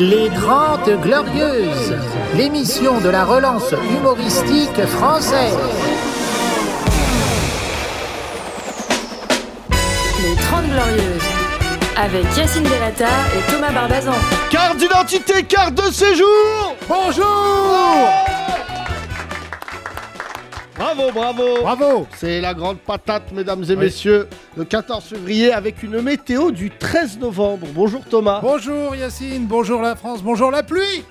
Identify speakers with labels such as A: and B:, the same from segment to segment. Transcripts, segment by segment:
A: Les Grandes Glorieuses, l'émission de la relance humoristique française.
B: Les 30 Glorieuses, avec Yacine Delata et Thomas Barbazan.
C: Carte d'identité, carte de séjour
A: Bonjour
C: Bravo, bravo
A: Bravo
C: C'est la grande patate, mesdames et messieurs, le 14 février avec une météo du 13 novembre. Bonjour Thomas.
A: Bonjour Yacine, bonjour la France, bonjour la pluie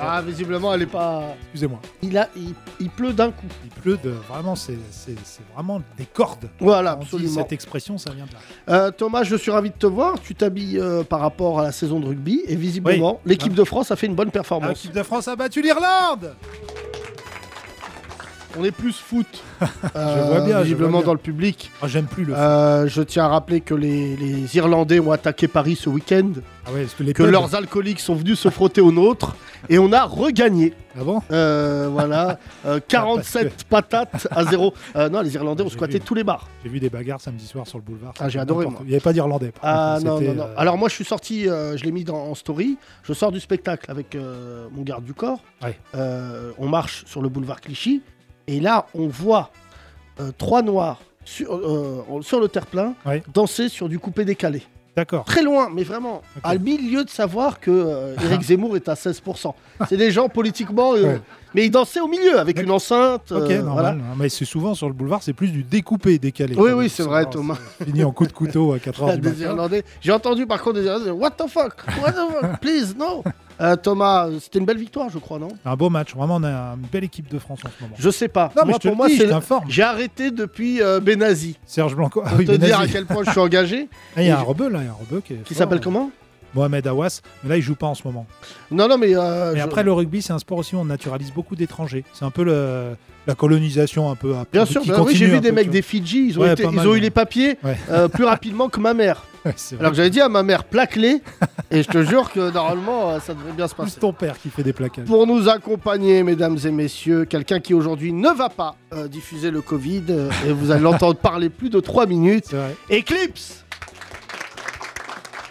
C: Ah, visiblement, elle est pas.
A: Excusez-moi,
C: Il, a... il... il pleut d'un coup.
A: il pleut de... Vraiment, c'est c'est- c'est vraiment des cordes.
C: Voilà,
A: On dit
C: absolument.
A: Cette expression, ça vient de là.
C: Euh, Thomas, je suis ravi de te voir. Tu t'habilles euh, par rapport à la saison de rugby et visiblement, l'équipe de France a fait une bonne
A: Ah,
C: performance.
A: L'équipe de France a battu l'Irlande
C: On est plus foot.
A: Je vois bien, je vois
C: Euh, Visiblement
A: bien.
C: dans le public.
A: Ah, J'aime plus le foot.
C: Euh, je tiens à rappeler que les, les Irlandais ont attaqué Paris ce week-end,
A: Ah ouais, parce que les
C: que
A: pubs-
C: leurs alcooliques sont venus se frotter aux nôtres et on a regagné.
A: Ah bon
C: Euh,
A: Ah,
C: voilà, Euh, 47 patates à zéro. Euh, non, les Irlandais ont
A: Ah, J'ai
C: squatté
A: vu.
C: tous les bars.
A: J'ai vu des bagarres samedi soir sur le boulevard.
C: Ah, j'ai adoré, moi.
A: Il n'y avait pas d'Irlandais. par
C: Ah
A: contre.
C: non, non,
A: C'était,
C: non.
A: euh,
C: Alors moi, je suis sorti, euh, je l'ai mis dans, en story. Je sors du spectacle avec euh, mon garde du corps.
A: Ouais.
C: Euh, on marche sur le boulevard Clichy et là, on voit euh, trois noirs sur, euh, sur le terre-plein
A: Ouais.
C: danser sur du coupé décalé.
A: D'accord.
C: Très loin, mais vraiment,
A: Ok.
C: à milieu de savoir que euh, Éric Zemmour est à 16%. C'est des gens politiquement, euh,
A: Ouais.
C: mais ils dansaient au milieu avec
A: D'accord.
C: une enceinte.
A: Ok,
C: euh, voilà.
A: normal. Mais c'est souvent sur le boulevard, c'est plus du découpé, décalé.
C: Oui,
A: Comme
C: oui,
A: ça,
C: c'est vrai,
A: c'est
C: Thomas.
A: Fini en coup de couteau à 4h du
C: Des
A: matin.
C: Irlandais. J'ai entendu par contre des Irlandais. What the fuck? What the fuck? Please, no! Euh, Thomas, c'était une belle victoire, je crois, non?
A: Un beau match. Vraiment, on a une belle équipe de France en ce moment.
C: Je sais pas.
A: Non, mais
C: Moi,
A: je te
C: pour
A: le
C: moi,
A: dis, je
C: c'est-
A: t'informe.
C: J'ai arrêté depuis euh, Benazi.
A: Serge Blanco. Ah
C: Pour
A: oui,
C: te
A: Benazi.
C: dire à quel point je suis engagé.
A: Ah, Il y a un rebeu, là. il y a un rebeu qui est
C: Qui
A: fort. euh,
C: s'appelle comment?
A: Mohamed Awas. Mais là, il joue pas en ce moment.
C: Non, non, mais. euh,
A: Mais
C: je-
A: après, le rugby, c'est un sport aussi où on naturalise beaucoup d'étrangers. C'est un peu le- la colonisation, un peu. un peu-
C: Bien sûr,
A: qui
C: bah oui, j'ai
A: continue
C: vu
A: un
C: des
A: peu,
C: mecs
A: tu
C: des Fidji, ils ont,
A: Ouais,
C: été-
A: pas
C: ils
A: mal,
C: ont eu
A: ouais.
C: les papiers
A: Ouais.
C: euh, plus rapidement que ma mère.
A: vois. Ouais, c'est vrai.
C: Alors que j'avais dit à ma mère, plaque-les, et je te jure que normalement, euh, ça devrait bien se passer.
A: Plus ton père qui fait des plaquages.
C: Pour nous accompagner, mesdames et messieurs, quelqu'un qui aujourd'hui ne va pas euh, diffuser le Covid, euh, et vous allez l'entendre parler plus de 3 minutes.
A: C'est vrai.
C: Eclipse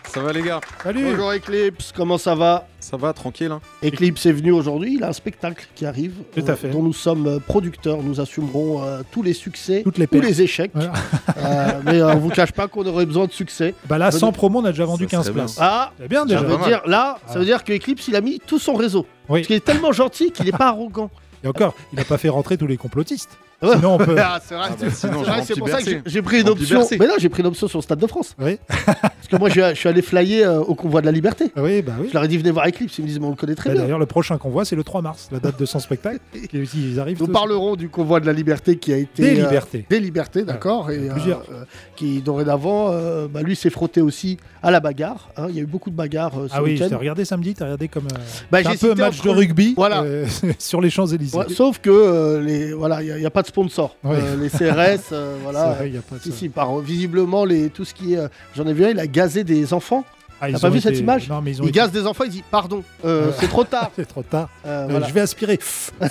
D: Ça va les gars
A: Salut
C: Bonjour Eclipse, comment ça va
D: Ça va, tranquille hein
C: Eclipse est venu aujourd'hui, il a un spectacle qui arrive,
A: Tout à fait.
C: dont nous sommes euh, producteurs, nous assumerons euh, tous les succès,
A: Toutes les
C: tous
A: pertes.
C: les échecs,
A: Voilà.
C: Euh, mais euh, on vous cache pas qu'on aurait besoin de succès.
A: Bah là,
C: Bonne-
A: sans promo, on a déjà vendu
D: Ça
A: 15
D: serait
A: places.
C: Ah
A: C'est bien
C: ça
A: déjà.
D: J'avais-
C: veut
D: Pas mal.
C: dire, là, ça
A: Ah.
C: veut dire que Eclipse, il a mis tout son réseau.
A: Oui.
C: Parce qu'il est tellement gentil qu'il n'est pas arrogant.
A: Et encore, il n'a pas fait rentrer tous les complotistes.
C: Ouais.
A: Sinon, on peut.
C: Ah, c'est vrai,
D: Ah bah, sinon,
C: C'est
D: j'ai
C: vrai,
D: rempli
C: c'est pour ça que
D: Bercy.
C: j'ai- j'ai pris une
D: Rempli
C: option.
D: Bercy.
C: Mais là, j'ai pris une option sur le Stade de France.
A: Oui.
C: Parce que moi, je, je suis allé flyer euh, au convoi de la liberté.
A: Ah oui, bah oui.
C: Je leur ai dit, venez voir Eclipse. Ils me disent, mais on le connaît très
A: Bah,
C: bien.
A: D'ailleurs, le prochain qu'on voit, c'est le 3 mars, la date de son spectacle. qui- Ils arrivent
C: Nous
A: tous-
C: parlerons du convoi de la liberté qui a été.
A: des
C: euh,
A: libertés. Ah,
C: des libertés, d'accord.
A: il y a
C: et, euh,
A: plusieurs.
C: euh, qui, dorénavant, euh, bah, lui s'est frotté aussi à la bagarre. hein. Il y a eu beaucoup de bagarres euh, ce
A: Ah oui,
C: week-end.
A: t'as regardé samedi, t'as regardé comme euh,
C: Bah,
A: c'est un
C: j'hésitais
A: peu un match
C: entre-
A: de rugby
C: Voilà.
A: euh, sur les Champs-Élysées.
C: Ouais, sauf que, euh, les, voilà, il n'y a, il y a pas de sponsor.
A: Ouais.
C: Euh, les CRS, euh,
A: C'est
C: voilà.
A: vrai, il y a pas de
C: Si,
A: ça.
C: si, par, visiblement, les, tout ce qui est. euh, J'en ai vu un, il a gazé des enfants.
A: Ah, ils
C: pas
A: ont
C: vu cette image
A: Non, mais ils ont
C: Il
A: été-
C: gaze des enfants, il dit pardon, euh,
A: Ouais.
C: c'est trop tard.
A: C'est trop tard.
C: Euh,
A: Euh,
C: voilà.
A: Je vais aspirer.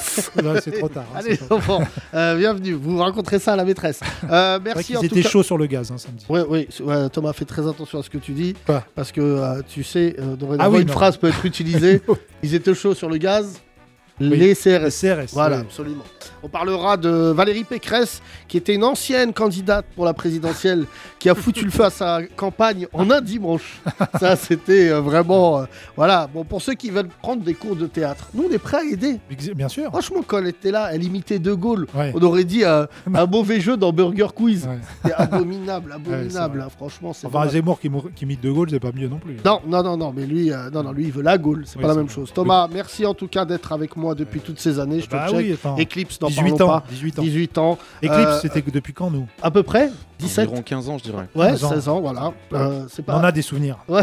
A: Non, c'est trop tard. hein,
C: Allez,
A: c'est trop tard.
C: enfants, euh, bienvenue. Vous rencontrez ça à la maîtresse. Euh,
A: C'est vrai
C: merci
A: qu'ils
C: en tout
A: étaient
C: cas.
A: chauds sur le gaz hein, samedi.
C: Oui, oui, c'est- ouais, Thomas, fais très attention à ce que tu dis.
A: Quoi
C: Parce que euh, tu sais, euh, dorénavant,
A: Ah oui,
C: une
A: non.
C: phrase peut être utilisée. Ils étaient chauds sur le gaz. Les
A: Les
C: CRS.
A: CRS.
C: Voilà,
A: oui.
C: absolument. On parlera de Valérie Pécresse, qui était une ancienne candidate pour la présidentielle, qui a foutu le feu à sa campagne en un dimanche. Ça, c'était euh, vraiment. euh, voilà. Bon, pour ceux qui veulent prendre des cours de théâtre, nous, on est prêts à aider.
A: Bien sûr.
C: Franchement, quand elle était là, elle imitait De Gaulle.
A: Ouais.
C: On aurait dit euh, un mauvais jeu dans Burger Quiz.
A: Ouais.
C: C'était abominable,
A: c'est
C: abominable.
A: vrai.
C: hein, franchement, c'est.
A: Enfin,
C: dommage.
A: Zemmour qui, mour- qui imite De Gaulle, c'est pas mieux non plus.
C: Non, non, non, non, mais lui, euh, non, non, lui, il veut la Gaule, c'est
A: Oui,
C: pas la
A: c'est
C: même
A: vrai.
C: chose. Thomas, merci en tout cas d'être avec moi depuis toutes ces années. Je te
A: Bah
C: check.
A: oui, attends.
C: Eclipse, n'en
A: 18
C: parlons
A: ans,
C: pas.
A: 18 ans.
C: 18 ans,
A: Eclipse,
C: Euh,
A: c'était que depuis quand nous
C: à peu près 17
D: Environ 15 ans, je dirais.
C: Ouais,
A: 15 ans.
C: 16 ans, voilà. Euh, c'est pas.
A: On en a des souvenirs.
C: Ouais,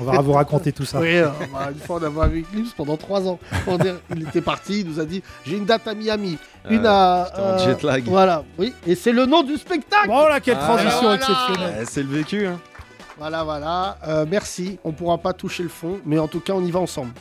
A: On va vous raconter tout ça.
C: Oui, euh, bah, une fois on a vu avec Eclipse pendant 3 ans. Pour dire, il était parti, il nous a dit j'ai une date à Miami, une
D: Euh,
C: à.
D: j'étais en jet lag.
C: Voilà, oui, et c'est le nom du spectacle
A: Oh là, quelle
D: Ah,
A: transition
C: voilà.
A: exceptionnelle.
D: Ouais, c'est le vécu hein
C: Voilà, voilà, Euh, merci. On pourra pas toucher le fond, mais en tout cas, on y va ensemble.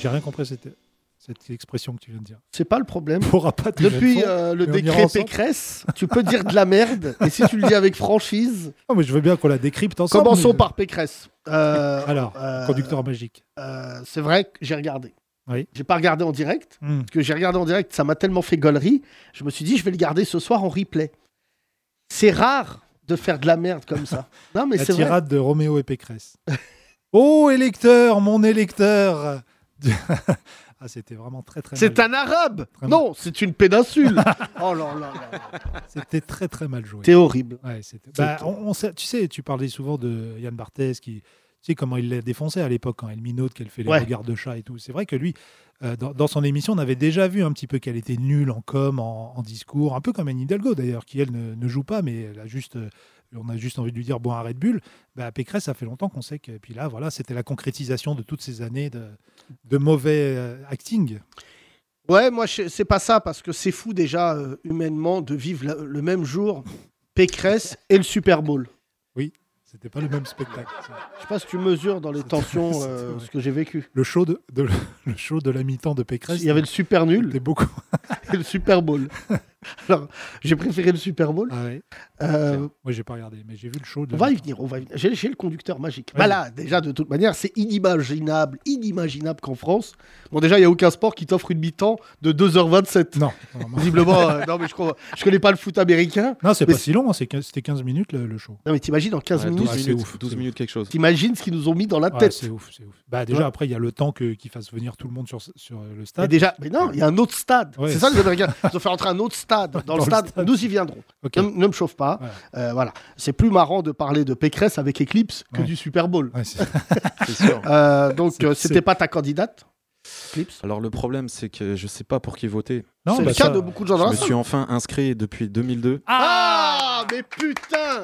A: J'ai rien compris, c'était. cette expression que tu viens de dire.
C: C'est pas le problème.
A: On pourra pas te la
C: Depuis
A: répondre.
C: euh, le
A: mais on ira
C: décret
A: ensemble.
C: Pécresse, tu peux dire de la merde. Et si tu le dis avec franchise,
A: Ah, mais je veux bien qu'on la décrypte ensemble.
C: commençons
A: mais-
C: par Pécresse. Euh,
A: Alors,
C: euh,
A: conducteur magique.
C: euh, c'est vrai que j'ai regardé.
A: Oui.
C: J'ai pas regardé en direct.
A: Hmm.
C: Parce que j'ai regardé en direct, ça m'a tellement fait gaulerie. Je me suis dit, je vais le garder ce soir en replay. C'est rare de faire de la merde comme ça. non, mais
A: la
C: euh, c'est vrai.
A: tirade de Roméo et Pécresse. oh, électeur, mon électeur Ah, c'était vraiment très très
C: C'est
A: mal.
C: un arabe.
A: Très
C: Non, c'est une péninsule. oh là là là là.
A: C'était très très mal joué.
C: T'es horrible.
A: Ouais, c'était- bah, on- on sait- tu sais, tu parlais souvent de Yann Barthès qui. Tu sais comment il l'a défoncé à l'époque quand elle minote, qu'elle fait les
C: Ouais.
A: regards de chat et tout. C'est vrai que lui, euh, dans, dans son émission, on avait déjà vu un petit peu qu'elle était nulle en com, en, en discours, un peu comme Anne Hidalgo d'ailleurs, qui elle ne, ne joue pas, mais elle a juste, euh, on a juste envie de lui dire bon, arrête bulle. Bah, Pécresse, ça fait longtemps qu'on sait que. Et puis là, voilà, c'était la concrétisation de toutes ces années de, de mauvais euh, acting.
C: Ouais, moi, je- c'est pas ça, parce que c'est fou déjà, euh, humainement, de vivre la- le même jour Pécresse et le Super Bowl.
A: C'était pas le même spectacle. ça.
C: Je sais pas si tu mesures dans les
A: C'était-
C: tensions
A: c'était
C: euh,
A: vrai.
C: ce que j'ai vécu.
A: Le show de, de- le show de la mi-temps de Pécresse.
C: Il y avait le Super Nul
A: c'était beaucoup.
C: et le Super Bowl. Alors, j'ai préféré le Super Bowl.
A: Ah ouais.
C: Euh,
A: Moi, j'ai pas regardé, mais j'ai vu le show. De...
C: on va y venir, on va y venir. J'ai j'ai le conducteur magique.
A: Vas-y.
C: Bah là, déjà, de toute manière, c'est inimaginable, inimaginable qu'en France. Bon, déjà, il n'y a aucun sport qui t'offre une mi-temps de 2h27.
A: Non, vraiment.
C: Visiblement, euh, non, mais je, crois, je connais pas le foot américain.
A: non, c'est
C: Mais
A: pas si long. hein, c'est quin- C'était 15 minutes le, le show.
C: Non, mais t'imagines en 15
D: Ouais,
C: minutes,
D: 12
A: Ah, c'est
D: minutes,
A: ouf,
D: 12
A: c'est
D: minutes quelque chose.
C: t'imagines ce qu'ils nous ont mis dans la
A: Ouais,
C: tête.
A: c'est ouf, c'est ouf. Bah déjà
C: Ah, Ouais.
A: après, il y a le temps que qu'ils fassent venir tout le monde sur sur euh, le
C: Mais
A: stade.
C: déjà, mais non, il y a un autre stade.
A: Ouais.
C: C'est ça que les Américains. Ils ont fait entrer un autre stade dans, le, stade. Nous y viendrons.
A: Ok.
C: Ne, ne me chauffe pas.
A: Ouais.
C: Euh, voilà. C'est plus marrant de parler de Pécresse avec Eclipse que
A: Ouais.
C: du Super Bowl.
A: Ouais, c'est-
D: C'est sûr.
C: Euh, donc,
A: C'est-
C: euh,
A: c'est-
C: c'était pas ta candidate, Eclipse.
D: Alors le problème, c'est que je sais pas pour qui voter.
A: non,
C: c'est
A: bah,
C: le cas
A: ça-
C: de beaucoup de gens
D: Je
C: dans
D: me
C: la salle.
D: suis enfin inscrit depuis 2002.
C: Ah, mais putain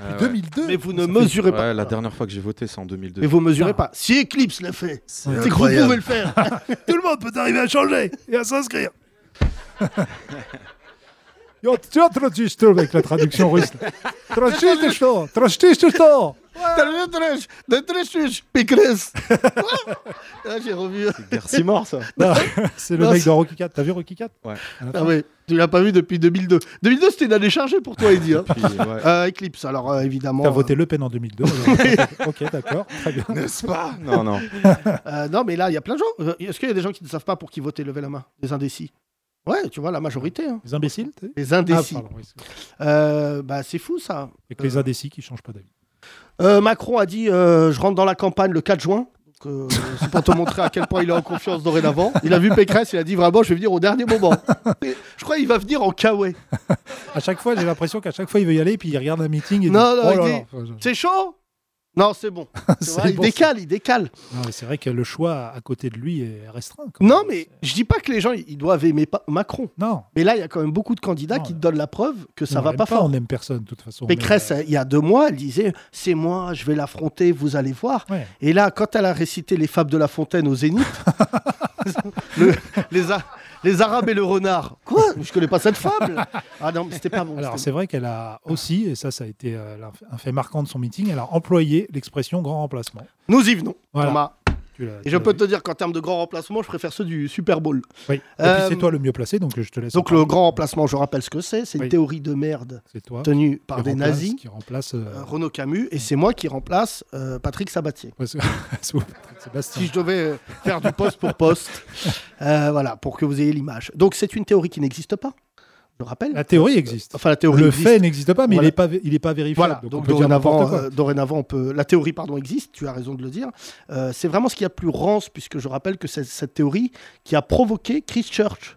D: Ah ouais.
A: 2002.
C: Mais vous ne
A: ça fait-
C: mesurez pas.
D: Euh, Ouais, la dernière fois que j'ai voté, c'est en 2002.
C: Mais vous mesurez
A: Putain.
C: pas. Si Eclipse l'a fait,
D: C'est
C: c'est que vous pouvez le faire.
A: Tout le monde peut arriver à changer et à s'inscrire. Yo, tu as transistor avec la traduction russe. Transistor, transistor.
C: Pécresse. Là, j'ai revu.
D: Merci mort ça.
A: Non, C'est le
C: Non,
A: mec
C: c'est-
A: de Rocky 4. T'as vu Rocky 4
D: Ouais.
C: Ah ouais, tu l'as pas vu depuis 2002. 2002, c'était une année chargée pour toi, Eddy. hein.
D: Puis, ouais.
C: Euh, Eclipse, alors euh, évidemment.
A: T'as
C: euh,
A: voté Le Pen en 2002. alors- ok, d'accord, très
C: Ah,
A: bien.
D: N'est-ce pas Non, non.
C: euh, non, mais là, il y a plein de gens. Euh, Est-ce qu'il y a des gens qui ne savent pas pour qui voter Levez la main Les indécis. Ouais, tu vois, la majorité. hein.
A: Les imbéciles. t'es-
C: Les indécis.
A: Ah, pardon, oui, c'est-
C: Euh, bah, c'est fou, ça.
A: Et que les indécis qui changent pas d'avis.
C: Euh, Macron a dit euh, Je rentre dans la campagne le 4 juin. Donc, euh, c'est pour te montrer à quel point il est en confiance dorénavant. Il a vu Pécresse, il a dit Vraiment, je vais venir au dernier moment. Et je crois qu'il va venir en E. Kawaii.
A: À chaque fois, j'ai l'impression qu'à chaque fois, il veut y aller, puis il regarde un meeting et
C: Non,
A: dit,
C: non,
A: oh
C: il
A: là
C: dit-
A: là. Enfin, je-
C: C'est chaud Non, c'est bon. Tu
A: c'est
C: vois, il
A: bon,
C: décale, il décale.
A: c'est- Non, mais C'est vrai que le choix à côté de lui est restreint. quand
C: Non,
A: même.
C: mais je dis pas que les gens ils doivent aimer pas Macron.
A: Non.
C: Mais là, il y a quand même beaucoup de candidats
A: Non,
C: qui te
A: là.
C: donnent la preuve que ça
A: on
C: va
A: l'aime
C: pas fort.
A: On n'aime personne, de toute façon. mais, euh,
C: Pécresse, il y a deux mois, elle disait C'est moi, je vais l'affronter, vous allez voir.
A: euh, ouais.
C: Et là, quand elle a récité les fables de La Fontaine au Zénith, le- les, A- les Arabes et le renard. Quoi Je connais pas cette fable Ah non, mais c'était pas bon.
A: Alors,
C: c'était-
A: c'est vrai qu'elle a aussi, et ça, ça a été euh, l'un- un fait marquant de son meeting, elle a employé l'expression grand remplacement.
C: Nous y venons,
A: Voilà.
C: Thomas.
A: Tu l'as-
C: Et
A: tu
C: je
A: l'as
C: peux
A: dit.
C: te dire qu'en termes de grand remplacement, je préfère ceux du Super Bowl.
A: Oui. Et puis,
C: Euh,
A: c'est toi le mieux placé, donc je te laisse. en
C: Donc, le
A: parler.
C: grand remplacement, je rappelle ce que c'est c'est une
A: Oui.
C: théorie de merde
A: C'est toi. qui
C: tenue par des
A: remplace-
C: nazis.
A: Qui remplace. euh,
C: euh, Renaud Camus, et c'est moi qui remplace euh, Patrick Sabatier.
A: parce- sous- Sébastien.
C: Si je devais euh, faire du poste pour poste, Euh, voilà, pour que vous ayez l'image. Donc c'est une théorie qui n'existe pas, je le rappelle.
A: La théorie existe.
C: Enfin, la théorie
A: Le
C: existe.
A: fait n'existe pas, mais il
C: Voilà.
A: n'est pas, vé- il est pas vérifiable.
C: Voilà,
A: donc,
C: donc,
A: on peut dire n'importe
C: dorénavant,
A: quoi.
C: euh, dorénavant, on peut... la théorie pardon, existe, tu as raison de le dire. Euh, c'est vraiment ce qui a de plus rance, puisque je rappelle que c'est cette théorie qui a provoqué Christchurch.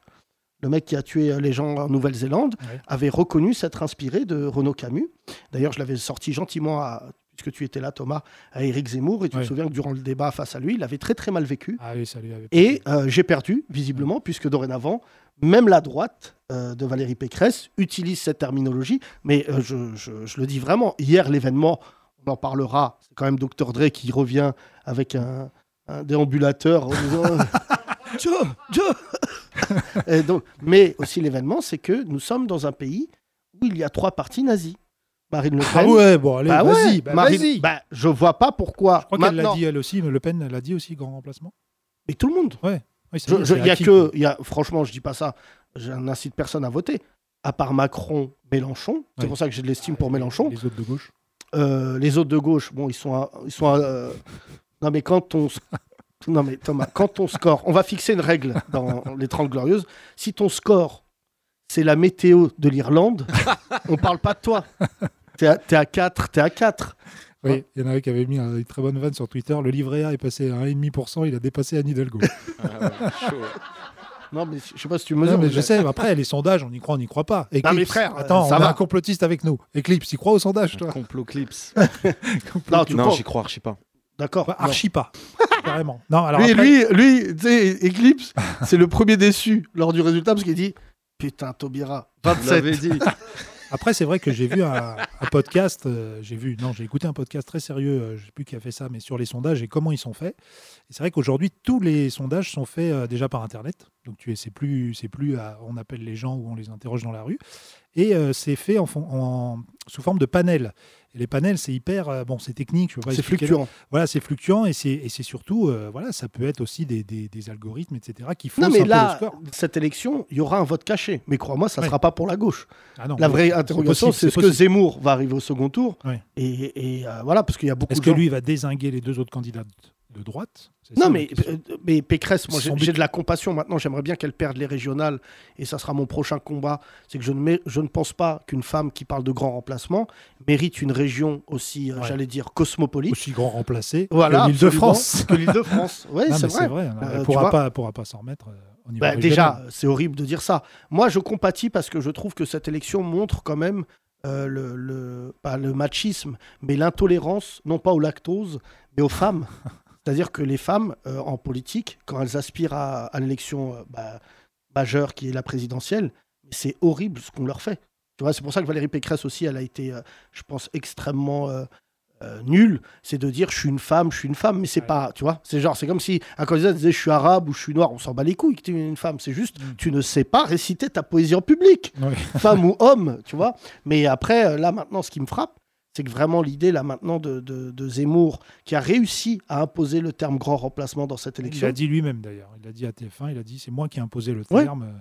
C: Le mec qui a tué euh, les gens en Nouvelle-Zélande
A: Ouais.
C: avait reconnu s'être inspiré de Renaud Camus. D'ailleurs, je l'avais sorti gentiment, à, puisque tu étais là, Thomas, à Éric Zemmour, et tu
A: Ouais.
C: te souviens que durant le débat face à lui, il avait très très mal vécu.
A: Ah oui, ça lui avait
C: Et euh, j'ai perdu, visiblement, puisque dorénavant, même la droite euh, de Valérie Pécresse utilise cette terminologie. Mais euh, je, je- je le dis vraiment, hier, l'événement, on en parlera, c'est quand même Dr. Dre qui revient avec un, un déambulateur en disant. euh, Joe, Joe Et donc, Mais aussi, l'événement, c'est que nous sommes dans un pays où il y a trois partis nazis. Marine Le Pen.
A: Ah ouais, bon, allez,
C: Bah
A: vas-y,
C: ouais,
A: bah
C: Marine-
A: vas-y.
C: bah, je vois pas pourquoi.
A: je crois qu'elle l'a
C: Maintenant,
A: dit elle aussi, mais Le Pen elle l'a dit aussi, grand remplacement.
C: mais tout le monde.
A: Ouais. Oui, ça
C: Je-
A: y est,
C: je-
A: c'est
C: Il y a
A: acquis,
C: que, il y a, franchement, je dis pas ça. Je n'incite personne à voter. À part Macron, Mélenchon. C'est
A: Ouais.
C: pour ça que j'ai de l'estime pour
A: quoi.
C: Mélenchon.
A: Ah, Les autres de gauche.
C: Euh, les autres de gauche, bon, ils sont, à- ils sont. à, euh, Non mais quand on, s- non mais Thomas, quand on score, on va fixer une règle dans les 30 glorieuses. Si ton score, c'est la météo de l'Irlande, on parle pas de toi. T'es à, t'es à 4, t'es à 4.
A: Oui, il y en avait qui avaient mis un- une très bonne vanne sur Twitter. Le livret A est passé à 1,5%, il a dépassé Anne Hidalgo.
D: Ah,
C: Non mais je sais pas si tu
A: Non,
C: mesures.
A: mais
C: mais
A: je sais, mais après, les sondages, on y croit, on n'y croit pas. Eclipse,
C: mais frère,
A: attends,
C: ça
A: on a
C: va.
A: un complotiste avec nous. Eclipse, il croit aux sondages, toi
D: Complot clips.
C: Non, Ah, tu
D: non,
C: crois-
D: j'y crois archi pas.
C: D'accord.
A: Bah,
C: non.
A: Archi pas, carrément. Non, alors
C: Lui,
A: après,
C: lui, lui, tu sais, Eclipse, c'est le premier déçu lors du résultat parce qu'il dit putain Taubira,
D: Vous l'avez
C: 27.
D: dit.
A: Après, c'est vrai que j'ai vu un, un podcast, euh, j'ai vu, non, j'ai écouté un podcast très sérieux, euh, je sais plus qui a fait ça, mais sur les sondages et comment ils sont faits. Et c'est vrai qu'aujourd'hui, tous les sondages sont faits euh, déjà par Internet. Donc, tu es- c'est plus, c'est plus, à- on appelle les gens ou on les interroge dans la rue. Et euh, c'est fait en, fon- en- sous forme de panels. Et les panels, c'est hyper, euh, bon, c'est technique, je peux pas
C: C'est
A: expliquer.
C: fluctuant.
A: Voilà, c'est fluctuant et c'est, et c'est surtout, euh, voilà, ça peut être aussi des, des- des algorithmes, etc., qui font
C: Non,
A: un
C: mais
A: peu
C: là,
A: le score.
C: cette élection, il y aura un vote caché. Mais crois-moi, ça ne
A: Ouais.
C: sera pas pour la gauche.
A: Ah non,
C: La
A: mais
C: vraie
A: c'est
C: interrogation,
A: possible,
C: c'est est-ce que
A: possible.
C: Zemmour va arriver au second tour
A: Ouais.
C: Et, et, euh, voilà, parce qu'il y a beaucoup
A: Est-ce
C: de
A: que
C: gens...
A: lui va désinguer les deux autres candidats de de droite C'est ça,
C: Non,
A: la
C: mais,
A: question.
C: euh, mais Pécresse, moi,
A: C'est
C: j'ai
A: son but.
C: j'ai de la compassion maintenant. J'aimerais bien qu'elle perde les régionales et ça sera mon prochain combat. C'est que je ne, mé- je ne pense pas qu'une femme qui parle de grand remplacement mérite une région aussi, euh,
A: Ouais.
C: j'allez dire, cosmopolite
A: aussi grand remplacé
C: euh, Voilà,
A: que l'île de France.
C: que l'île de France. Oui,
A: Non, mais
C: c'est vrai.
A: non,
C: Euh,
A: elle
C: tu vois.
A: pourra pas, elle pourra pas s'en remettre. euh, au niveau
C: Bah,
A: régional.
C: déjà, c'est horrible de dire ça. Moi, je compatis parce que je trouve que cette élection montre quand même euh, le, le- pas le machisme, mais l'intolérance, non pas au lactose, mais aux femmes. C'est-à-dire que les femmes, euh, en politique, quand elles aspirent à, à l'élection euh, bah, majeure qui est la présidentielle, c'est horrible ce qu'on leur fait. Tu vois, c'est pour ça que Valérie Pécresse aussi, elle a été, euh, je pense, extrêmement euh, euh, nulle. C'est de dire, je suis une femme, je suis une femme, mais c'est
A: Ouais.
C: pas, tu vois, c'est genre, c'est comme si un candidat disait, je suis arabe ou je suis noir, on s'en bat les couilles que tu es une femme. C'est juste,
A: Mm.
C: tu ne sais pas réciter ta poésie en public,
A: Ouais.
C: femme ou homme, tu vois. Mais après, euh, là maintenant, ce qui me frappe, c'est que vraiment l'idée là maintenant de, de- de Zemmour qui a réussi à imposer le terme grand remplacement dans cette
A: il
C: élection.
A: l'a dit lui-même d'ailleurs. Il l'a dit à TF1. Il a dit c'est moi qui ai imposé le
C: Ouais.
A: terme. euh,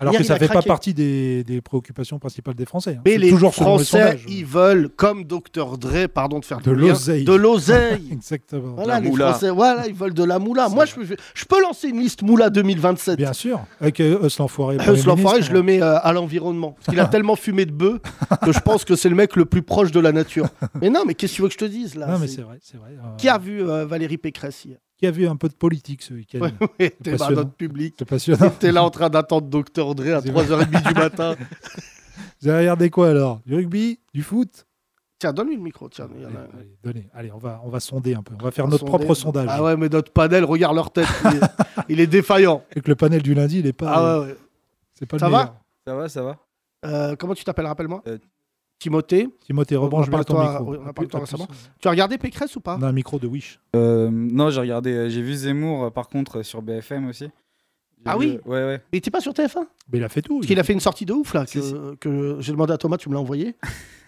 A: Alors
C: Hier,
A: que
C: il
A: ça
C: a
A: fait
C: craqué.
A: pas partie des, des préoccupations principales des Français. hein.
C: Mais
A: C'est
C: les
A: toujours selon les
C: Français,
A: sondages.
C: ils veulent, comme Dr Dre, pardon de faire
A: De
C: le lien,
A: l'oseille.
C: de l'oseille.
A: Exactement.
C: Voilà,
D: La
C: les
D: moula.
C: Français, voilà, ils veulent de la moula.
A: C'est
C: Moi, je, peux- je peux lancer une liste moula 2027.
A: Bien sûr. Avec euh, Huss l'enfoiré. le
C: Euh,
A: Premier
C: ce l'enfoiré,
A: ministre, hein.
C: je le mets euh, à l'environnement. Parce qu'il a tellement fumé de bœuf que je pense que c'est le mec le plus proche de la nature. Mais non, mais qu'est-ce que tu veux que je te dise là
A: Non mais
C: C'est-
A: c'est vrai, c'est vrai. Euh,
C: Qui a vu euh, Valérie Pécresse hier
A: qui a vu un peu de politique ce week-end
C: Ouais, ouais, T'es dans
A: passionnant.
C: notre public.
A: C'est passionnant.
C: T'es là en train d'attendre Dr Dre à
A: C'est
C: 3h30 du matin.
A: Vous avez regardé quoi alors Du rugby, du foot.
C: Tiens, donne-lui le micro. Tiens, il y en
A: allez,
C: a-
A: allez, donnez. Allez, on va on va sonder un peu. On va faire
C: Un
A: notre propre
C: sondage.
A: sondage.
C: Ah ouais, mais notre panel, regarde leur tête. Il est, il est défaillant.
A: Et que le panel du lundi, il est pas.
C: Ah ouais, ouais.
A: C'est pas
C: Ça
A: le
C: va
A: meilleur.
D: Ça va, ça va.
C: Euh, comment tu t'appelles, rappelle-moi
D: Euh,
C: Timothée.
A: Timothée, rebranche
C: On
A: bien
C: parle
A: ton
C: toi-
A: micro.
C: oui, on parle toi
A: Pas plus.
C: récemment. Tu as regardé Pécresse ou pas
A: On a un micro de Wish.
E: Euh, non, j'ai regardé, euh, j'ai vu Zemmour euh, par contre euh, sur BFM aussi. J'ai
C: Ah
E: vu- euh,
C: oui
E: Ouais, ouais.
C: Mais t'es pas sur TF1
A: Mais il a fait tout.
C: Parce qu'il a fait une sortie de ouf là,
E: Si,
C: que, que j'ai demandé à Thomas, tu me l'as envoyé.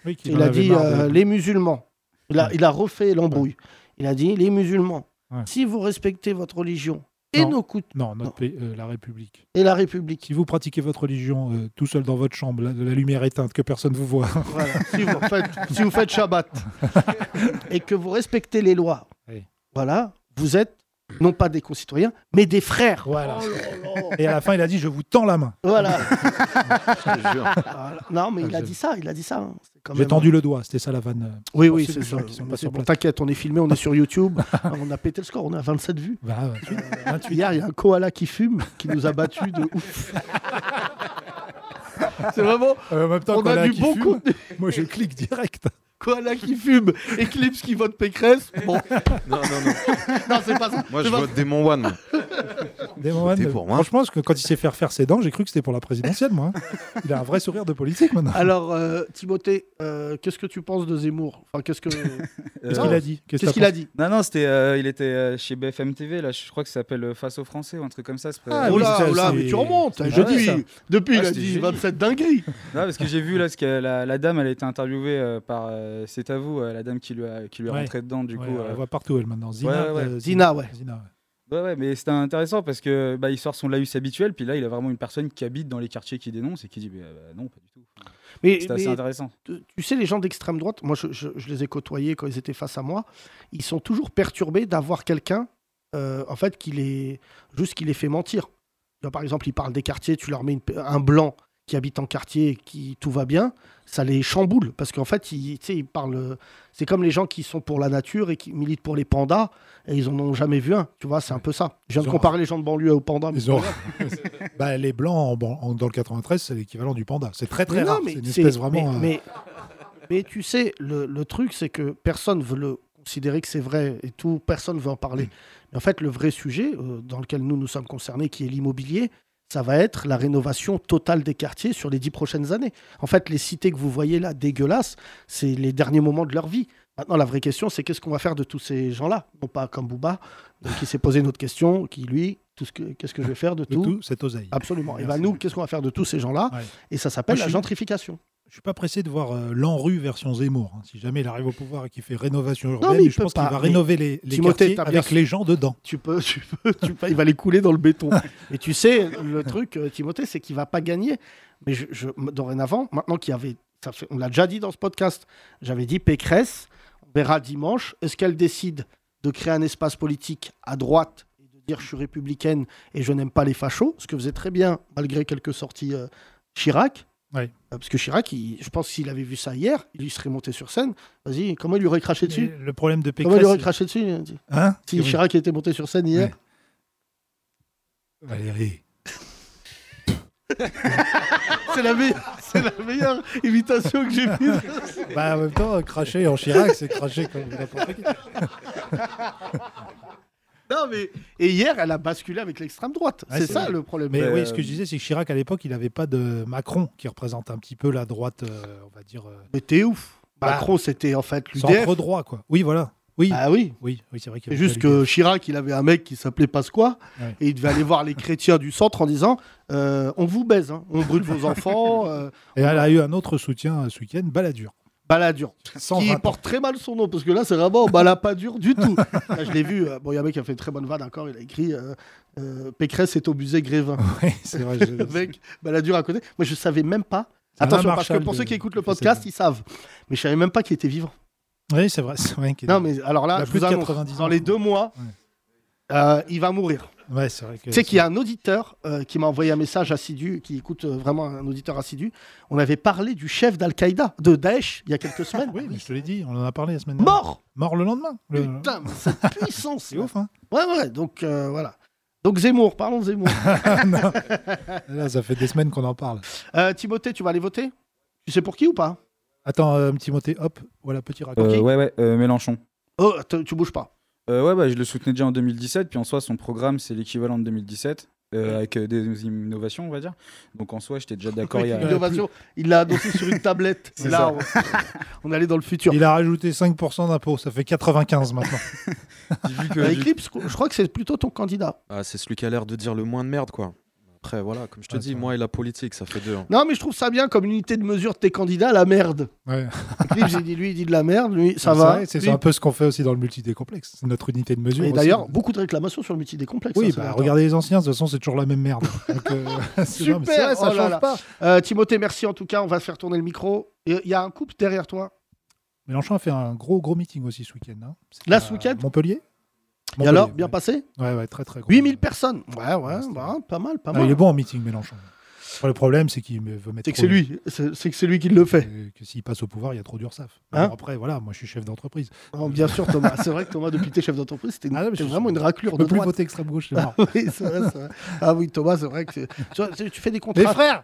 A: Oui, qu'il
C: Il
A: en
C: a
A: avait
C: dit
A: marre
C: euh,
A: de-
C: les musulmans. Il a,
A: Ouais.
C: il a refait l'embrouille. Il a dit les musulmans,
A: Ouais.
C: si vous respectez votre religion et
A: Non.
C: nos coutumes
A: Non, notre pays, euh, la République.
C: et la République,
A: Si vous pratiquez votre religion euh, tout seul dans votre chambre, la, la lumière éteinte, que personne vous voit.
C: voilà, si, vous faites, si vous faites Shabbat et que vous respectez les lois,
A: Oui.
C: voilà, vous êtes non pas des concitoyens, mais des frères.
A: Voilà.
C: Oh là là.
A: Et à la fin, il a dit Je vous tends la main.
C: Voilà.
D: Je te jure.
C: Voilà. Non, mais il a
A: Ah, Je-
C: dit ça, il a dit ça. hein. C'est quand
A: J'ai
C: même-
A: tendu le doigt. C'était ça la vanne. euh,
C: Oui,
A: pour
C: oui,
A: ceux
C: c'est
A: qui
C: ça.
A: sont- qui sont pas
C: C'est
A: sur
C: bon,
A: place.
C: T'inquiète, on est filmé, on est sur YouTube. on a pété le score, on est à 27 vues.
A: Voilà, ouais. Tu-
C: Hier, il y a un koala qui fume, qui nous a battus de ouf. C'est vraiment,
A: Euh, en même temps,
C: on
A: Colin
C: a du
A: qui
C: bon
A: fume,
C: contenu.
A: Moi, je clique direct.
C: Koala qui fume, Eclipse qui vote Pécresse. Bon,
D: Non, non, non.
C: non, c'est pas ça.
D: Moi,
C: C'est
D: je
C: pas-
D: vote Démon One. moi.
A: Des moments
D: Votez
A: de-
D: pour moi.
A: Franchement, je- quand il s'est fait refaire ses dents, j'ai cru que c'était pour la présidentielle, moi. hein. Il a un vrai sourire de politique maintenant.
C: Alors, euh, Timothée, euh, qu'est-ce que tu penses de Zemmour enfin, Qu'est-ce que- qu'est-ce
A: Qu'est-ce
E: Euh,
A: qu'il a dit t'as
C: qu'il a dit
E: Non, non, c'était, euh, il était euh, chez BFM TV, là, je crois que ça s'appelle euh, Face aux Français ou un truc comme ça. c'est pas-
A: Ah
C: oh
A: oui,
C: là,
A: c'est-
C: oh là,
A: c'est-
C: mais tu remontes.
A: c'est
E: jeudi,
C: depuis,
E: ça.
C: depuis,
E: Ah,
C: il a
E: c'était
C: dit
E: jeudi.
C: 27 dingueries.
E: Non, parce que j'ai vu là, ce que la, la dame, elle a été interviewée euh, par euh, C'est à vous, euh, la dame qui lui, a, qui lui est
A: Ouais.
E: rentrée dedans, du
A: Ouais,
E: coup.
A: on
E: euh.
A: la voit partout, elle, maintenant.
E: ouais,
A: Zina.
E: ouais.
A: euh,
C: Zina, ouais.
A: Zina, ouais.
E: Ouais, ouais, mais c'était intéressant parce que bah, il sort son laïus habituel, puis là, il a vraiment une personne qui habite dans les quartiers qui dénonce et qui dit bah, bah, non, pas du tout.
C: Mais,
E: C'était assez
C: mais
E: intéressant.
C: tu tu sais, les gens d'extrême droite, moi, je, je- je les ai côtoyés quand ils étaient face à moi. Ils sont toujours perturbés d'avoir quelqu'un, euh, en fait, qui les juste qui les fait mentir. Tu vois, par exemple, ils parlent des quartiers, tu leur mets une pe- un blanc qui habite en quartier et qui tout va bien, ça les chamboule parce qu'en fait, ils, tu sais, ils parlent. euh, C'est comme les gens qui sont pour la nature et qui militent pour les pandas et ils en ont jamais vu un. Tu vois, c'est un peu ça. Je viens
A: Ils
C: de
A: ont-
C: comparer les gens de banlieue aux pandas. mais
A: Ils
C: c'est pas
A: ont-
C: grave.
A: Bah, les blancs en ban- en- dans le 93, c'est l'équivalent du panda. C'est très très
C: Mais non,
A: rare.
C: mais
A: C'est une
C: c'est-
A: espèce vraiment.
C: Mais,
A: euh,
C: mais- mais tu sais, le, le truc, c'est que personne veut le considérer que c'est vrai et tout, personne veut en parler.
A: Mm.
C: Mais en fait, le vrai sujet euh, dans lequel nous nous sommes concernés, qui est l'immobilier, ça va être la rénovation totale des quartiers sur les dix prochaines années. En fait, les cités que vous voyez là, dégueulasses, c'est les derniers moments de leur vie. Maintenant, la vraie question, c'est qu'est-ce qu'on va faire de tous ces gens-là Non pas comme Booba, euh, qui s'est posé une autre question, qui lui, tout ce que- qu'est-ce que je vais faire de
A: de
C: tout,
A: tout, cette oseille.
C: Absolument. Et
A: Merci.
C: ben nous, qu'est-ce qu'on va faire de tous ces gens-là
A: Ouais.
C: Et ça s'appelle
A: Moi, je
C: la
A: suis-
C: gentrification.
A: Je suis pas pressé de voir euh, l'ANRU version Zemmour. hein. Si jamais il arrive au pouvoir et qu'il fait rénovation urbaine,
C: mais il
A: je
C: peut
A: pense
C: pas.
A: qu'il va
C: Mais
A: rénover les, les
C: Timothée,
A: quartiers
C: t'as bien
A: avec
C: su-
A: les gens dedans.
C: tu peux, tu peux, tu peux- il va les couler dans le béton. Et tu sais, le truc, euh, Timothée, c'est qu'il va pas gagner. Mais je, je- dorénavant, maintenant qu'il y avait, ça fait- on l'a déjà dit dans ce podcast, j'avais dit Pécresse, on verra dimanche, est-ce qu'elle décide de créer un espace politique à droite et de dire je suis républicaine et je n'aime pas les fachos, ce que faisait très bien malgré quelques sorties euh, Chirac.
A: Ouais.
C: Euh, Parce que Chirac, il- je pense que s'il avait vu ça hier, il lui serait monté sur scène. Vas-y, comment il lui aurait craché
A: Mais
C: dessus
A: Le problème de
C: Comment il lui aurait
A: Pécresse.
C: craché dessus il a dit.
A: Hein
C: Si Chirac était monté sur scène hier.
A: Ouais. Valérie.
C: C'est la, meilleure- c'est la meilleure imitation que j'ai vue.
A: Bah, en même temps, euh, cracher en Chirac, c'est cracher comme n'importe qui.
C: Non, mais... Et hier, elle a basculé avec l'extrême droite.
A: Ouais,
C: c'est
A: c'est
C: ça
A: vrai.
C: le problème.
A: Mais
E: Euh,
A: oui, ce que je disais, c'est que Chirac, à l'époque, il n'avait pas de Macron qui représente un petit peu la droite, euh, on va dire, euh,
C: Mais t'es ouf.
A: Bah,
C: Macron, c'était en fait l'UDF.
A: centre-droit, quoi. Oui, voilà. Oui,
C: Ah oui.
A: oui, oui c'est vrai qu'il y
C: C'est
A: avait
C: juste
A: pas l'UDF.
C: que Chirac, il avait un mec qui s'appelait Pasqua.
A: Ouais.
C: Et il devait aller voir les chrétiens du centre en disant euh, On vous baise, hein. on brûle vos enfants. euh,
A: Et elle a eu un autre soutien euh, ce week-end, Balladur.
C: Balladur.
A: 120
C: Qui
A: ans.
C: porte très mal son nom, parce que là, c'est vraiment Balapadur du tout. Là, je l'ai vu. euh, bon, il y a un mec qui a fait une très bonne vanne encore. Il a écrit euh, euh, Pécresse est au musée Grévin.
A: Ouais, c'est vrai. je-
C: Le mec, baladure à côté. Moi, je savais même pas.
A: C'est Alain
C: Attention, parce que
A: Marshall
C: pour
A: de-
C: ceux qui écoutent
A: de
C: le podcast,
A: Fessenheim.
C: ils savent. Mais je savais même pas qu'il était vivant.
A: Oui, c'est vrai. c'est vrai qu'il-
C: Non, mais alors
A: Il
C: là,
A: a
C: je
A: plus
C: vous
A: de
C: annonce,
A: 90
C: dans
A: ans.
C: les deux mois,
A: Ouais.
C: euh, il va mourir.
A: Ouais, c'est vrai que.
C: Tu sais qu'il y a un auditeur euh, qui m'a envoyé un message assidu, qui écoute euh, vraiment un auditeur assidu. On avait parlé du chef d'Al-Qaïda, de Daesh, il y a quelques semaines.
A: Oui, mais je te l'ai dit, on en a parlé la semaine dernière.
C: Mort
A: Mort le lendemain. Le-
C: Putain, mais cette puissance
A: C'est ouf, hein
C: Ouais, ouais, donc euh, voilà. Donc Zemmour, parlons de Zemmour.
A: Ah, Non. Là, ça fait des semaines qu'on en parle.
C: Euh, Timothée, tu vas aller voter Tu sais pour qui ou pas
A: Attends, euh, Timothée, hop, voilà, petit raccourci.
E: Euh, ouais, ouais, euh, Mélenchon.
C: Oh, t- tu bouges pas.
E: Euh, ouais, bah, je le soutenais déjà en 2017, puis en soi, son programme, c'est l'équivalent de 2017, euh, avec euh, des innovations, on va dire. Donc en soi, j'étais déjà d'accord il y a.
A: Ouais,
C: L'innovation, il l'a annoncé sur une tablette.
E: C'est
C: Là,
E: ça.
C: on, on allait dans le futur.
A: Il a rajouté 5% d'impôts, ça fait 95 maintenant.
E: Puis vu que
C: Euh,
E: j'ai-
C: Eclipse, je crois que c'est plutôt ton candidat.
D: Ah, c'est celui qui a l'air de dire le moins de merde, quoi. Après, voilà, comme je te
A: Ouais,
D: dis,
A: ça.
D: moi et la politique, ça fait deux. hein.
C: Non, mais je trouve ça bien comme unité de mesure de tes candidats, la merde.
A: Ouais.
C: Eclipse, il dit lui, il dit de la merde, lui, ça
A: C'est
C: va.
A: vrai, C'est
C: Lui-
A: un peu ce qu'on fait aussi dans le multidécomplexe. C'est notre unité de mesure.
C: Et
A: aussi.
C: d'ailleurs, beaucoup de réclamations sur le multi des complexes. hein,
A: Oui,
C: ces
A: bah,
C: derniers
A: regardez les anciens, de toute façon, c'est toujours la même merde. Donc, euh, c'est- non, mais c'est vrai,
C: Super,
A: ça
C: oh là
A: change
C: là.
A: pas.
C: temps. Euh, Timothée, merci en tout cas, on va faire tourner le micro. Et Il y a un couple derrière toi.
A: Mélenchon a fait un gros, gros meeting aussi ce week-end. hein. C'était
C: Là, ce
A: à
C: week-end
A: Montpellier
C: Et alors,
A: Montpellier,
C: bien
A: ouais.
C: passé
A: Ouais, ouais, très, très gros.
C: 8000 personnes. Ouais, ouais,
A: Ouais, c'était
C: bah, pas mal, pas
A: Non,
C: mal.
A: il est bon en meeting, Mélenchon. Enfin, le problème, c'est qu'il me- veut mettre.
C: C'est que c'est
A: trop
C: lui, c'est c'est que c'est lui qui le fait.
A: Que, que s'il passe au pouvoir, il y a trop d'URSAF.
C: Hein
A: Bon, après, voilà, moi, je suis chef d'entreprise.
C: Non, bien sûr, Thomas. C'est vrai que Thomas, depuis que t'es chef d'entreprise, c'était
A: Ah non, mais
C: t'es
A: je-
C: vraiment une raclure
A: On
C: de
A: peut plus
C: droite.
A: voter extrême gauche, c'est mort.
C: oui, c'est vrai, c'est vrai. Ah oui, Thomas, c'est vrai que c'est- tu, vois, tu- tu fais des
A: Les
C: contrats.
A: frères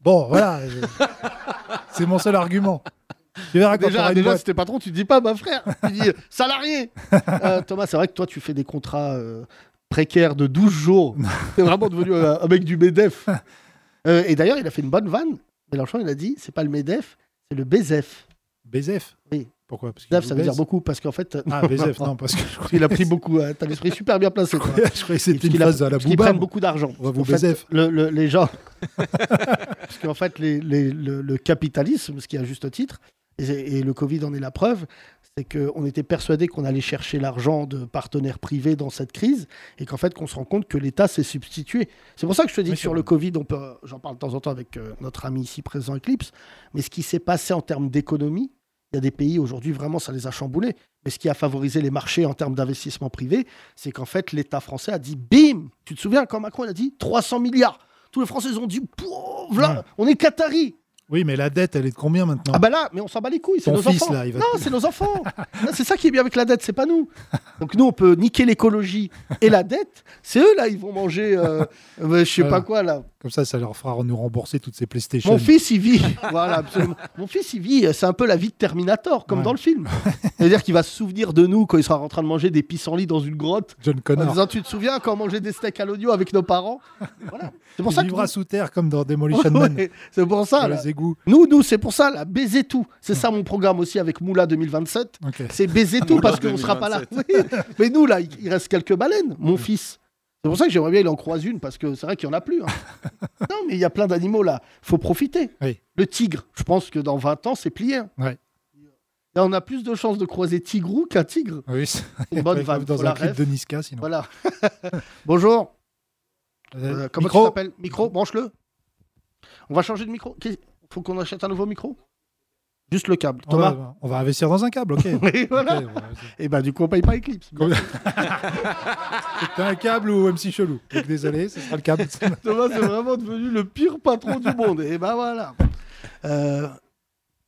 A: Bon, voilà. je- c'est mon seul argument. Tu verras quand
C: Déjà,
A: t'auras une
C: déjà si
A: boîte.
C: t'es patron, tu te dis pas, ma frère, tu dis euh, salarié. Euh, Thomas, c'est vrai que toi, tu fais des contrats euh, précaires de 12 jours. T'es vraiment devenu un, un mec du MEDEF. Euh, et d'ailleurs, il a fait une bonne vanne. Mélenchon, il a dit, c'est pas le MEDEF, c'est le BZEF.
A: Bézef
C: Oui.
A: Pourquoi Parce qu'il
C: BZEF,
A: vous
C: ça veut
A: baise
C: dire beaucoup, parce qu'en fait, euh,
A: Ah, Bézef, non, parce que je croyais,
C: il a pris beaucoup. euh, T'as l'esprit super bien placé. toi.
A: je croyais que c'était
C: Parce
A: une
C: qu'il a-
A: phrase à la
C: parce qu'ils
A: Booba.
C: prennent
A: moi.
C: beaucoup d'argent.
A: On va vous
C: En fait,
A: Bézef.
C: le- le- les gens. Parce qu'en fait, les, les- le, le capitalisme, ce qui est à juste titre, et, et le Covid en est la preuve, c'est qu'on était persuadé qu'on allait chercher l'argent de partenaires privés dans cette crise, et qu'en fait, qu'on se rend compte que l'État s'est substitué. C'est pour ça que je te dis
A: Oui,
C: que sur
A: c'est
C: le Covid, on peut, j'en parle de temps en temps avec euh, notre ami ici présent, Eclipse, mais ce qui s'est passé en termes d'économie, il y a des pays aujourd'hui, vraiment, ça les a chamboulés. Mais ce qui a favorisé les marchés en termes d'investissement privé, c'est qu'en fait, l'État français a dit bim Tu te souviens quand Macron il a dit 300 milliards Tous les Français ils ont dit Pouah, voilà,
A: Ouais.
C: on est Qatari
A: Oui, mais la dette, elle est de combien maintenant
C: Ah bah là, mais on s'en bat les couilles, c'est
A: Ton
C: nos
A: fils,
C: enfants.
A: là, il va-
C: Non, c'est nos enfants. Là, c'est ça qui est bien avec la dette, c'est pas nous. Donc nous, on peut niquer l'écologie et la dette. C'est eux là, ils vont manger, euh, euh, je sais
A: Voilà.
C: pas quoi là.
A: Comme ça, ça leur fera nous rembourser toutes ces PlayStation.
C: Mon fils, il vit. voilà, absolument. Mon fils, il vit. euh, C'est un peu la vie de Terminator, comme
A: Ouais.
C: dans le film. C'est-à-dire qu'il va se souvenir de nous quand il sera en train de manger des pissenlits dans une grotte.
A: John
C: En
A: Connor.
C: disant, tu te souviens quand on mangeait des steaks à l'oignon avec nos parents Voilà. C'est pour
A: Il
C: ça que.
A: vivra
C: nous-
A: sous terre comme dans Demolition Man.
C: Ouais, c'est pour ça.
A: dans
C: là.
A: les égouts.
C: Nous, nous, c'est pour ça, là, baiser tout. C'est ça mon programme aussi avec Moula 2027.
A: Ok.
C: C'est baiser tout parce qu'on sera pas là. Oui. Mais nous, là, il reste quelques baleines, mon fils. C'est pour ça que j'aimerais bien qu'il en croise une parce que c'est vrai qu'il n'y en a plus. hein. non, mais il y a plein d'animaux là. faut profiter.
A: Oui.
C: Le tigre, je pense que dans 20 ans, c'est plié. hein.
A: Ouais.
C: Là, on a plus de chances de croiser tigrou qu'un tigre.
A: Oui, c'est
C: C'est Une bonne
A: Ouais,
C: vanne, faut
A: dans
C: la
A: un clip
C: ref.
A: de Niska, sinon.
C: Voilà. Bonjour.
A: Euh,
C: Euh, comment
A: micro.
C: tu t'appelles Micro, branche-le. On va changer de micro. Qu'est- Faut qu'on achète un nouveau micro Juste le câble.
A: on
C: Thomas.
A: va, on va investir dans un câble, ok.
C: Oui, voilà.
A: Ok, on va-
C: Et ben du coup, on paye pas Eclipse.
A: Combien- T'as un câble ou MC Chelou Donc, Désolé, ce sera le câble.
C: Thomas est vraiment devenu le pire patron du monde. Et ben voilà. Euh,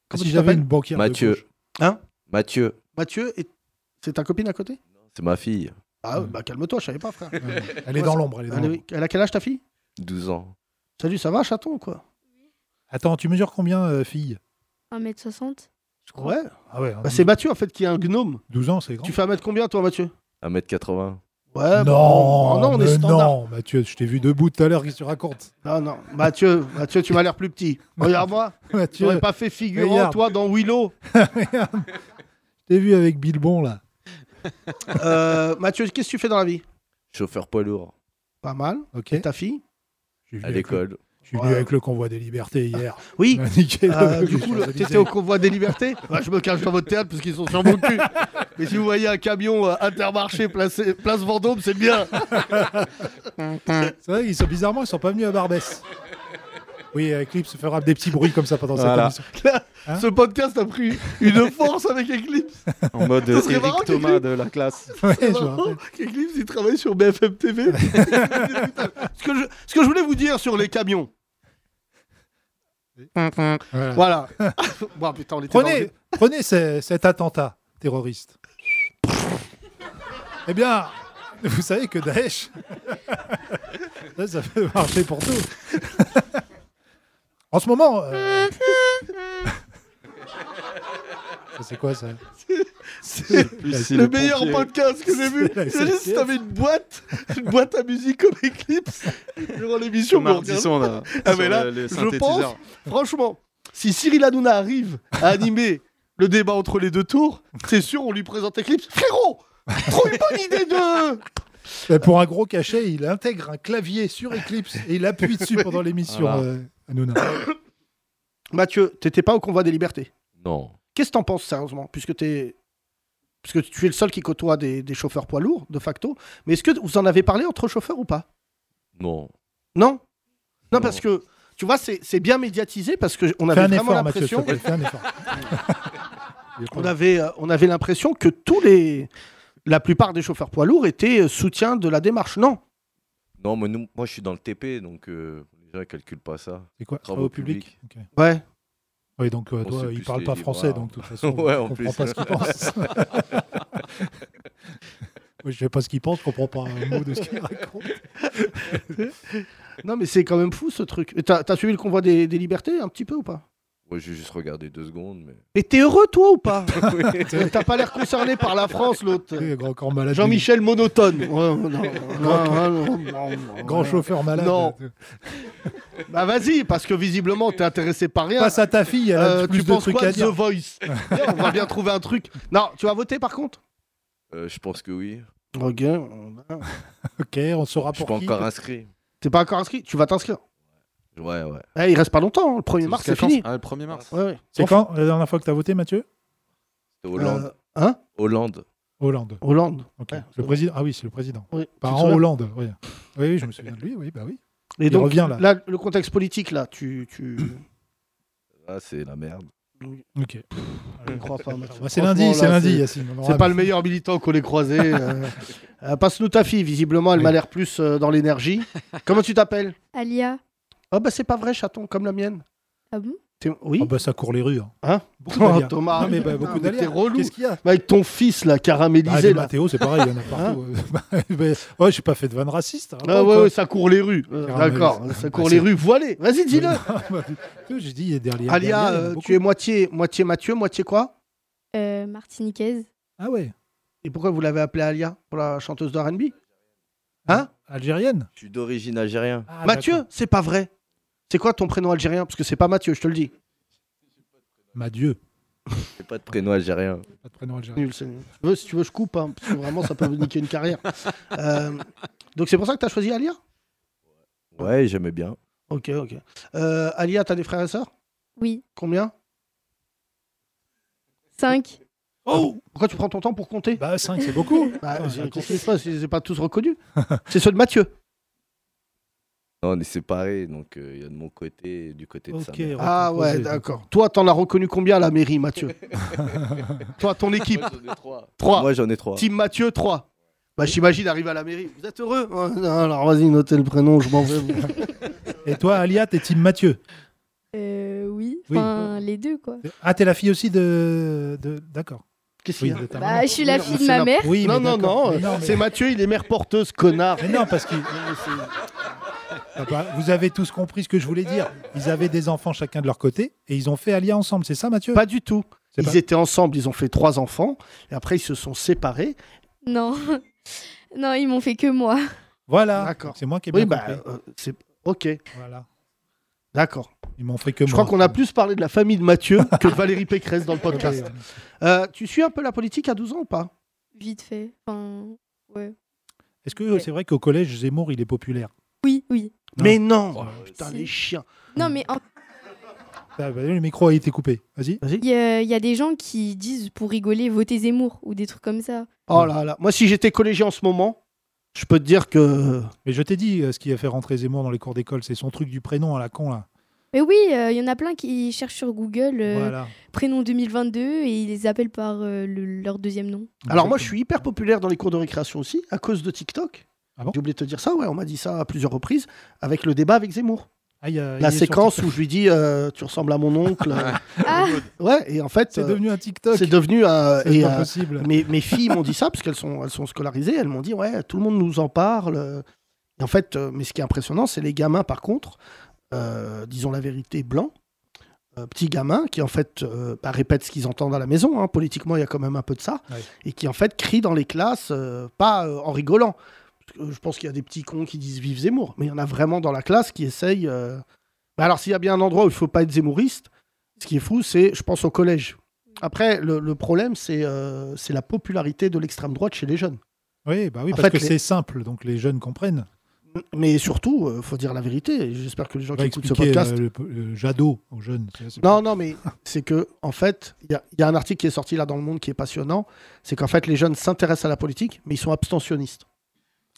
C: comment
A: si
C: tu
A: j'avais
C: t'appelles
A: une banquière. de
F: Mathieu.
A: gauche.
F: Mathieu,
C: Mathieu, et... c'est ta copine à côté
F: c'est ma fille,
C: Ah ouais, bah calme-toi, je savais pas, frère.
A: Ouais, Elle est dans l'ombre. Elle est dans
C: Elle, est-
A: l'ombre.
C: elle a quel âge ta fille
F: 12 ans.
C: Salut, ça va, chaton, quoi
A: Attends, tu mesures combien, euh, fille
G: 1m60 je crois.
C: Ouais.
A: Ah ouais, hein,
C: Bah, c'est Mathieu, en fait, qui est un gnome.
A: 12 ans, c'est grand.
C: Tu fais un mètre combien, toi, Mathieu
F: 1m80.
C: Ouais,
A: non,
C: bon, oh non, on est
A: mais
C: standard.
A: non, Mathieu, je t'ai vu debout tout à l'heure, qu'est-ce que tu racontes
C: Non, non, Mathieu, Mathieu, tu m'as l'air plus petit. Regarde-moi, tu
A: Mathieu,
C: n'aurais pas fait figurant,
A: regarde.
C: toi, dans Willow.
A: je t'ai vu avec Bilbon, là.
C: Euh, Mathieu, qu'est-ce que tu fais dans la vie
F: Chauffeur poids lourd,
C: Pas mal.
A: Ok.
C: Et ta fille
A: Je suis venu
F: à
A: avec le-
F: l'école.
A: Je suis venu
C: Ouais.
A: avec le convoi des libertés hier.
C: Oui.
A: On a niqué le-
C: Euh, du
A: les
C: coup, le-
A: Champs-Élysées.
C: t'étais au convoi des libertés Bah, Je me cache dans votre théâtre parce qu'ils sont sur mon cul. Mais si vous voyez un camion euh, intermarché placé, place Vendôme, c'est bien.
A: C'est vrai, ils sont, bizarrement, ils sont pas venus à Barbès. Oui, euh, Eclipse fera des petits bruits comme ça pendant
E: Voilà.
A: cette émission. Hein
C: Ce podcast a pris une force avec Eclipse.
D: En mode
E: euh,
C: Ça serait
D: Eric
C: marrant
D: Thomas
C: qu'il-
D: de la classe.
A: Ouais, je
C: C'est
A: me
C: marrant
A: rappelle.
C: qu'Eclipse, il travaille sur BFM TV. Putain, ce, que je, ce que je voulais vous dire sur les camions.
A: Voilà.
C: Voilà. Bon, putain, on était
A: Prenez,
C: dans-
A: prenez ce- cet attentat terroriste. eh bien, vous savez que Daesh, ça, ça peut marcher pour tout. en ce moment. euh, ça, c'est quoi ça
C: le meilleur podcast que j'ai vu.
A: C'est la
C: J'ai dit si
A: SNCF.
C: t'avais une boîte, une boîte à musique comme Eclipse durant l'émission. mais on
D: Mardi
C: regarde-
D: son, là,
C: Ah,
D: sur
C: mais là,
D: le- les
C: je
D: synthétiseurs.
C: pense, franchement, si Cyril Hanouna arrive à animer le débat entre les deux tours, c'est sûr, on lui présente Eclipse. Frérot Trop une bonne idée de.
A: Bah, Pour un gros cachet, il intègre un clavier sur Eclipse et il appuie dessus pendant l'émission.
D: Voilà.
A: euh, Hanouna.
C: Mathieu, t'étais pas au convoi des libertés.
F: Non,
C: Qu'est-ce que t'en penses sérieusement Puisque t'es. Parce que tu es le seul qui côtoie des, des chauffeurs poids lourds, de facto. Mais est-ce que vous en avez parlé entre chauffeurs ou pas
F: non.
C: Non Non,
F: Non.
C: parce que. Tu vois, c'est c'est bien médiatisé parce qu'on
A: Fais
C: avait
A: un
C: vraiment
A: effort, Mathieu, s'il
C: l'impression.
A: te plaît, fais un effort. Il est pas
C: On
A: là.
C: avait, euh, on avait l'impression que tous les, la plupart des chauffeurs poids lourds étaient euh, soutiens de la démarche. Non.
F: Non, mais nous, moi je suis dans le TP, donc euh, les gens ils calculent pas ça.
A: C'est quoi
F: Travaux
A: Travaux publics Ok.
C: Ouais.
A: Oui, donc euh,
F: On
A: toi,
F: sait
A: il
F: plus
A: parle
F: les
A: pas
F: livres,
A: français,
F: voilà.
A: donc de toute façon,
F: Ouais,
A: je
F: en
A: comprends
F: plus.
A: pas ce qu'il pense. Moi, je sais pas ce qu'il pense, je comprends pas un mot de ce qu'il raconte.
C: Non, mais c'est quand même fou ce truc. Et T'as t'as suivi le convoi des, des libertés un petit peu ou pas
F: Moi j'ai juste regardé deux secondes, mais.
C: Mais t'es heureux toi ou pas T'as pas l'air concerné par la France l'autre.
A: Tu sais, Grand corps malade.
C: Jean-Michel monotone. Ouais, non, non, non, non, non.
A: Grand chauffeur malade.
C: Non. Bah vas-y, parce que visiblement t'es intéressé par rien.
A: Passe à ta fille, elle a
C: Euh,
A: plus
C: tu
A: de
C: penses
A: trucs
C: quoi de
A: à
C: The
A: dire.
C: Voice Viens, On va bien trouver un truc. Non, tu vas voter par contre
F: Euh, je pense que oui.
C: Ok.
A: Ok, on saura
F: Je suis
A: pour
F: pas
A: qui.
F: encore inscrit.
C: T'es pas encore inscrit Tu vas t'inscrire
F: Ouais, ouais.
C: Eh, il reste pas longtemps, hein, le 1er
D: C'est
C: mars,
D: jusqu'à
C: c'est
D: quand,
C: fini.
D: Ah, le 1er mars.
C: Ouais, ouais.
A: C'est
C: Enfin,
A: quand la dernière fois que tu as voté, Mathieu
F: C'est Hollande.
C: euh, hein
F: Hollande.
A: Hollande.
C: Hollande.
A: ok.
C: Ouais.
A: le président. Ah oui, c'est le président.
C: Oui.
A: Pas
C: Tu te
A: en
C: souviens
A: Hollande. Oui. oui, oui, je me souviens de lui. Oui, bah oui.
C: Et
A: Il
C: donc,
A: revient, là.
C: le contexte politique, là, tu. tu...
F: Ah, c'est la merde.
A: Ok.
C: Je ne crois pas, Mathieu.
A: Bah, c'est lundi,
C: Franchement,
A: c'est
C: là,
A: lundi,
C: c'est-
A: Yacine. on Ah, aura-
C: C'est pas le meilleur militant qu'on ait croisé. euh. Euh, Passe-nous ta fille, visiblement, elle
A: Oui.
C: m'a l'air plus euh, dans l'énergie. Comment tu t'appelles
G: Alia.
C: Ah bah c'est pas vrai, chaton, comme la mienne.
G: Ah bon
C: T'es- Oui
A: Ah bah ça court les rues. Hein.
C: Hein
A: Beaucoup
C: Oh,
A: d'Aliens.
C: Thomas.
A: Non, mais bah,
C: Non,
A: beaucoup
C: mais
A: d'Aliens.
C: t'es relou.
A: Qu'est-ce qu'il y a
C: Bah, Avec ton fils, là,
A: bah,
C: caramélisé,
A: les
C: là.
A: Mathéo, c'est pareil, il y en a partout. Bah, ouais, j'ai pas fait de vanne raciste. hein,
C: Hein Ah
A: ou
C: ouais,
A: quoi
C: ouais, ça court les rues. Euh,
A: Caramélisé.
C: D'accord,
A: Ah,
C: ça
A: bah,
C: court les
A: c'est-
C: rues voilées. Vas-y, dis-le.
A: J'ai dit, il y a derrière.
C: Alia,
A: derrière, il y en a
C: euh,
A: beaucoup.
C: tu es moitié, moitié Mathieu, moitié quoi
G: euh, Martiniquaise.
A: Ah ouais.
C: Et pourquoi vous l'avez appelée Alia pour la chanteuse de R&B
A: Ah,
C: Hein
A: Algérienne
F: Je suis d'origine algérienne.
A: Ah,
C: Mathieu,
A: d'accord.
C: c'est pas vrai. C'est quoi ton prénom algérien Parce que c'est pas Mathieu, je te le dis.
A: Mathieu.
F: J'ai pas de prénom algérien.
A: Pas de prénom algérien.
C: Nul, c'est nul. Tu veux- si tu veux, je coupe, hein, parce que vraiment, ça peut vous niquer une carrière. Euh, donc c'est pour ça que tu as choisi Alia
F: Ouais, j'aimais bien.
C: Ok, ok. Euh, Alia, t'as des frères et sœurs
G: Oui.
C: Combien
G: 5.
A: Oh
C: Pourquoi tu prends ton temps pour compter
A: Bah 5, c'est beaucoup.
C: Bah,
A: Attends,
C: j'ai-
A: attends.
C: Qu'est-ce qui se passe Ils les ai pas tous reconnus. c'est ceux de Mathieu.
F: Non, on est séparés, donc euh, il y a de mon côté et du côté de
A: Ok.
F: sa mère.
C: Ah
A: recomposé,
C: ouais,
A: donc.
C: d'accord. Toi, t'en as reconnu combien à la mairie, Mathieu Toi, ton équipe,
F: trois.
C: 3.
F: Moi, j'en ai trois.
C: Team Mathieu, 3. Bah, j'imagine arriver à la mairie. Vous êtes heureux Ouais, non, Alors, vas-y, notez le prénom, je m'en vais.
A: Et toi, Alia, t'es team Mathieu.
G: Euh, oui.
A: Oui.
G: Enfin, les deux, quoi.
A: Ah, t'es la fille aussi de. de- D'accord.
C: Qu'est-ce qu'il
A: Oui,
C: y a
A: de ta maman.
G: Bah, je suis la
C: Oui,
G: fille
C: c'est
G: de ma
C: la-
G: mère.
A: Oui,
C: Non,
A: mais
C: non,
A: d'accord.
C: non.
A: Mais
C: euh,
A: mais-
C: C'est Mathieu, il est mère porteuse, connard.
A: Mais non, parce que vous avez tous compris ce que je voulais dire. Ils avaient des enfants chacun de leur côté et ils ont fait Alia ensemble, c'est ça, Mathieu
C: Pas du tout.
A: C'est
C: Ils
A: pas-
C: étaient ensemble, ils ont fait trois enfants, et après ils se sont séparés.
G: Non. non, ils m'ont fait que moi.
A: Voilà.
C: D'accord.
A: C'est moi qui ai bien
C: Oui, bah,
A: compris.
C: euh, c'est. Ok,
A: Voilà.
C: d'accord.
A: Ils m'ont fait que
C: Je
A: moi.
C: crois qu'on a plus parlé de la famille de Mathieu que de Valérie Pécresse dans le podcast. Euh, tu suis un peu la politique à 12 ans ou pas
G: Vite fait. Enfin, ouais.
A: Est-ce que c'est vrai qu'au collège, Zemmour, il est populaire
G: Oui, oui.
A: Non.
C: Mais non
F: Oh,
C: Putain,
G: si.
C: les chiens.
G: Non, mais en-
A: Ah, bah, Le micro a été coupé. Vas-y.
G: il y, a- il y a des gens qui disent pour rigoler, votez Zemmour ou des trucs comme ça.
C: Oh là là. Moi, si j'étais collégien en ce moment, je peux te dire que.
A: Mais je t'ai dit, euh, ce qui a fait rentrer Zemmour dans les cours d'école, c'est son truc du prénom à la con, là.
G: Mais oui, euh, il y en a plein qui cherchent sur Google euh,
A: Voilà.
G: prénom 2022 et ils les appellent par euh, le- leur deuxième nom.
C: Alors, moi, je
A: Exactement.
C: suis hyper populaire dans les cours de récréation aussi, à cause de TikTok.
A: Ah bon
C: J'ai oublié de te dire ça, ouais, on m'a dit ça à plusieurs reprises, avec le débat avec Zemmour.
A: Ah, il y a- il est
C: La
A: sur
C: séquence
A: TikTok.
C: où je lui dis euh, Tu ressembles à mon oncle.
G: Ah,
C: ouais, et en fait,
A: C'est
C: euh,
A: devenu un TikTok.
C: c'est devenu un.
A: C'est
C: et,
A: pas
C: euh,
A: possible.
C: mes, mes filles m'ont dit ça parce qu'elles sont, elles sont scolarisées. Elles m'ont dit ouais, tout le monde nous en parle. Euh, Et en fait, euh, mais ce qui est impressionnant, c'est les gamins par contre, euh, disons la vérité, blancs, euh, petits gamins qui en fait euh, bah, répètent ce qu'ils entendent à la maison. hein. Politiquement, il y a quand même un peu de ça,
A: Ouais.
C: et qui en fait crient dans les classes, euh, pas euh, en rigolant. Parce que euh, Je pense qu'il y a des petits cons qui disent vive Zemmour, mais il y en a vraiment dans la classe qui essayent. euh, bah, alors s'il y a bien un endroit où il faut pas être zémouriste, ce qui est fou, c'est je pense au collège. Après, le, le problème, c'est euh, c'est la popularité de l'extrême droite chez les jeunes.
A: Oui, bah oui,
C: En
A: parce
C: fait,
A: que
C: les-
A: c'est simple, donc les jeunes comprennent.
C: Mais surtout, euh, faut dire la vérité. et J'espère que les gens
A: On
C: qui
A: va
C: écoutent ce
A: expliquer euh,
C: podcast.
A: le, le Jadot aux jeunes. c'est- c'est-
C: Non, non, mais c'est que, en fait, il y, a- il y a un article qui est sorti là dans le monde qui est passionnant. C'est qu'en fait, les jeunes s'intéressent à la politique, mais ils sont abstentionnistes.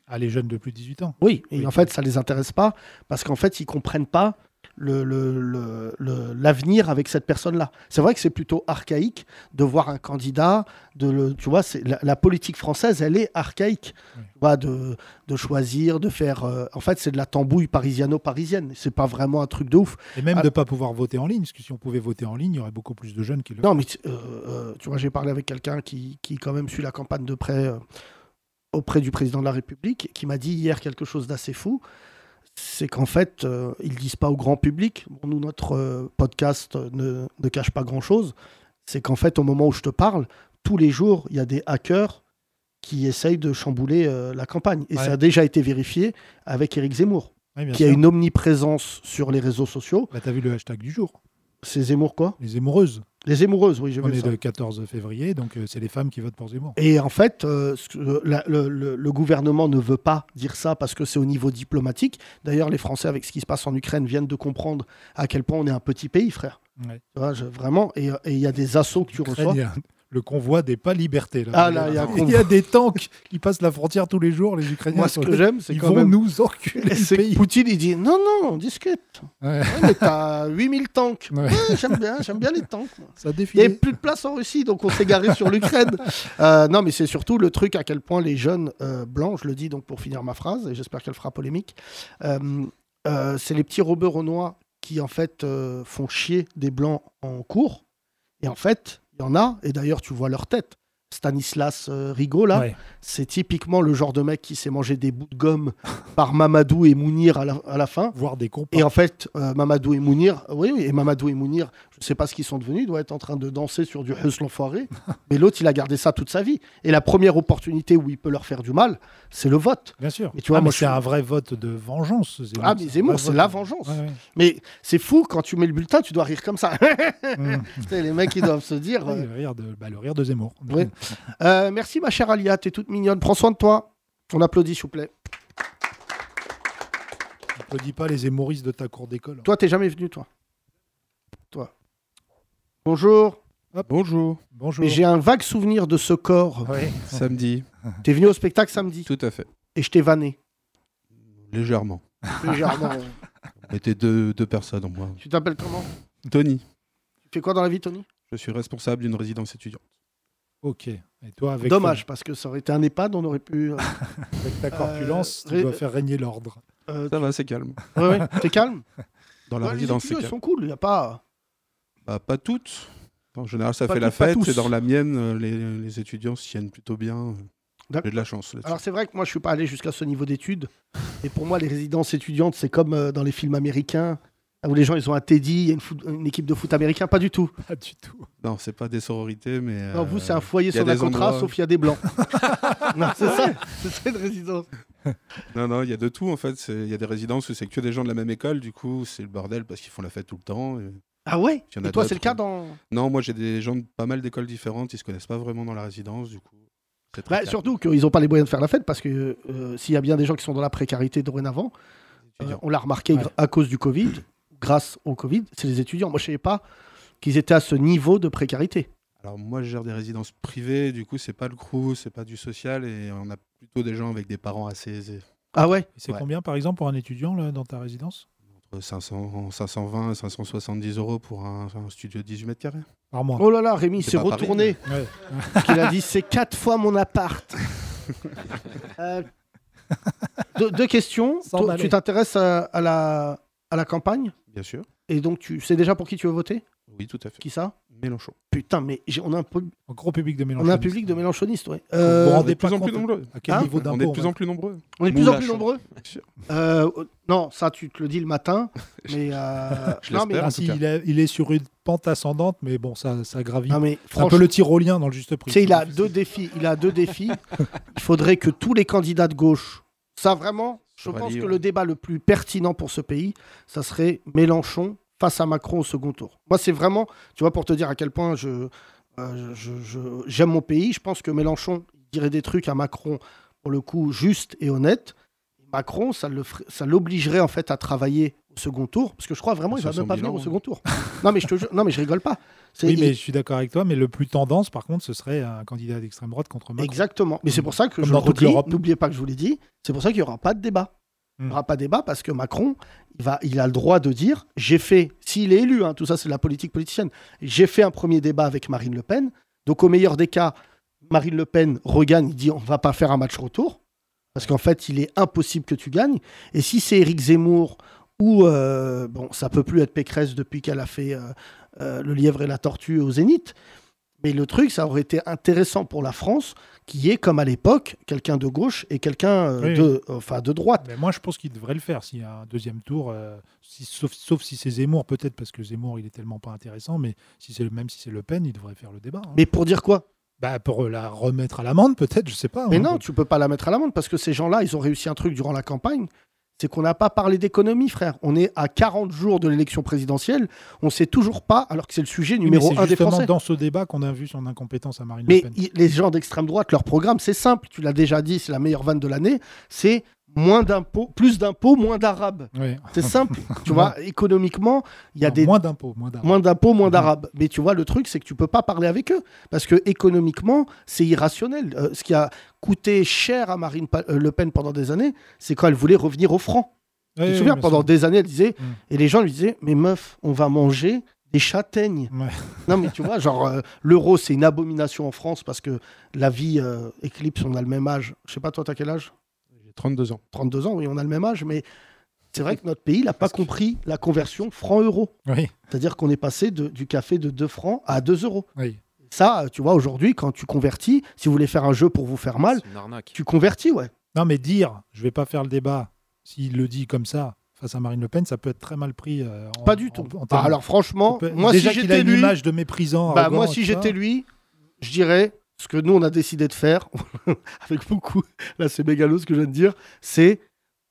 A: Ah, les jeunes de plus de 18 ans.
C: Oui, et
A: Oui.
C: en fait, ça les intéresse pas parce qu'en fait, ils comprennent pas le- le- le- le- l'avenir avec cette personne-là. C'est vrai que c'est plutôt archaïque de voir un candidat. De le, tu vois, c'est la, la politique française, elle est archaïque.
A: Oui.
C: Tu vois, de, de choisir, de faire. euh, en fait, c'est de la tambouille parisiano-parisienne. C'est pas vraiment un truc de ouf.
A: Et même
C: Ah.
A: de ne pas pouvoir voter en ligne, parce que si on pouvait voter en ligne, il y aurait beaucoup plus de jeunes qui le
C: Non, mais euh, euh, tu vois, j'ai parlé avec quelqu'un qui, qui, quand même, suit la campagne de près euh, auprès du président de la République, qui m'a dit hier quelque chose d'assez fou. C'est qu'en fait, euh, ils disent pas au grand public. Bon, nous, notre euh, podcast euh, ne, ne cache pas grand-chose. C'est qu'en fait, au moment où je te parle, tous les jours, il y a des hackers qui essayent de chambouler euh, la campagne. Et
A: Ouais.
C: ça a déjà été vérifié avec Éric Zemmour,
A: Oui, bien
C: qui a
A: sûr.
C: une omniprésence sur les réseaux sociaux.
A: Bah, t'as vu le hashtag du jour,
C: C'est Zemmour quoi
A: les émoureuses.
C: Les émoureuses, oui, j'ai
A: On
C: vu
A: est
C: ça.
A: le 14 février, donc euh, c'est les femmes qui votent pour Zemmour.
C: Et en fait, euh, ce que- euh, la- le, le- le gouvernement ne veut pas dire ça parce que c'est au niveau diplomatique. D'ailleurs, les Français, avec ce qui se passe en Ukraine, viennent de comprendre à quel point on est un petit pays, frère.
A: Ouais.
C: Tu vois, je- vraiment. Et euh, et il y a des assauts que tu
A: Ukraine,
C: reçois.
A: il y a le convoi des pas libertés. Là.
C: Ah, là, il y a un
A: Il y
C: convoi.
A: a des tanks qui passent la frontière tous les jours, les Ukrainiens.
C: Moi, ce
A: sont-
C: que j'aime, c'est
A: ils
C: quand
A: vont
C: même.
A: nous enculer le
C: c'est que
A: pays.
C: Poutine, il dit non, non, on discute.
A: Ouais.
C: Ouais, mais t'as 8000 tanks.
A: Ouais.
C: Ouais, j'aime bien, j'aime bien les tanks. moi.
A: Ça
C: Il n'y avait
A: défile.
C: plus de place en Russie, donc on s'est garé sur l'Ukraine. Euh, non, mais c'est surtout le truc à quel point les jeunes euh, blancs, je le dis donc pour finir ma phrase, et j'espère qu'elle fera polémique, euh, euh, c'est les petits Robert Renoir qui en fait euh, font chier des blancs en cours. Et en fait, il y en a, et d'ailleurs tu vois leur tête. Stanislas euh, Rigaud, là,
A: Ouais.
C: c'est typiquement le genre de mec qui s'est mangé des bouts de gomme par Mamadou et Mounir à la- à la fin.
A: Voir des compas.
C: Et en fait, euh, Mamadou et Mounir, oui, oui, et Mamadou et Mounir, je ne sais pas ce qu'ils sont devenus, ils doivent être en train de danser sur du Hustle l'enfoiré. mais l'autre, il a gardé ça toute sa vie. Et la première opportunité où il peut leur faire du mal, c'est le vote.
A: Bien sûr.
C: Mais tu vois,
A: Ah,
C: moi,
A: mais
C: je
A: c'est
C: suis-
A: un vrai vote de vengeance. Zemmour.
C: Ah, mais
A: un
C: Zemmour,
A: vrai
C: c'est
A: vote
C: la
A: de-
C: vengeance.
A: Ouais, ouais.
C: Mais c'est fou, quand tu mets le bulletin, tu dois rire comme ça.
A: Mm.
C: Putain, les mecs, ils doivent se dire.
A: Oui,
C: euh,
A: le, rire de, bah, le rire de Zemmour.
C: Ouais. Euh, merci, ma chère Alia, t'es toute mignonne. Prends soin de toi. On applaudit, s'il vous plaît.
A: N'applaudis pas les Zemmouristes de ta cour d'école. hein.
C: Toi, t'es jamais venu, toi. Toi. Bonjour.
D: Bonjour.
A: Bonjour.
C: Mais J'ai un vague souvenir de ce corps.
A: Ouais.
D: Samedi.
C: T'es venu au spectacle samedi
D: Tout à fait.
C: et je t'ai vanné.
D: Légèrement.
C: Légèrement.
D: On était deux, deux personnes en moi.
C: Tu t'appelles comment
D: Tony.
C: Tu fais quoi dans la vie, Tony
H: Je suis responsable d'une résidence étudiante.
A: Ok. Et toi, avec
C: Dommage, parce que ça aurait été un EHPAD, on aurait pu. euh,
A: ta, avec ta corpulence,
C: Euh,
A: tu dois
C: ré-
A: faire régner l'ordre.
C: euh,
H: Ça va, c'est calme.
C: ouais, ouais, t'es calme
H: Dans la
C: Ouais, Les
H: résidence,
C: étudiants,
H: c'est
C: ils sont
H: calme.
C: cool, y a pas.
H: Bah, pas toutes. En général, ça
C: Pas
H: fait
C: toutes,
H: la
C: pas
H: fête.
C: tous.
H: Et dans la mienne, euh, les, les étudiants s'y tiennent plutôt bien.
C: D'ac-
H: J'ai de la chance. là-dessus.
C: Alors c'est vrai que moi, je suis pas allé jusqu'à ce niveau d'études. Et pour moi, les résidences étudiantes, c'est comme euh, dans les films américains où les gens ils ont un Teddy, il y a une, foot- une équipe de foot américain, pas du tout.
A: Pas du tout.
H: Non, c'est pas des sororités, mais.
C: Non, vous, c'est un
H: euh,
C: foyer
H: y a
C: sans un
H: des
C: contrat,
H: endroits-
C: sauf il y a des blancs. non, c'est ça, c'est ça une résidence.
H: euh, Non, non, il y a de tout en fait. C'est- Il y a des résidences où c'est que des gens de la même école, du coup, c'est le bordel parce qu'ils font la fête tout le temps. et-
C: Ah ouais
H: Il y en a
C: Et toi, c'est le
H: d'autres,
C: cas
H: oui.
C: dans.
H: Non, moi, j'ai des gens de pas mal d'écoles différentes, ils se connaissent pas vraiment dans la résidence, du coup. c'est très
C: Bah,
H: calme.
C: surtout qu'ils n'ont pas les moyens de faire la fête parce que euh, s'il y a bien des gens qui sont dans la précarité dorénavant, euh,
H: Étudiants.
C: on l'a remarqué
A: Ouais.
C: gr- à cause du Covid, grâce au Covid, c'est les étudiants. Moi, je ne savais pas qu'ils étaient à ce niveau de précarité.
H: Alors moi, je gère des résidences privées, du coup, c'est pas le crew, c'est pas du social, et on a plutôt des gens avec des parents assez aisés,
C: Ah ouais
A: Et c'est
H: Ouais.
A: combien, par exemple, pour un étudiant là, dans ta résidence
H: entre 500, 520 et 570 euros pour un, un studio de 18 mètres carrés.
A: Par mois.
C: Oh là là, Rémi, il
H: C'est
C: s'est
H: pas Paris,
C: retourné.
A: Ouais.
C: parce qu'il a dit c'est quatre fois mon appart. Euh, deux, deux questions.
A: S'en
C: Toi,
A: aller.
C: tu t'intéresses à, à la, à la campagne
H: Bien sûr.
C: et donc tu sais déjà pour qui tu veux voter
H: Oui, tout à fait.
C: Qui ça
H: Mélenchon.
C: Putain, mais j'ai- on a, un, peu-
A: En gros public de
C: on
A: Mélenchon.
C: a un public de mélanchonistes, ouais.
A: Vous vous
C: Euh,
H: On est
A: rendez
H: de
A: pas
H: plus en
A: compte
H: plus nombreux.
A: À quel
C: Hein
A: niveau
H: Ah, on
A: d'impôt
H: est de plus
A: ouais.
H: en plus nombreux.
C: on est de plus en
D: Moulin
C: plus
D: chaud.
C: nombreux
H: Bien sûr.
C: Euh, non, ça, tu te le dis le matin. Mais, euh,
H: Je
C: non, mais,
H: l'espère.
A: Ah,
H: en
A: si,
H: tout cas.
A: il, est- il est sur une pente ascendante, mais bon, ça, ça gravit.
H: Ah,
C: non, mais
A: C'est un
C: franchement,
A: peu le tyrolien dans le juste prix.
C: tu sais, il a deux défis. Il a deux défis. il faudrait que tous les candidats de gauche, ça vraiment, je
H: Chevalier,
C: pense que
H: ouais.
C: le débat le plus pertinent pour ce pays, ça serait Mélenchon face à Macron au second tour. Moi, c'est vraiment, tu vois, pour te dire à quel point je euh, je- je- j'aime mon pays. Je pense que Mélenchon dirait des trucs à Macron pour le coup juste et honnête. Macron, ça le ferait- ça l'obligerait en fait à travailler au second tour, parce que je crois vraiment
H: Ça
C: il va
H: sent
C: même pas
H: Milan,
C: venir au
H: hein.
C: second tour. non mais je te jure- non mais je rigole pas. C'est-
A: Oui, mais je suis d'accord avec toi, mais le plus tendance, par contre, ce serait un candidat d'extrême droite contre Macron.
C: Exactement. Mais c'est pour ça que
A: Mm. Comme
C: je
A: dans
C: le
A: toute
C: redis,
A: l'Europe.
C: n'oubliez pas que je vous l'ai dit, c'est pour ça qu'il n'y aura pas de débat. Il
A: Mm.
C: n'y aura pas de débat parce que Macron, il, va, il a le droit de dire j'ai fait, s'il est élu, hein, tout ça c'est de la politique politicienne, j'ai fait un premier débat avec Marine Le Pen. Donc au meilleur des cas, Marine Le Pen regagne, il dit on va pas faire un match retour parce qu'en fait il est impossible que tu gagnes. Et si c'est Éric Zemmour ou, euh, bon, ça peut plus être Pécresse depuis qu'elle a fait euh, euh, Le lièvre et la tortue au zénith. Mais le truc, ça aurait été intéressant pour la France qui est comme à l'époque quelqu'un de gauche et quelqu'un euh,
A: Oui.
C: de enfin de droite.
A: Mais moi, je pense qu'il devrait le faire s'il y a un deuxième tour, euh, si- sauf, sauf si c'est Zemmour, peut-être parce que Zemmour, il est tellement pas intéressant, mais si c'est le- même si c'est Le Pen, il devrait faire le débat. hein.
C: Mais pour dire quoi
A: Bah, pour la remettre à l'amende, peut-être, je sais pas.
C: Mais
A: hein.
C: non, tu peux pas la mettre à l'amende parce que ces gens-là, ils ont réussi un truc durant la campagne, c'est qu'on n'a pas parlé d'économie, frère. On est à 40 jours de l'élection présidentielle. On sait toujours pas, alors que c'est le sujet
A: Oui, mais
C: numéro
A: c'est
C: un des
A: justement
C: Français.
A: dans ce débat qu'on a vu son incompétence à Marine Le
C: Mais
A: Pen.
C: i- les gens d'extrême droite, leur programme, c'est simple. Tu l'as déjà dit, c'est la meilleure vanne de l'année. C'est moins d'impôts, plus d'impôts, moins d'arabes.
A: Ouais.
C: C'est simple. tu vois, économiquement, il y a
A: Non,
C: des
A: moins d'impôts, moins d'impôts.
C: moins d'impôts, moins
A: Mhm.
C: d'arabes. Mais tu vois, le truc, c'est que tu peux pas parler avec eux parce que économiquement, c'est irrationnel. Euh, ce qui a coûté cher à Marine Pa- euh, Le Pen pendant des années, c'est quand elle voulait revenir au franc.
A: Ouais,
C: tu te
A: ouais,
C: souviens,
A: bien
C: pendant
A: sûr.
C: des années, elle disait,
A: Mhm.
C: et les gens lui disaient, mais meuf, on va manger des châtaignes.
A: Ouais.
C: Non, mais tu vois, genre, euh, l'euro, c'est une abomination en France parce que la vie euh, éclipse, on a le même âge. Je sais pas, toi, t'as quel âge
H: J'ai 32 ans.
C: 32 ans, oui, on a le même âge, mais c'est vrai que notre pays n'a pas compris la conversion franc-euro.
A: Oui,
C: C'est-à-dire qu'on est passé de- du café de 2 francs à 2 euros.
A: oui.
C: Ça, euh, tu vois, aujourd'hui, quand tu convertis, si vous voulez faire un jeu pour vous faire mal,
D: C'est une arnaque.
C: tu convertis, ouais.
A: Non, mais dire, je vais pas faire le débat, s'il le dit comme ça face à Marine Le Pen, ça peut être très mal pris. euh, en-
C: Pas du
A: en-
C: tout.
A: en
C: Ah,
A: termes-
C: alors franchement,
A: Ça peut-
C: moi si
A: déjà qu'il a
C: j'étais
A: une
C: lui,
A: image de méprisant.
C: bah,
A: arrogant,
C: moi si
A: tu vois.
C: j'étais lui, je dirais ce que nous on a décidé de faire avec beaucoup. Là, c'est mégalo ce que je viens de dire. C'est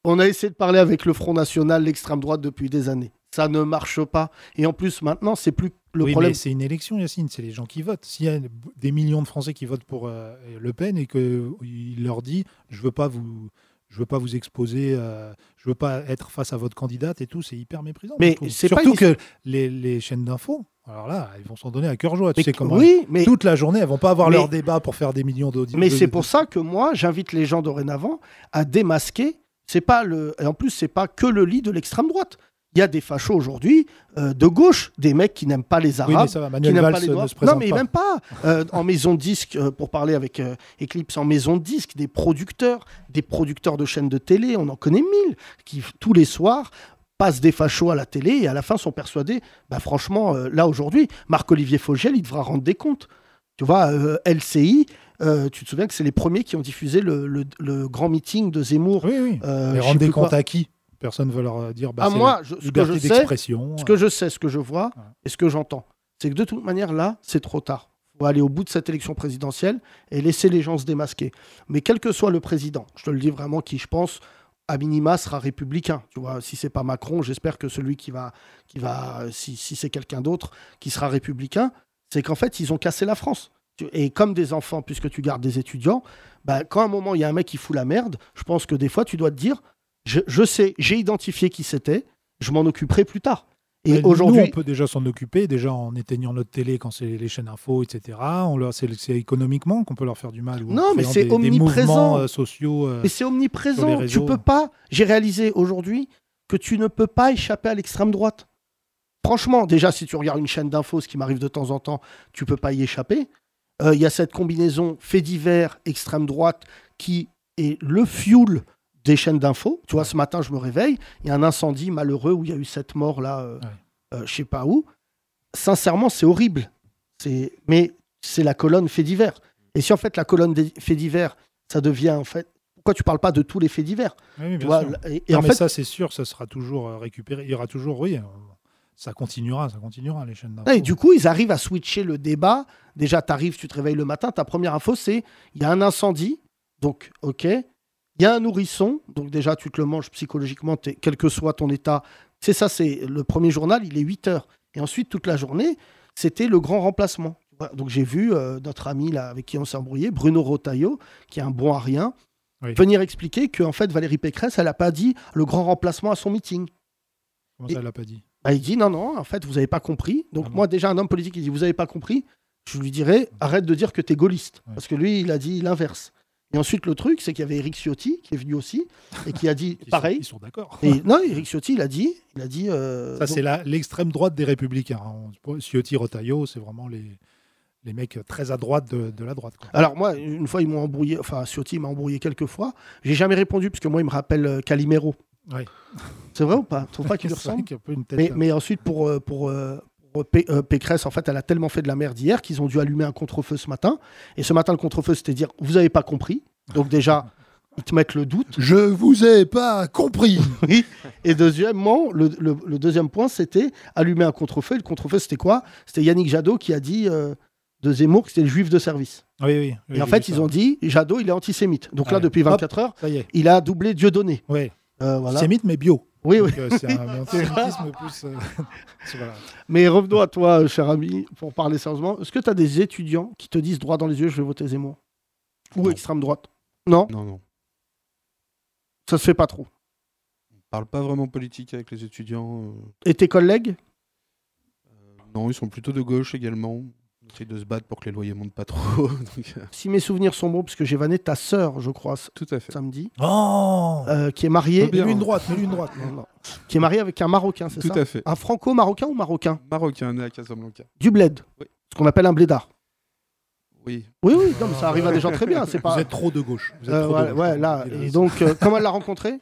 C: on a essayé de parler avec le Front National, l'extrême droite depuis des années. Ça ne marche pas. Et en plus, maintenant, c'est plus le
A: Oui,
C: problème.
A: mais c'est une élection, Yacine, c'est les gens qui votent. S'il y a des millions de Français qui votent pour euh, Le Pen et qu'il leur dit je veux pas vous. Je veux pas vous exposer, euh, je veux pas être face à votre candidate et tout, c'est hyper méprisant.
C: Mais
A: je trouve.
C: c'est pas
A: surtout
C: une-
A: que les, les chaînes d'infos, alors là, ils vont s'en donner à cœur joie. Tu
C: Mais-
A: sais comment
C: oui, mais
A: toute la journée, elles vont pas avoir
C: Mais-
A: leur débat pour faire des millions d'auditeurs.
C: Mais c'est pour ça que moi, j'invite les gens dorénavant à démasquer. C'est pas le. Et en plus, c'est pas que le lit de l'extrême droite. Il y a des fachos aujourd'hui euh, de gauche, des mecs qui n'aiment pas les
A: Oui, mais
C: Arabes.
A: ça va,
C: qui
A: Manuel
C: n'aiment
A: Valls
C: pas les Noirs.
A: ne se présente
C: Non, mais
A: pas.
C: même pas. Euh, en maison de disque, euh, pour parler avec euh, Eclipse, en maison de disque, des producteurs, des producteurs de chaînes de télé, on en connaît mille, qui f- tous les soirs passent des fachos à la télé et à la fin sont persuadés. Bah, franchement, euh, là aujourd'hui, Marc-Olivier Fogiel, il devra rendre des comptes. Tu vois, euh, LCI, euh, tu te souviens que c'est les premiers qui ont diffusé le, le- le grand meeting de Zemmour.
A: Oui, oui.
C: euh, je
A: Mais
C: sais
A: rendez
C: plus
A: compte
C: quoi.
A: à qui Personne ne va leur euh, dire. Bah,
C: à
A: c'est
C: moi,
A: la
C: je- ce que
A: liberté
C: je sais,
A: d'expression. euh,
C: ce que je sais, ce que je vois
A: Ouais.
C: et ce que j'entends, c'est que de toute manière, là, c'est trop tard. Il faut aller au bout de cette élection présidentielle et laisser les gens se démasquer. Mais quel que soit le président, je te le dis vraiment, qui je pense, à minima, sera républicain. Tu vois, si c'est pas Macron, j'espère que celui qui va, qui va euh, si, si c'est quelqu'un d'autre, qui sera républicain, c'est qu'en fait, ils ont cassé la France. Tu- Et comme des enfants, puisque tu gardes des étudiants, bah, quand à un moment, il y a un mec qui fout la merde, je pense que des fois, tu dois te dire, je, je sais, j'ai identifié qui c'était, je m'en occuperai plus tard. Et
A: Mais nous, on
C: aujourd'hui,
A: peut déjà s'en occuper, déjà en éteignant notre télé quand c'est les chaînes info, etc. On leur, c'est, c'est économiquement qu'on peut leur faire du mal. ou en
C: Non, mais
A: créant
C: c'est
A: des- des
C: omniprésent.
A: mouvements, euh, sociaux. euh,
C: mais c'est omniprésent.
A: les
C: Tu
A: réseaux.
C: peux pas. J'ai réalisé aujourd'hui que tu ne peux pas échapper à l'extrême droite. Franchement, déjà, si tu regardes une chaîne d'infos, ce qui m'arrive de temps en temps, tu peux pas y échapper. Euh, Il y a cette combinaison fait divers extrême droite qui est le fuel des chaînes d'infos. Tu vois, ce matin, je me réveille, il y a un incendie malheureux où il y a eu sept morts là, euh, euh, je sais pas où. Sincèrement, c'est horrible. C'est, mais c'est la colonne fait divers. Et si en fait la colonne des faits divers, ça devient en fait, pourquoi tu parles pas de tous les faits divers
A: oui, oui,
C: Tu
A: bien
C: vois,
A: sûr.
C: là, Et, et
A: Non,
C: en
A: mais
C: fait,
A: ça, c'est sûr, ça sera toujours euh, récupéré. Il y aura toujours, oui, euh, ça continuera, ça continuera, les chaînes d'info.
C: Ah, et du coup, ils arrivent à switcher le débat. Déjà, t'arrives, tu te réveilles le matin, ta première info c'est il y a un incendie, donc ok. Il y a un nourrisson, donc déjà tu te le manges psychologiquement, t'es- quel que soit ton état. C'est ça, c'est le premier journal, il est 8 heures. Et ensuite, toute la journée, c'était le grand remplacement. Voilà, donc j'ai vu euh, notre ami là, avec qui on s'est embrouillé, Bruno Rotaillot, qui est un bon à rien,
A: Oui.
C: venir expliquer que en fait Valérie Pécresse, elle n'a pas dit le grand remplacement à son meeting.
A: Comment ça, elle l'a pas dit
C: Bah, il dit non, non, en fait, vous n'avez pas compris. Donc,
A: Ah bon
C: moi, déjà, un homme politique, il dit vous n'avez pas compris. Je lui dirais arrête de dire que t'es gaulliste.
A: Ouais.
C: Parce que lui, il a dit l'inverse. Et ensuite, le truc, c'est qu'il y avait Eric Ciotti qui est venu aussi et qui a dit
A: Ils sont-
C: pareil.
A: ils sont d'accord.
C: Et non, Eric Ciotti, il a dit. Il a dit euh,
A: Ça,
C: donc-
A: c'est la, l'extrême droite des Républicains. hein. On- Ciotti, Rotaillot, c'est vraiment les, les mecs très à droite de, de la droite. quoi.
C: Alors, moi, une fois, ils m'ont embrouillé. Enfin, Ciotti m'a embrouillé quelques fois. J'ai jamais répondu parce que moi, il me rappelle euh, Calimero.
A: Ouais.
C: C'est vrai ou pas Tu trouves pas qu'il lui
A: C'est vrai
C: ressemble
A: qu'il y a un peu une tête.
C: Mais,
A: euh,
C: mais ensuite, pour, euh, pour, euh, pour P- euh, Pécresse, en fait, elle a tellement fait de la merde hier qu'ils ont dû allumer un contre-feu ce matin. Et ce matin, le contre-feu, c'était dire Vous n'avez pas compris. Donc, déjà, ils te mettent le doute.
A: Je vous ai pas compris
C: Et deuxièmement, le, le- le deuxième point, c'était allumer un contre-feu. Et le contre-feu, c'était quoi C'était Yannick Jadot qui a dit euh, de Zemmour que c'était le juif de service.
A: Oui, oui. oui,
C: et en
A: j'ai
C: fait,
A: vu
C: ils
A: ça.
C: ont dit Jadot, il est antisémite. Donc là,
A: Ouais.
C: depuis 24 heures,
A: Ça y est,
C: il a doublé Dieudonné.
A: ouais.
C: Euh, voilà.
A: Antisémite, mais bio.
C: Oui, oui.
A: Donc, euh, c'est un antisémitisme plus. euh, c'est- voilà.
C: Mais revenons à toi, euh, cher ami, pour parler sérieusement. Est-ce que tu as des étudiants qui te disent droit dans les yeux, je vais voter Zemmour Ou
H: Non.
C: extrême droite Non,
H: Non, non.
C: ça se fait pas trop.
H: On parle pas vraiment politique avec les étudiants. euh.
C: Et tes collègues
H: Non, ils sont plutôt de gauche également. On essaye de se battre pour que les loyers montent pas trop. donc, euh,
C: Si mes souvenirs sont bons, parce que j'ai vanné ta sœur, je crois, ce
H: tout à fait.
C: samedi,
A: Oh
C: euh, qui est mariée.
H: Pas bien.
A: Mets-lui une droite, mets-lui une droite.
C: Non, non. Qui est mariée avec un Marocain, c'est
H: Tout
C: ça
H: à fait.
C: Un franco-marocain ou marocain
H: Marocain né à Casablanca.
C: Du bled.
H: Oui.
C: Ce qu'on appelle un blédard.
H: Oui.
C: Oui, oui, non, mais ça arrive à des gens très bien. C'est pas.
A: Vous êtes trop de gauche. Vous êtes
C: Euh,
A: trop de
C: ouais,
A: gauche.
C: ouais, là.
A: Il a
C: Et
A: raison.
C: donc, euh, comment elle l'a rencontré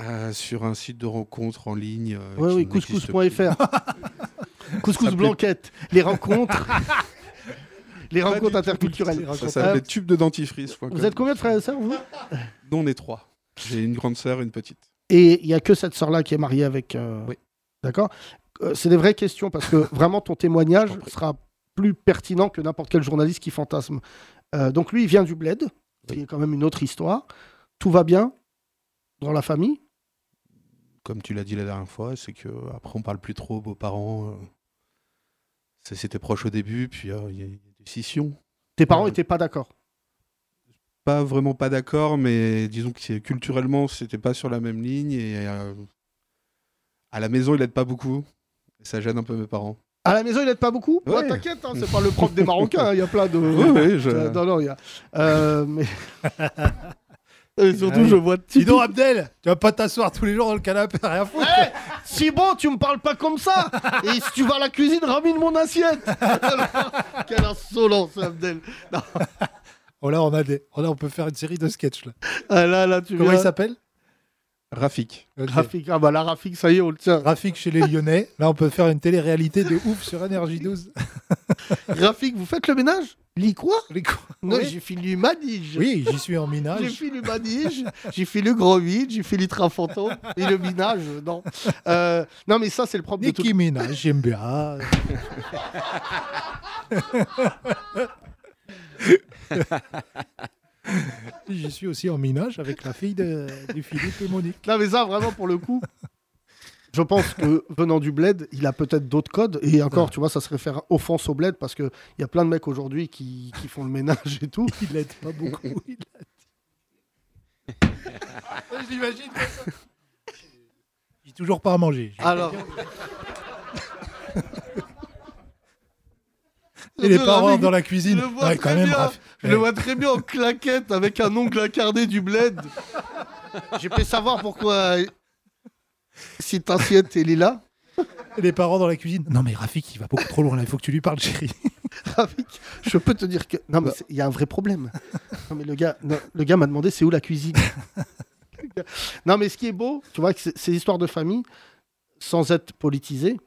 H: Euh, sur un site de rencontre en ligne. euh,
C: Oui,
H: qui
C: oui,
H: n'existe
C: couscous.fr. couscous
H: Ça
C: blanquette. Les rencontres. les
H: Pas
C: rencontres
H: du tout.
C: interculturelles.
H: plus. Ça s'appelait tube de dentifrice.
C: Vous êtes combien de frères et sœurs, vous
H: Non, les trois. J'ai une grande sœur et une petite.
C: Et il n'y a que cette sœur-là qui est mariée avec. euh,
H: Oui.
C: D'accord Euh, C'est des vraies questions parce que vraiment ton témoignage
H: Je t'en prie.
C: sera plus pertinent que n'importe quel journaliste qui fantasme. Euh, donc lui, il vient du bled, qui est quand même une autre histoire. Tout va bien dans la famille.
H: Comme tu l'as dit la dernière fois, c'est que euh, après on parle plus trop aux beaux-parents. euh. C'est- C'était proche au début, puis euh, il y a eu des scissions.
C: Tes parents
H: Ouais.
C: n'étaient pas d'accord.
H: Pas vraiment pas d'accord, mais disons que c'est- culturellement c'était pas sur la même ligne et euh, à la maison il aide pas beaucoup. Et ça gêne un peu mes parents.
C: À la maison, il n'aide pas beaucoup Ouais,
H: Ouais.
C: T'inquiète, hein, c'est pas le propre des Marocains. hein, Il y a plein de.
H: Oui, oui, je-
C: Non, non, il y a. Euh, mais... Et surtout,
A: Ah oui.
C: je vois.
A: Dis donc, Abdel, tu vas pas t'asseoir tous les jours dans le canapé, rien foutre.
C: Hé Si bon, Eh, tu me parles pas comme ça Et si tu vas à la cuisine, ramène mon assiette Quelle insolence, Abdel
A: Oh là, on a des, oh là, on peut faire une série de sketchs là.
C: Ah là, là, tu
A: Comment
C: viens-
A: il s'appelle Euh,
H: Rafik.
A: Ok.
C: Rafik, ah bah la Rafik, ça y est, on le tient.
A: Rafik chez les Lyonnais. Là, on peut faire une télé-réalité de ouf sur NRJ12.
C: Rafik, vous faites le ménage Lis quoi
A: Les cons.
C: Non,
A: Oui.
C: j'ai fini manige
A: Oui, j'y suis en
C: J'ai
A: minage.
C: fait le manige, j'ai fait le gros vide, j'ai fait les trains fantômes et le minage, non. Euh, non, mais ça, c'est le propre de tout.
A: Nicki Minaj, j'aime bien. J'y suis aussi en minage avec la fille de, de Philippe et Monique.
C: Non, mais ça, vraiment, pour le coup, je pense que venant du bled, il a peut-être d'autres codes. Et encore, tu vois, ça serait faire offense au bled parce qu'il y a plein de mecs aujourd'hui qui, qui font le ménage et tout.
A: Il l'aide pas beaucoup. Il l'aide. Je l'imagine. comme ça. J'ai toujours pas à manger.
C: Alors.
A: Et les
C: Le
A: parents
C: Rafik,
A: dans la cuisine.
C: je le vois
A: Ouais,
C: très
A: quand même,
C: bien.
A: Raf-
C: Je le vois très bien en claquette avec un ongle incarné du bled. J'ai pu savoir pourquoi. Si t'assiette, elle est là.
A: les parents dans la cuisine. Non, mais Rafik, il va beaucoup trop loin là. Il faut que tu lui parles, chérie.
C: Rafik, je peux te dire que. Non, mais c'est- il y a un vrai problème. Non, mais le gars, non, le gars m'a demandé c'est où la cuisine. Le gars- non, mais ce qui est beau, tu vois, que c'est- ces histoires de famille, sans être politisé,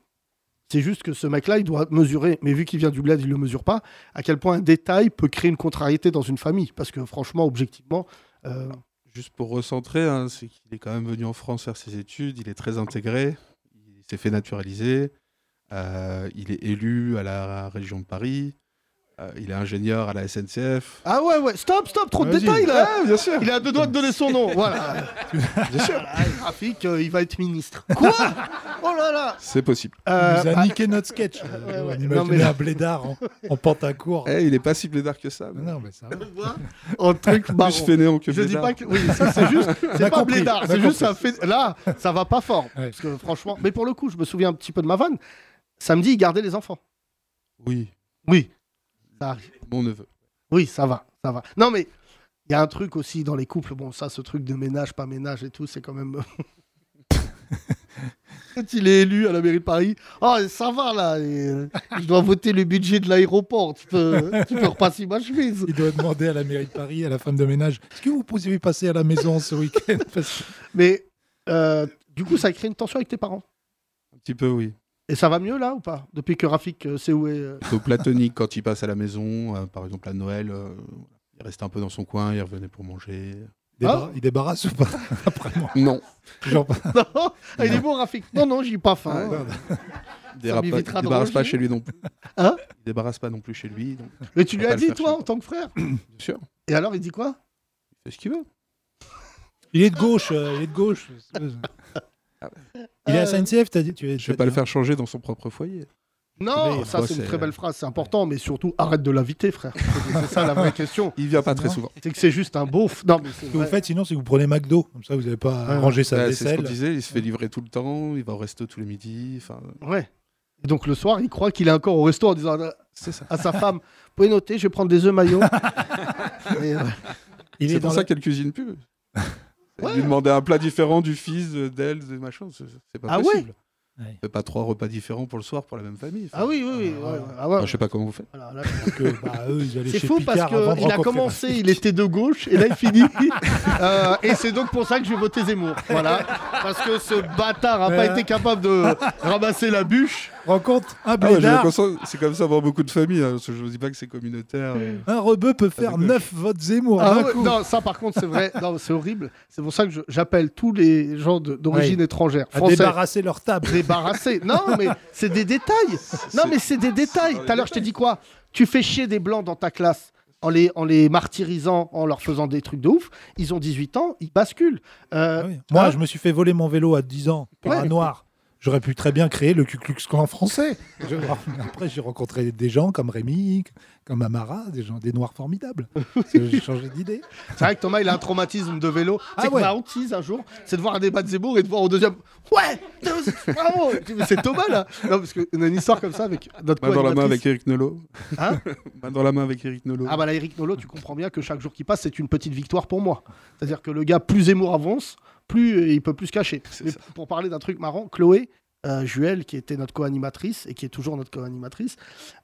C: c'est juste que ce mec-là, il doit mesurer, mais vu qu'il vient du bled, il ne le mesure pas, à quel point un détail peut créer une contrariété dans une famille. Parce que franchement, objectivement, euh,
H: Juste pour recentrer, hein, c'est qu'il est quand même venu en France faire ses études, il est très intégré, il s'est fait naturaliser, euh, il est élu à la région de Paris, euh, il est ingénieur à la SNCF.
C: Ah ouais, ouais, stop, stop, trop de
A: Vas-y.
C: détails là
H: bien sûr
C: Ah, Il a deux doigts de donner son nom, voilà.
H: Bien sûr
C: Ah, le graphique, euh, il va être ministre. Quoi Oh là là
H: C'est possible.
A: Il
C: Euh,
A: nous a
C: ah,
A: niqué notre sketch.
C: ouais,
A: on
C: ouais.
A: imaginait
C: Non, mais là-
A: un blédard en, en pantacourt.
H: Eh, il est pas si blédard que ça. mais
A: Non, mais ça va.
C: tu vois, un truc marron.
H: Plus fainéant que
C: Je dis
H: blédard.
C: pas que. Oui, ça c'est juste.
A: On a
C: C'est pas
A: compris,
C: blédard.
A: on a
C: C'est juste
A: compris.
C: ça fait. Là, ça va pas fort.
A: Ouais.
C: Parce que franchement. Mais pour le coup, je me souviens un petit peu de ma vanne. Samedi, il gardait les enfants.
H: Oui,
C: Oui. Ça arrive.
H: mon neveu.
C: Oui, ça va, ça va. Non, mais il y a un truc aussi dans les couples. Bon, ça, ce truc de ménage, pas ménage et tout, c'est quand même. Quand il est élu à la mairie de Paris, oh, ça va là, et, euh, je dois voter le budget de l'aéroport. Tu peux, tu peux repasser ma chemise.
A: Il doit demander à la mairie de Paris, à la femme de ménage, est-ce que vous pouvez passer à la maison ce week-end Parce que-
C: Mais euh, du coup, ça crée une tension avec tes parents.
H: Un petit peu, oui.
C: Et ça va mieux là ou pas Depuis que Rafik euh, sait où est. euh,
H: Plutôt platonique quand il passe à la maison, euh, par exemple à Noël, euh, il restait un peu dans son coin, il revenait pour manger.
A: Débar-
C: Ah.
A: Il débarrasse ou pas Après moi.
H: Non,
A: Toujours pas.
C: Non, Ah, il est bon Rafik. Non, non, j'ai pas faim.
H: Ouais.
C: Ça
H: dérape pas-
C: m'évitera de
H: débarrasse pas
C: manger.
H: chez lui non plus.
C: Hein
H: il débarrasse pas non plus chez lui, donc
C: Mais tu lui
H: Faut
C: as
H: pas le
C: dit,
H: faire
C: toi,
H: chier.
C: en tant que frère
H: bien sûr,
C: Et alors, il dit quoi
H: il fait ce qu'il veut.
A: Il est de gauche, euh, il est de gauche. Il est à SNCF, t'as dit. Tu
H: Je vais pas le faire changer dans son propre foyer.
C: Non,
H: Mais
C: ça
H: moi,
C: c'est une
H: c'est-
C: très belle phrase, c'est important, mais surtout arrête de l'inviter, frère. C'est ça la vraie question.
H: Il vient pas très
A: Non.
H: souvent.
C: C'est que c'est juste un beauf. Non, mais c'est
A: Ce que vous
C: vrai.
A: faites sinon, c'est que vous prenez McDo. Comme ça, vous n'avez pas à
C: Ouais.
A: ranger sa
H: Bah, c'est ce qu'on
A: vaisselle.
H: disait, il se fait livrer tout le temps, il va au resto tous les midis. Enfin,
C: Ouais. Et donc le soir, il croit qu'il est encore au resto en disant à-
H: c'est ça.
C: à sa femme Vous pouvez noter, je vais prendre des œufs maillots. Et, euh,
A: Il est,
H: C'est
A: dans
H: pour ça
A: la-
H: qu'elle cuisine plus. Elle
C: Ouais.
H: Lui demander un plat différent du fils, euh, d'elle, de machin, c'est c'est pas
C: Ah ouais
H: possible.
A: Ouais.
H: C'est pas trois repas différents pour le soir pour la même famille. Enfin,
C: Ah oui, oui, oui. ouais, ouais. Ah ouais.
H: enfin, je sais pas comment vous faites.
C: Voilà, là,
A: que, bah, eux, ils allaient
C: C'est
A: chez
C: fou
A: Picard
C: parce
A: avant de
C: qu'il a
A: rencontrer
C: commencé,
A: Macron.
C: il était de gauche et là il finit. Euh, et c'est donc pour ça que je vais voter Zemmour. Voilà. Parce que ce bâtard n'a pas
A: Ouais.
C: été capable de ramasser la bûche.
A: Rencontre un
H: Ah ouais, j'ai
A: blédard,
H: l'impression que c'est comme ça pour beaucoup de familles. hein, parce que je vous dis pas que c'est communautaire. euh, et-
A: un rebeu peut faire
H: Ah, d'accord.
A: 9 votes Zemmour. hein,
C: Ah
A: d'un
C: ouais,
A: coup.
C: non, ça par contre c'est vrai. Non, c'est horrible. C'est pour ça que je- j'appelle tous les gens de- d'origine
A: Ouais.
C: étrangère,
A: à
C: français.
A: débarrasser leur table.
C: Débarrassés. Non, mais c'est des détails. Non, mais c'est des détails. Tout à l'heure, je t'ai dit quoi Tu fais chier des blancs dans ta classe en les, en les martyrisant, en leur faisant des trucs de ouf. Ils ont 18 ans, ils basculent. Euh,
A: Ah oui. Moi,
C: hein
A: je me suis fait voler mon vélo à 10 ans par
C: Ouais.
A: un noir. J'aurais pu très bien créer le Ku Klux Klan français. Je- Après, j'ai rencontré des gens comme Rémi, comme Amara, des gens, des noirs formidables. Parce que J'ai changé d'idée.
C: C'est vrai que Thomas, il a un traumatisme de vélo.
A: Ah
C: c'est que
A: ouais.
C: ma hantise un jour, c'est de voir un débat de Zemmour et de voir au deuxième Ouais Bravo Je dis, Mais C'est Thomas là Non, parce qu'on a une histoire comme ça avec notre
H: Main dans la main
C: co-animatrice.
H: avec Eric Nolot.
C: Hein
H: Main dans la main avec Eric Nolot.
C: Ah bah là, Eric Nolo, tu comprends bien que chaque jour qui passe, c'est une petite victoire pour moi. C'est-à-dire que le gars, plus Zemmour avance, plus euh, il peut plus se cacher.
H: C'est
C: Mais
H: ça.
C: pour parler d'un truc marrant, Chloé euh, Juel, qui était notre co-animatrice et qui est toujours notre co-animatrice,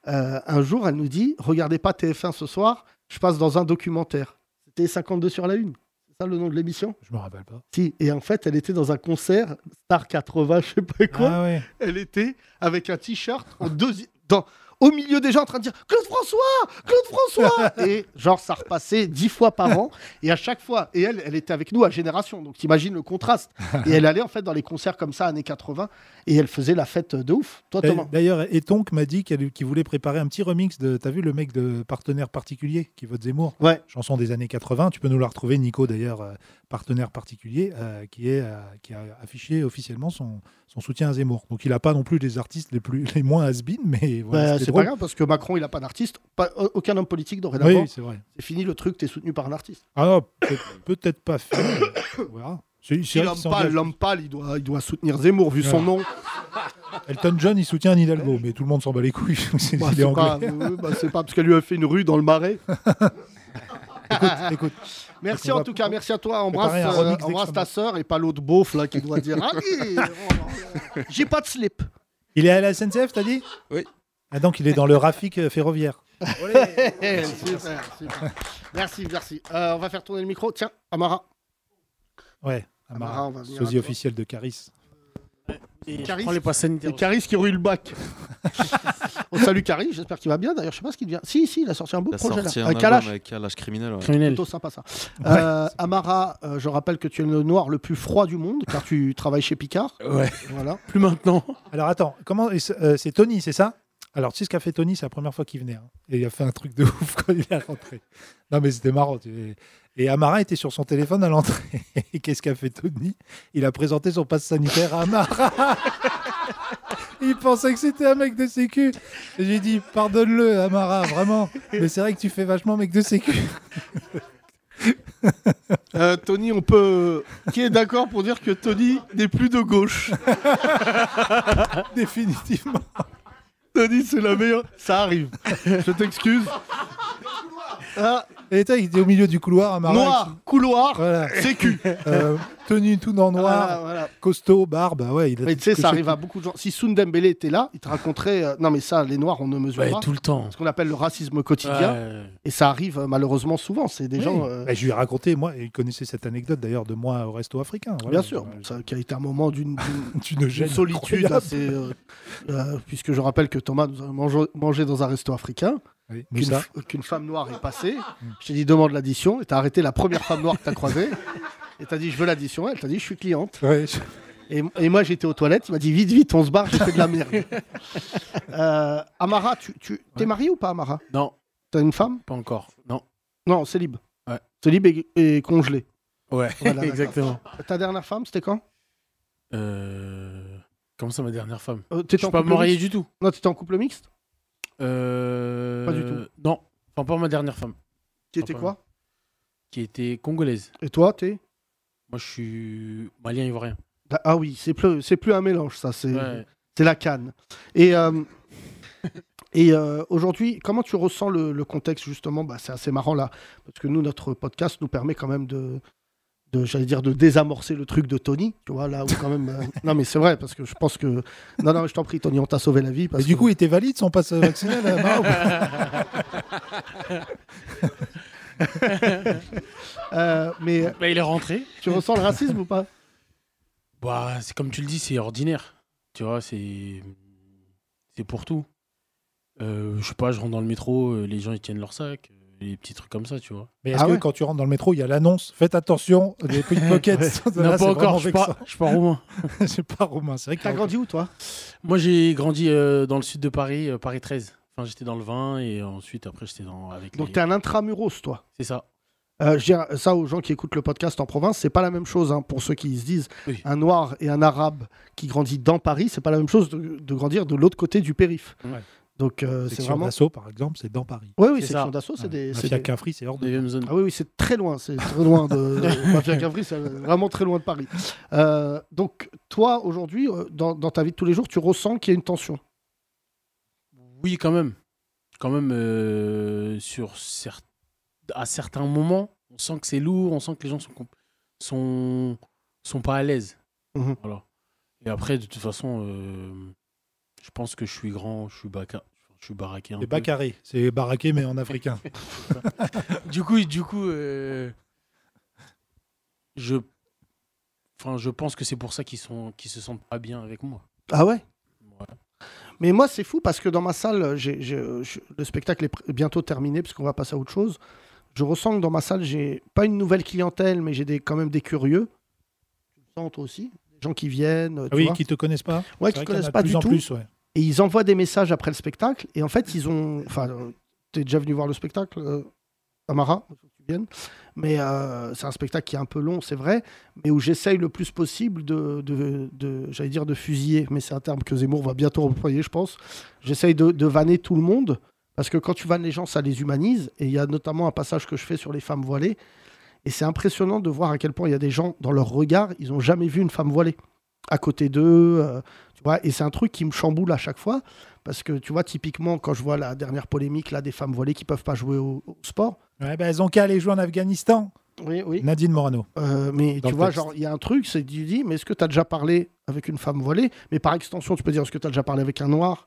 C: euh, un jour, elle nous dit Regardez pas TF1 ce soir, je passe dans un documentaire. C'était 52 sur la Une. C'est ça le nom de l'émission
A: Je me rappelle pas.
C: Si. Et en fait, elle était dans un concert, Star 80, je sais pas quoi.
A: ah ouais.
C: Elle était avec un t-shirt en deuxi- dans- au milieu des gens en train de dire Claude François Claude François Et genre, ça repassait dix fois par an. Et à chaque fois, et elle, elle était avec nous à Génération. Donc t'imagines le contraste. Et elle allait en fait dans les concerts comme ça, années 80. Et elle faisait la fête de ouf. Toi, Thomas.
A: D'ailleurs, Etonk m'a dit qu'elle- qu'il voulait préparer un petit remix de. T'as vu le mec de partenaire particulier qui vote Zemmour
C: Ouais.
A: Chanson des années 80. Tu peux nous la retrouver, Nico d'ailleurs, euh, partenaire particulier, euh, qui, est, euh, qui a affiché officiellement son, son soutien à Zemmour. Donc il n'a pas non plus les artistes les, plus, les moins has-been, mais voilà.
C: Bah,
A: c'était
C: c'est
A: drôle.
C: pas grave parce que Macron, il a pas d'artiste. Pas- Aucun homme politique
A: Oui,
C: dorénavant.
A: oui, c'est vrai.
C: C'est fini le truc, t'es soutenu par un artiste.
A: Ah non, peut- peut-être pas fait. mais on verra. C'est-
C: Si
A: c'est vrai
C: L'homme
A: qu'il
C: pâle,
A: s'engage.
C: l'homme pâle, il doit, il doit soutenir Zemmour vu son
A: Ouais.
C: nom.
A: Elton John, il soutient Anne Hidalgo, mais tout le monde s'en bat les couilles. C'est
C: Bah,
A: il est
C: c'est
A: anglais.
C: pas, euh, bah, c'est pas parce qu'elle lui a fait une rue dans le marais.
A: Écoute, écoute,
C: Merci
A: Donc, on
C: en
A: va
C: tout cas, merci à toi. Embrasse,
A: préparer un
C: euh,
A: remix d'Extrême
C: embrasse ta sœur et pas l'autre beauf là qui doit dire ah, Allez, oh, J'ai pas de slip.
A: il est à la SNCF, t'as dit
H: Oui.
A: Ah donc il est dans le Rafik euh, ferroviaire.
C: Eh, super, super. Merci, merci. Euh, on va faire tourner le micro. Tiens, Amara.
A: Ouais.
C: Amara,
A: Amara,
C: Ah, on va venir à
A: sosie
C: toi.
A: officiel de Caris.
I: Et je
C: Caris.
I: prends les passes sanitaires.
C: Et Caris qui rue le bac. on salue Caris, j'espère qu'il va bien. D'ailleurs, je sais pas ce qu'il devient. Si, si, il a sorti un beau
D: Il a
C: projet
D: sorti
C: là.
D: un
C: Euh,
D: album
C: Kalash.
D: avec Kalash criminel. ouais.
I: Criminel.
C: Plutôt sympa ça. Euh, Amara, euh, je rappelle que tu es le noir le plus froid du monde car tu travailles chez Picard.
I: Ouais.
C: Voilà.
I: Plus maintenant.
A: Alors attends, comment et c'est euh, c'est Tony, c'est ça Alors tu sais ce qu'a fait Tony, c'est la première fois qu'il venait. hein. Et il a fait un truc de ouf quand il est rentré. Non mais c'était marrant. tu- Et Amara était sur son téléphone à l'entrée. Et qu'est-ce qu'a fait Tony Il a présenté son passe sanitaire à Amara. Il pensait que c'était un mec de sécu. Et J'ai dit, pardonne-le, Amara, vraiment. Mais c'est vrai que tu fais vachement mec de sécu.
C: Euh, Tony, on peut. Qui est d'accord pour dire que Tony n'est plus de gauche
A: Définitivement.
C: Tony, c'est la meilleure. Ça arrive. Je t'excuse. Ah,
A: Et toi, il était au milieu du couloir, Amara.
C: noir, couloir,
A: Voilà.
C: sécu.
A: Euh, tenue tout en noir,
C: Voilà, voilà.
A: costaud, barbe. Ah Ouais, il a
C: Ah. Mais tu sais,
A: coché
C: ça arrive à beaucoup de gens. Si Sundembele était là, il te raconterait. euh, Non, mais ça, les noirs, on ne mesure
I: Ouais,
C: pas.
I: tout le temps.
C: Ce qu'on appelle le racisme quotidien.
I: Ouais.
C: Et ça arrive euh, malheureusement souvent. C'est des
A: Oui.
C: gens. euh,
A: Bah, je lui ai raconté, moi, et il connaissait cette anecdote d'ailleurs de moi au resto africain. voilà.
C: Bien sûr,
A: Euh,
C: ça, qui a été un moment d'une d'une-
A: Tu ne
C: Une
A: gênes
C: solitude
A: incroyable.
C: assez. euh, euh, puisque je rappelle que Thomas nous a mange- mangé dans un resto africain,
A: Oui,
C: qu'une
A: Moussa. Mm.
C: f- qu'une femme noire est passée. Je t'ai dit demande l'addition et t'as arrêté la première femme noire que t'as croisée. Et t'as dit je veux l'addition. Elle t'a dit je suis cliente.
A: Ouais, je-
C: Et, et moi j'étais aux toilettes. Il m'a dit vite, vite, on se barre, j'ai fait de la merde. Euh, Amara, tu, tu t'es marié ou pas, Amara
I: Non,
C: T'as une femme
I: pas encore. Non.
C: Non, c'est libre.
I: Ouais.
C: C'est libre et, et congelé.
I: Ouais,
C: Voilà, d'accord.
I: exactement.
C: Ta dernière femme, c'était quand
I: Euh, Comment ça, ma dernière femme
C: Euh,
I: Je
C: t'étais
I: suis
C: en
I: pas
C: couple
I: marié
C: mixte
I: du tout.
C: Non, t'étais en couple mixte
I: Euh,
C: Pas du tout.
I: Non, enfin, pas ma dernière femme,
C: Qui était
I: Ah, pas
C: quoi
I: qui était congolaise.
C: Et toi, t'es
I: Moi, je suis malien ivoirien.
C: Ah, Ah oui, c'est plus, c'est plus un mélange, ça. C'est,
I: Ouais.
C: c'est la canne. Et, euh, et euh, aujourd'hui, comment tu ressens le, le contexte, justement bah, C'est assez marrant, là. Parce que nous, notre podcast nous permet quand même de. De, j'allais dire de désamorcer le truc de Tony, tu vois, là où quand même. euh, Non, mais c'est vrai, parce que je pense que. Non, non, je t'en prie, Tony, on t'a sauvé la vie. Parce
A: Et du
C: que-
A: coup, il était valide son passe vaccinal là-bas ou pas
C: Euh, mais
I: Bah, il est rentré.
C: tu ressens le racisme ou pas
I: Bah, c'est comme tu le dis, c'est ordinaire. Tu vois, c'est c'est pour tout. Euh, je sais pas, je rentre dans le métro, euh, les gens ils tiennent leur sac, euh, les petits trucs comme ça, tu vois.
A: Mais est-ce
C: Ah
A: que
C: ouais
A: quand tu rentres dans le métro, il y a l'annonce Faites attention, les pickpockets.
I: Non,
A: Là,
I: pas
A: c'est vraiment
I: encore, je
A: vexant.
I: pars, je pars au moins.
A: Je sais pas, Romain. C'est vrai que
C: T'as grandi où, toi
I: Moi, j'ai grandi euh, dans le sud de Paris, euh, Paris 13. Enfin, j'étais dans le 20 et ensuite après j'étais dans avec
C: Donc,
I: les-
C: t'es un intramuros, toi.
I: C'est ça.
C: Euh, je dirais ça aux gens qui écoutent le podcast en province, c'est pas la même chose hein, pour ceux qui se disent
I: Oui.
C: un noir et un arabe qui grandit dans Paris, c'est pas la même chose de, de grandir de l'autre côté du périph.
I: Ouais.
C: Donc euh, c'est
A: Section
C: vraiment.
A: d'assaut, par exemple, c'est dans Paris.
C: Oui, oui,
I: C'est
C: section
I: ça.
C: d'assaut, c'est
A: Ouais.
C: des. c'est
A: Mafia
C: des-
A: Cafri, c'est hors de.
I: Deuxième zone.
C: Ah oui, oui, c'est très loin, c'est très loin de. de Mafia Cafri, c'est vraiment très loin de Paris. Euh, donc toi aujourd'hui, euh, dans, dans ta vie de tous les jours, tu ressens qu'il y a une tension.
I: Oui, quand même. Quand même, euh, sur cer- à certains moments, on sent que c'est lourd, on sent que les gens sont, comp- sont... sont pas à l'aise.
C: Mhm.
I: Voilà. Et après, de toute façon, euh, je pense que je suis grand, je suis, baca... je suis baraqué. un
A: C'est
I: peu.
A: Bacaré, c'est baraqué mais en africain.
I: Du coup, du coup euh, je... Enfin, je pense que c'est pour ça qu'ils sont... qu'ils se sentent pas bien avec moi.
C: Ah ouais.
I: Ouais.
C: Mais moi, c'est fou parce que dans ma salle, j'ai- j'ai- euh, je- le spectacle est pr- bientôt terminé parce qu'on va passer à autre chose. Je ressens que dans ma salle, j'ai pas une nouvelle clientèle, mais j'ai des, quand même des curieux. Tu le sens toi aussi Des gens qui viennent, euh,
A: Ah
C: tu
A: oui,
C: vois.
A: qui te connaissent pas
C: Ouais,
A: C'est
C: qui
A: vrai qu'il y en
C: connaissent
A: a de
C: pas
A: plus
C: du
A: en
C: tout.
A: Plus, ouais.
C: Et ils envoient des messages après le spectacle. Et en fait, ils ont. Enfin, euh, t'es déjà venu voir le spectacle, euh, Amara, il faut que tu viennes. Mais euh, c'est un spectacle qui est un peu long, c'est vrai, mais où j'essaye le plus possible de, de, de- j'allais dire de fusiller, mais c'est un terme que Zemmour va bientôt employer, je pense. J'essaye de, de vanner tout le monde, parce que quand tu vannes les gens, ça les humanise. Et il y a notamment un passage que je fais sur les femmes voilées. Et c'est impressionnant de voir à quel point il y a des gens, dans leur regard, ils n'ont jamais vu une femme voilée. À côté d'eux, euh, tu vois, et c'est un truc qui me chamboule à chaque fois, parce que tu vois, typiquement, quand je vois la dernière polémique là, des femmes voilées qui peuvent pas jouer au, au sport.
A: Ouais, bah, elles ont qu'à aller jouer en Afghanistan.
C: Oui, oui.
A: Nadine Morano.
C: Euh, mais
A: Dans
C: tu
A: le
C: vois,
A: texte.
C: genre, il y a un truc, c'est que tu dis, mais est-ce que tu as déjà parlé avec une femme voilée Mais par extension, tu peux dire, est-ce que tu as déjà parlé avec un noir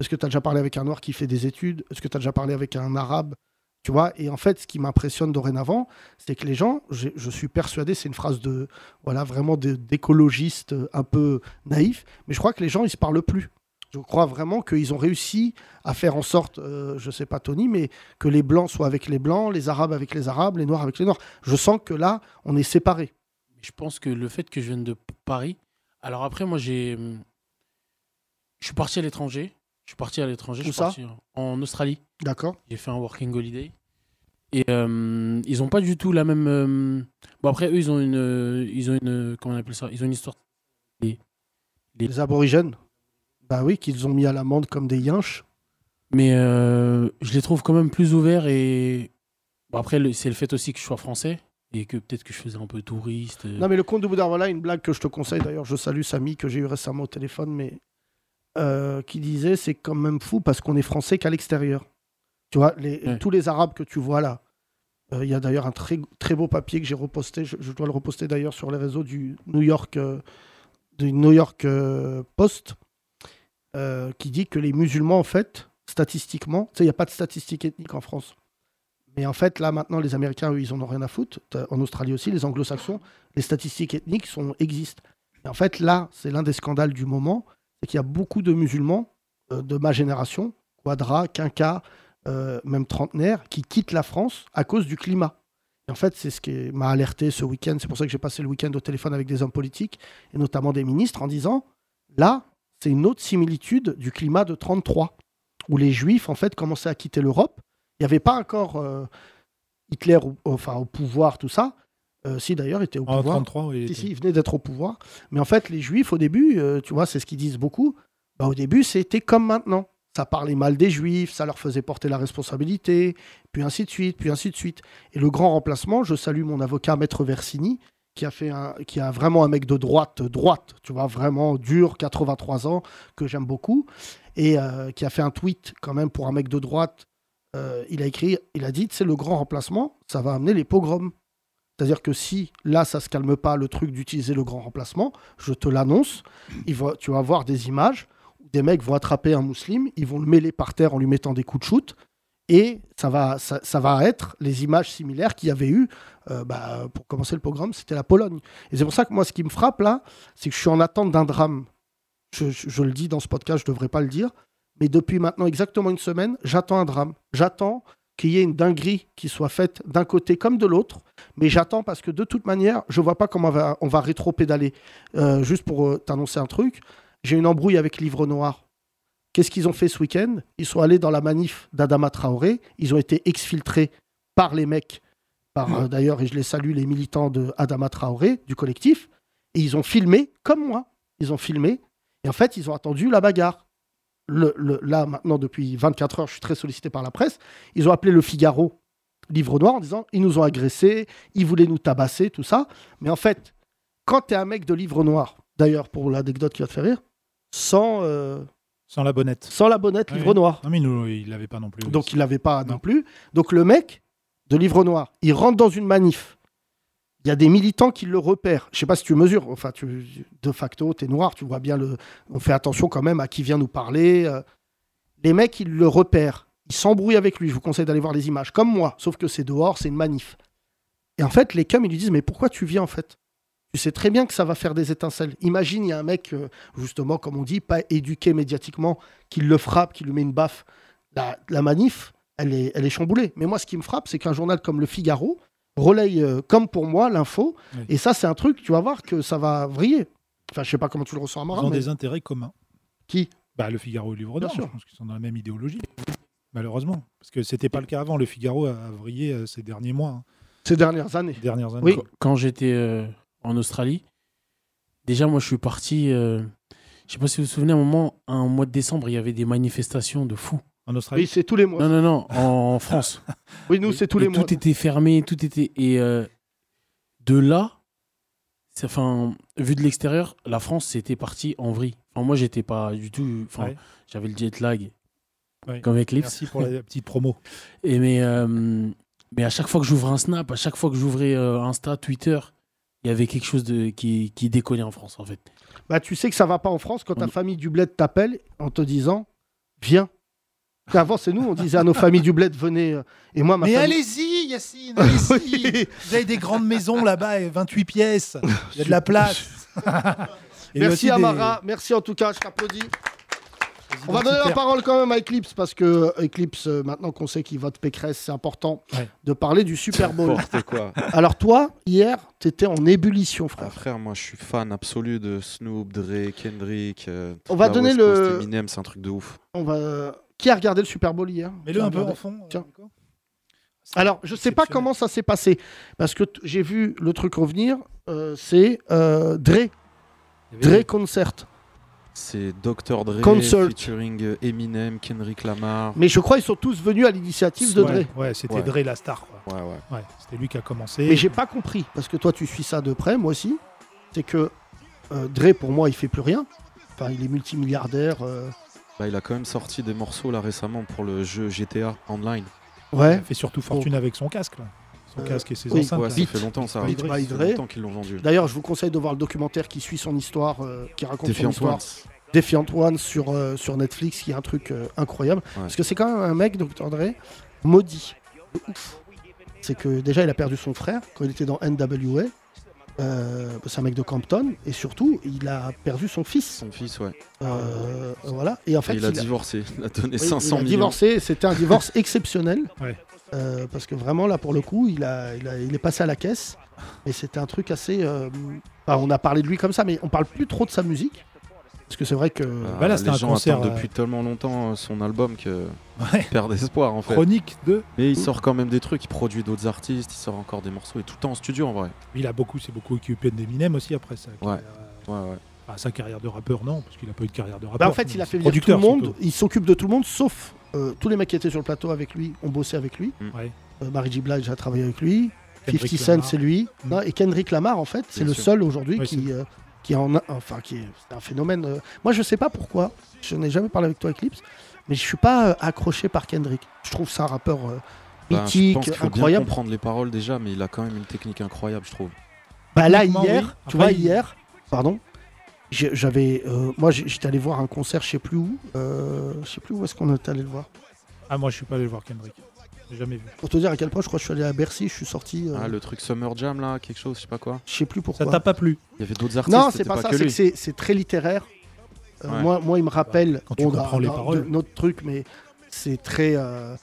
C: Est-ce que tu as déjà parlé avec un noir qui fait des études Est-ce que tu as déjà parlé avec un arabe Tu vois, et en fait, ce qui m'impressionne dorénavant, c'est que les gens, j'ai- je suis persuadé, c'est une phrase de, voilà, vraiment de- d'écologiste euh, un peu naïf, mais je crois que les gens, ils se parlent plus. Je crois vraiment qu'ils ont réussi à faire en sorte, euh, je sais pas Tony, mais que les blancs soient avec les blancs, les arabes avec les arabes, les noirs avec les noirs. Je sens que là, on est séparés.
I: Je pense que le fait que je vienne de Paris. Alors après, moi, j'ai. hum, Je suis parti à l'étranger. Je suis parti à l'étranger.
C: Où
I: je suis
C: ça
I: parti en- en Australie.
C: D'accord.
I: J'ai fait un working holiday. Et euh, ils ont pas du tout la même. euh, Bon après, eux, ils ont une. euh, Ils ont une. Comment on appelle ça Ils ont une histoire.
C: Les aborigènes, bah oui, qu'ils ont mis à l'amende comme des yinches.
I: Mais euh, je les trouve quand même plus ouverts et. Bon après, le- c'est le fait aussi que je sois français et que peut-être que je faisais un peu touriste. euh,
C: Non, mais le conte de Bouddha, voilà une blague que je te conseille. D'ailleurs, je salue Samy, que j'ai eu récemment au téléphone, mais euh, qui disait c'est quand même fou parce qu'on est français qu'à l'extérieur. Tu vois, les-
I: Ouais.
C: tous les Arabes que tu vois là. euh, Il y a d'ailleurs un très, très beau papier que j'ai reposté. Je, je dois le reposter d'ailleurs sur les réseaux du New York, euh, du New York euh, Post, euh, qui dit que les musulmans, en fait, statistiquement, tu sais, il n'y a pas de statistiques ethniques en France. Mais en fait, là, maintenant, les Américains, eux, ils en ont rien à foutre. T'as- En Australie aussi, les anglo-saxons, les statistiques ethniques sont, existent. Et en fait, là, c'est l'un des scandales du moment, c'est qu'il y a beaucoup de musulmans euh, de ma génération, quadra, quinca, euh, même trentenaire, qui quittent la France à cause du climat. Et en fait, c'est ce qui m'a alerté ce week-end. C'est pour ça que j'ai passé le week-end au téléphone avec des hommes politiques, et notamment des ministres, en disant, là, c'est une autre similitude du climat de 33, où les juifs, en fait, commençaient à quitter l'Europe. Il n'y avait pas encore euh, Hitler au- enfin, au pouvoir, tout ça, Euh, si d'ailleurs il était au
A: En
C: pouvoir.
A: 33, oui, il
C: Si,
A: était-
C: si, il venait d'être au pouvoir. Mais en fait, les juifs, au début, euh, tu vois, c'est ce qu'ils disent beaucoup. Bah, au début, c'était comme maintenant. Ça parlait mal des juifs, ça leur faisait porter la responsabilité, puis ainsi de suite, puis ainsi de suite. Et le grand remplacement, je salue mon avocat, Maître Versini, qui a, fait un- qui a vraiment un mec de droite, euh, droite, tu vois, vraiment dur, 83 ans, que j'aime beaucoup, et euh, qui a fait un tweet quand même pour un mec de droite. Euh, il a écrit, il a dit, c'est le grand remplacement, ça va amener les pogroms. C'est-à-dire que si là, ça se calme pas, le truc d'utiliser le grand remplacement, je te l'annonce, il va- tu vas voir des images où des mecs vont attraper un musulman, ils vont le mêler par terre en lui mettant des coups de shoot, et ça va, ça, ça va être les images similaires qu'il y avait eu euh, bah, pour commencer le pogrom, c'était la Pologne. Et c'est pour ça que moi, ce qui me frappe là, c'est que je suis en attente d'un drame. Je, je- je le dis dans ce podcast, je ne devrais pas le dire, mais depuis maintenant exactement une semaine, j'attends un drame. J'attends qu'il y ait une dinguerie qui soit faite d'un côté comme de l'autre, mais j'attends parce que de toute manière, je vois pas comment on va, on va rétro-pédaler. Euh, juste pour euh, t'annoncer un truc, j'ai une embrouille avec Livre Noir. Qu'est-ce qu'ils ont fait ce week-end Ils sont allés dans la manif d'Adama Traoré. Ils ont été exfiltrés par les mecs, par euh, d'ailleurs, et je les salue, les militants de Adama Traoré, du collectif. Et ils ont filmé, comme moi, ils ont filmé. Et en fait, ils ont attendu la bagarre. Le- le- là, maintenant, depuis 24 heures, je suis très sollicité par la presse. Ils ont appelé le Figaro, livre noir, en disant ils nous ont agressés, ils voulaient nous tabasser, tout ça. Mais en fait, quand t'es un mec de livre noir, d'ailleurs, pour l'anecdote qui va te faire rire, sans, euh,
A: Sans la bonnette.
C: sans la bonnette,
A: Ah oui.
C: livre noir.
A: Non, mais nous, il l'avait pas non plus.
C: Donc il l'avait pas non plus. Donc le mec de Livre Noir, il rentre dans une manif. Il y a des militants qui le repèrent. Je sais pas si tu mesures. Enfin, tu, de facto, t'es noir, tu vois bien le. On fait attention quand même à qui vient nous parler. euh. Les mecs, ils le repèrent. Ils s'embrouillent avec lui. Je vous conseille d'aller voir les images, comme moi, sauf que c'est dehors, c'est une manif. Et en fait, les cums, ils lui disent Mais pourquoi tu viens en fait Tu sais très bien que ça va faire des étincelles. Imagine, il y a un mec, euh, justement, comme on dit, pas éduqué médiatiquement, qui le frappe, qui lui met une baffe. La, la manif, elle est, elle est chamboulée. Mais moi, ce qui me frappe, c'est qu'un journal comme Le Figaro relaye, euh, comme pour moi, l'info.
A: Oui.
C: Et ça, c'est un truc, tu vas voir que ça va vriller. Enfin, je sais pas comment tu le ressens à
A: Ils
C: Mara,
A: ont
C: mais-
A: des intérêts communs.
C: Qui
A: bah, Le Figaro et le Livre
C: Bien
A: d'Or, je
C: sûr.
A: pense qu'ils sont dans la même idéologie. Malheureusement. Parce que c'était pas le cas avant. Le Figaro a vrillé euh, ces derniers mois, hein,
C: ces dernières années.
A: ces dernières années.
C: Oui.
A: quoi.
I: Quand j'étais euh, en Australie, déjà, moi, je suis parti. euh, je sais pas si vous vous souvenez, à un moment, un mois de décembre, il y avait des manifestations de fous.
A: En Australie.
C: Oui, c'est tous les mois.
I: Non, non, non, en France.
C: oui, nous, c'est tous
I: Et
C: les mois.
I: Tout était fermé, tout était. Et euh, de là, c'est- enfin, vu de l'extérieur, la France c'était parti en vrille. Enfin, moi, j'étais pas du tout. Enfin,
A: Ouais.
I: j'avais le jet lag,
A: Ouais.
I: comme avec Lips.
A: Merci pour la petite promo.
I: Et mais, euh, mais à chaque fois que j'ouvre un snap, à chaque fois que j'ouvrais euh, Insta, Twitter, il y avait quelque chose de, qui, qui décollait en France, en fait.
C: Bah, tu sais que ça va pas en France quand ta
I: On-
C: famille du bled t'appelle en te disant Viens. Avant, c'est nous, on disait à nos familles du bled Venez. euh, Et moi, ma famille-
A: allez-y, Yacine, allez-y. Vous avez des grandes maisons là-bas, et 28 pièces. Il y a de la place. Et il y a
C: Merci
A: aussi des-
C: Amara, merci en tout cas, je t'applaudis. On va donner la
A: identitaires.
C: parole quand même à Eclipse parce que Eclipse, euh, maintenant qu'on sait qu'il vote Pécresse, c'est important
A: Ouais.
C: de parler du Super Bowl.
D: Porte quoi.
C: Alors toi, hier, t'étais en ébullition,
D: Ah,
C: frère.
D: frère, moi je suis fan absolu de Snoop, Drake, Kendrick. euh,
C: On va
D: la
C: donner
D: West Coast,
C: le-
D: Eminem, c'est un truc de ouf.
C: On va. euh, Qui a regardé le Super Bowl hier
A: Mets-le
C: Qui a
A: un peu
C: regardé
A: en fond. euh,
C: Tiens.
A: Nico. C'est
C: Alors, je sais pas
A: exceptionnel.
C: comment ça s'est passé parce que t- j'ai vu le truc revenir. euh, c'est euh, Dre, Dre concert.
D: C'est Dr. Dre
C: Consult.
D: featuring euh, Eminem, Kendrick Lamar.
C: Mais je crois qu'ils sont tous venus à l'initiative de Dre.
A: Ouais, ouais, c'était
D: Ouais.
A: Dre la star. quoi.
D: Ouais, ouais.
A: Ouais, c'était lui qui a commencé.
C: Mais j'ai pas compris, parce que toi tu suis ça de près, moi aussi. C'est que euh, Dre, pour moi, il fait plus rien. Enfin, il est multimilliardaire. euh,
D: Bah, il a quand même sorti des morceaux là récemment pour le jeu GTA Online.
A: Il
C: Ouais.
A: a fait surtout fortune avec son casque. Là. Son
C: Euh,
A: casque et ses
C: oui.
A: enceintes.
D: ouais,
A: là.
D: ça fait longtemps ça.
A: Beat
D: Ça
C: by
D: fait
C: Dre.
D: longtemps qu'ils l'ont vendu.
C: D'ailleurs, je vous conseille de voir le documentaire qui suit son histoire, euh, qui raconte son
D: Défiant
C: histoire. Defiant One sur, euh, sur Netflix, qui est un truc euh, incroyable.
D: Ouais.
C: Parce que c'est quand même un mec, Dr. Dre, maudit. De ouf. C'est que déjà, il a perdu son frère quand il était dans NWA. Euh, c'est un mec de Campton. Et surtout, il a perdu son fils.
D: Son fils, ouais.
C: Euh, voilà. Et en fait,
D: Ah Et il a
C: il a-
D: divorcé. Il a donné
C: Oui,
D: 500
C: il a
D: millions.
C: divorcé, c'était un divorce exceptionnel.
A: Ouais.
C: Euh, parce que vraiment, là, pour le coup, il, a, il, a- il est passé à la caisse. bah, Et c'était un truc assez. euh, enfin, on a parlé de lui comme ça, mais on parle plus trop de sa musique. Parce que c'est vrai que.
D: Ah,
A: Bah là, c'était
D: les
A: un
D: gens
A: concert,
D: attendent
A: euh,
D: depuis tellement longtemps euh, son album que
A: Ouais.
D: perdent espoir en fait.
A: Chronique de.
D: Mais il sort quand même des trucs, il produit d'autres artistes, il sort encore des morceaux et tout le temps en studio en vrai.
A: Il a beaucoup, s'est beaucoup occupé d'Eminem aussi après ça.
D: Ouais. Ouais, ouais.
A: Enfin, sa carrière de rappeur, non, parce qu'il n'a pas eu de carrière de rappeur.
C: Bah, en fait,
A: mais
C: il a
A: c'est
C: fait venir tout
A: producteur,
C: le monde.
A: surtout.
C: Il s'occupe de tout le monde, sauf euh, tous les mecs qui étaient sur le plateau avec lui, ont bossé avec lui.
D: Mm.
A: Ouais.
C: Euh, Mary J. Blige a travaillé avec lui.
A: Kendrick
C: 50 Cent,
A: Lamar.
C: c'est lui.
A: Mm.
C: Non, et Kendrick Lamar, en fait, c'est
D: Bien
C: le
D: sûr.
C: seul aujourd'hui
A: Ouais,
C: qui, euh, qui en a- enfin, qui est c'est un phénomène. euh, Moi, je sais pas pourquoi. Je n'ai jamais parlé avec toi, Eclipse, mais je suis pas euh, accroché par Kendrick. Je trouve ça un rappeur euh,
A: Ben,
D: Bah, je
C: mythique,
D: pense qu'il faut bien
C: incroyable.
D: comprendre les paroles déjà, mais il a quand même une technique incroyable, je trouve.
C: Bah là,
A: Techniquement,
C: hier,
A: oui.
C: tu
A: Après,
C: vois,
A: il-
C: hier, pardon, j'ai- j'avais. euh, moi, j'ai- j'étais allé voir un concert, je sais plus où. euh, je sais plus où est-ce qu'on est allé le voir.
A: Ah, moi, je suis pas allé voir Kendrick. J'ai jamais vu.
C: Pour te dire à quel point, je crois que je suis allé à Bercy, je suis sorti. euh,
D: Ah, le truc Summer Jam là, quelque chose, je sais pas quoi.
C: Je sais plus
A: Ça
C: pourquoi.
A: t'a pas plu
D: Il y avait d'autres artistes,
C: Non, c'est
D: c'était
C: pas, ça,
D: que
C: c'est que
D: lui.
C: c'est- c'est très littéraire. Euh,
D: Ouais.
C: moi, moi, il me rappelle.
A: Quand tu
C: a-
A: comprends les
C: a-
A: paroles.
C: de- Notre truc, mais c'est très. euh,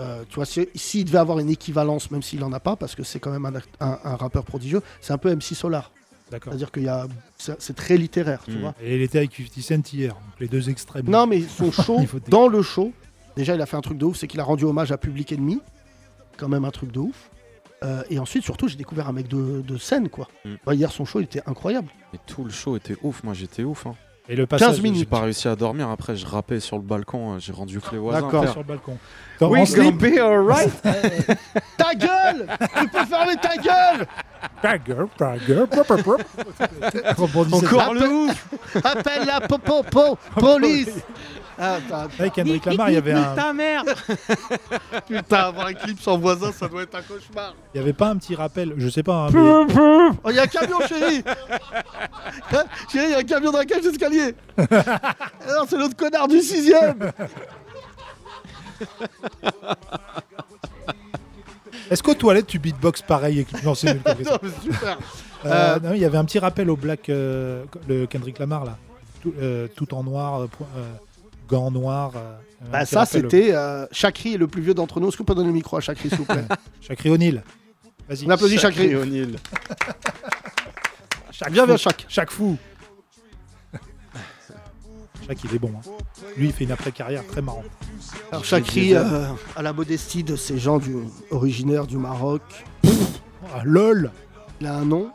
C: euh, tu vois, si- s'il devait avoir une équivalence, même s'il en a pas, parce que c'est quand même un, act- un- un rappeur prodigieux, c'est un peu MC Solar.
A: D'accord.
C: C'est-à-dire qu'il y a. C'est c'est très littéraire, tu
D: Mm.
C: vois.
A: Et il était avec 50 Cent hier, donc les deux extrêmes.
C: Non, mais son show,
A: Niveau technique.
C: dans le show, déjà, il a fait un truc de ouf, c'est qu'il a rendu hommage à Public Enemy. Quand même un truc de ouf. Euh, et ensuite, surtout, j'ai découvert un mec de, de scène, quoi.
D: Mm.
C: Bah, hier, son show, il était incroyable.
D: Et tout le show était Oh, ouf, moi j'étais ouf. Hein.
A: Et le passage
C: 15 minutes.
D: J'ai pas réussi à dormir, après je rappais sur le balcon, euh, j'ai rendu fou les voisins.
C: D'accord.
D: frère.
A: sur le balcon. Dans-
C: Oui,
A: en slip,
C: Ta gueule Tu peux fermer ta gueule
A: Tiger, tiger, pop, pop, pop. Rebondissez-
C: Encore
D: Ah,
C: le ouf Appelle la popo po- police Ah, t'as-
A: Avec Kendrick Lamar, il y avait un-
C: Putain, avoir un clip sans voisin, ça doit être un cauchemar.
A: il y avait pas un petit rappel, je sais pas. hein, mais-
C: Oh, il y a un camion, chérie Hein, Chérie, il y a un camion dans la cage d'escalier Ah Non, c'est l'autre connard du sixième
A: Est-ce qu'aux toilettes tu beatbox pareil et que- Non, c'est nul comme question.
C: Non, mais super
A: Euh, non, il y avait un petit rappel au black, euh, le Kendrick Lamar là, tout, euh, tout en noir, euh, point- euh, gants noirs. euh, un
C: Bah,
A: petit
C: ça,
A: rappel au-
C: c'était euh, Chakri est le plus vieux d'entre nous. Est-ce qu'on peut donner le micro à Chakri, s'il vous plaît
A: Chakri O'Neal. Vas-y.
C: On applaudit Chakri.
D: O'Neal.
A: Chaque
C: Viens,
A: fou.
C: viens, Chak.
A: Chaque fou. Chaque, il est bon. hein. Lui, il fait une après-carrière très marrant.
C: Alors, Chakri, euh, à la modestie de ces gens du, originaires du Maroc,
A: Ah, LOL
C: il a un nom.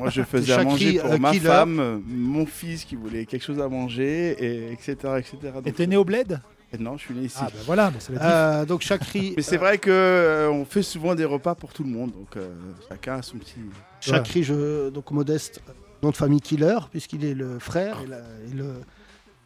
J: Moi, je faisais à
C: Chakri,
J: manger
C: euh,
J: pour ma
C: killer.
J: femme, euh, mon fils qui voulait quelque chose à manger, et etc. etc. Donc, euh,
A: Et t'es né au bled
J: Non, je suis né ici.
A: Ah, bah voilà, bah, c'est la diff.
C: Euh, donc, Chakri.
J: Mais c'est vrai que euh, on fait souvent des repas pour tout le monde, donc euh, chacun a son petit.
C: Chakri, je, donc modeste, euh, nom de famille killer, puisqu'il est le frère et, la- et le-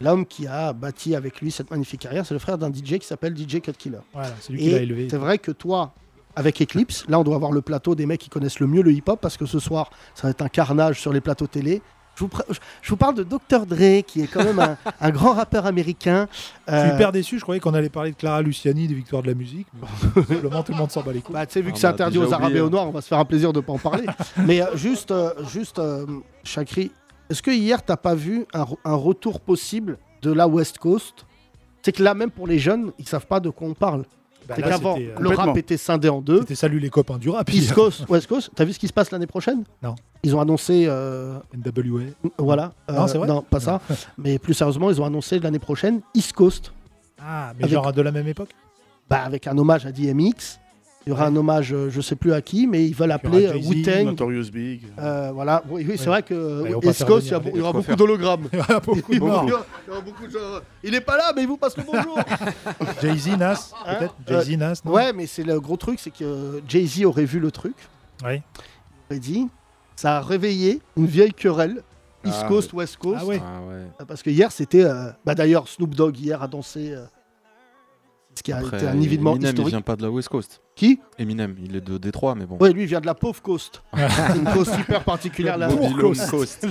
C: l'homme qui a bâti avec lui cette magnifique carrière, c'est le frère d'un DJ qui s'appelle DJ Cut Killer.
A: Voilà, c'est lui qui l'a
C: Et
A: élevé.
C: c'est vrai que toi, avec Eclipse, là on doit avoir le plateau des mecs qui connaissent le mieux le hip-hop, parce que ce soir, ça va être un carnage sur les plateaux télé. Je vous, pr- je- je vous parle de Dr. Dre, qui est quand même un, un grand rappeur américain.
A: Je suis
C: Euh,
A: hyper déçu, je croyais qu'on allait parler de Clara Luciani, des victoires de la musique. Mais simplement, tout le monde s'en bat les couilles.
C: Bah, tu sais, vu
D: Ah, On
C: que c'est
D: a
C: interdit
D: déjà
C: aux Arabes et
D: oublié. hein.
C: aux Noirs, on va se faire un plaisir de pas en parler. Mais euh, juste, euh, juste euh, Chakri, est-ce que hier, t'as pas vu un, re- un retour possible de la West Coast C'est que là, même pour les jeunes, ils savent pas de quoi on parle.
A: Bah,
C: c'est
A: là,
C: qu'avant,
A: c'était, euh,
C: le rap
J: complètement.
C: était scindé en deux.
A: c'était salut les copains du rap.
C: East
A: hier.
C: Coast, West Coast. T'as vu ce qui se passe l'année prochaine
A: Non.
C: Ils ont annoncé euh,
A: NWA.
C: voilà. euh,
A: Non, c'est vrai
C: Non, pas ça. Mais plus sérieusement, ils ont annoncé l'année prochaine East Coast.
A: Ah, mais
C: Avec-
A: genre de la même époque
C: Bah, avec un hommage à DMX. Il y aura un hommage, euh, je sais plus à qui, mais ils veulent
A: aura
C: appeler euh,
A: Jay-Z,
C: Wu-Tang.
J: Notorious Big.
C: Euh, voilà, oui, oui, c'est
A: Ouais. Bah,
C: vrai que
A: ils vont
C: euh,
A: pas
C: East
A: faire
C: Coast, il y, a
A: venir
C: beau-
A: des-
C: il y aura
D: quoi
C: beaucoup
D: faire.
C: d'hologrammes.
A: Il y en a beaucoup de
C: Il y aura-
A: morts.
C: il y aura beaucoup de gens- Il est pas là, mais il vous passe le bonjour.
A: Jay-Z, Nas,
C: Hein
A: peut-être Jay-Z, Nas, non
C: ouais, mais c'est le gros truc, c'est que euh, Jay-Z aurait vu le truc.
A: Ouais.
C: Il aurait dit, ça a réveillé une vieille querelle. East
D: Ah,
C: Coast, West Coast.
A: Ah ouais
D: Ah ouais.
C: Euh, Parce que hier, c'était. euh, bah D'ailleurs, Snoop Dogg, hier, a dansé. euh, ce qui a
D: Après,
C: été Ah, un événement
D: Eminem, il
C: historique.
D: vient pas de la West Coast.
C: Qui
D: Eminem, il est de Détroit, mais bon.
C: Ouais, lui, il vient de la pauvre Coast. c'est une Coast hyper particulière. La
J: Mobile
C: Coast.
J: Home Coast.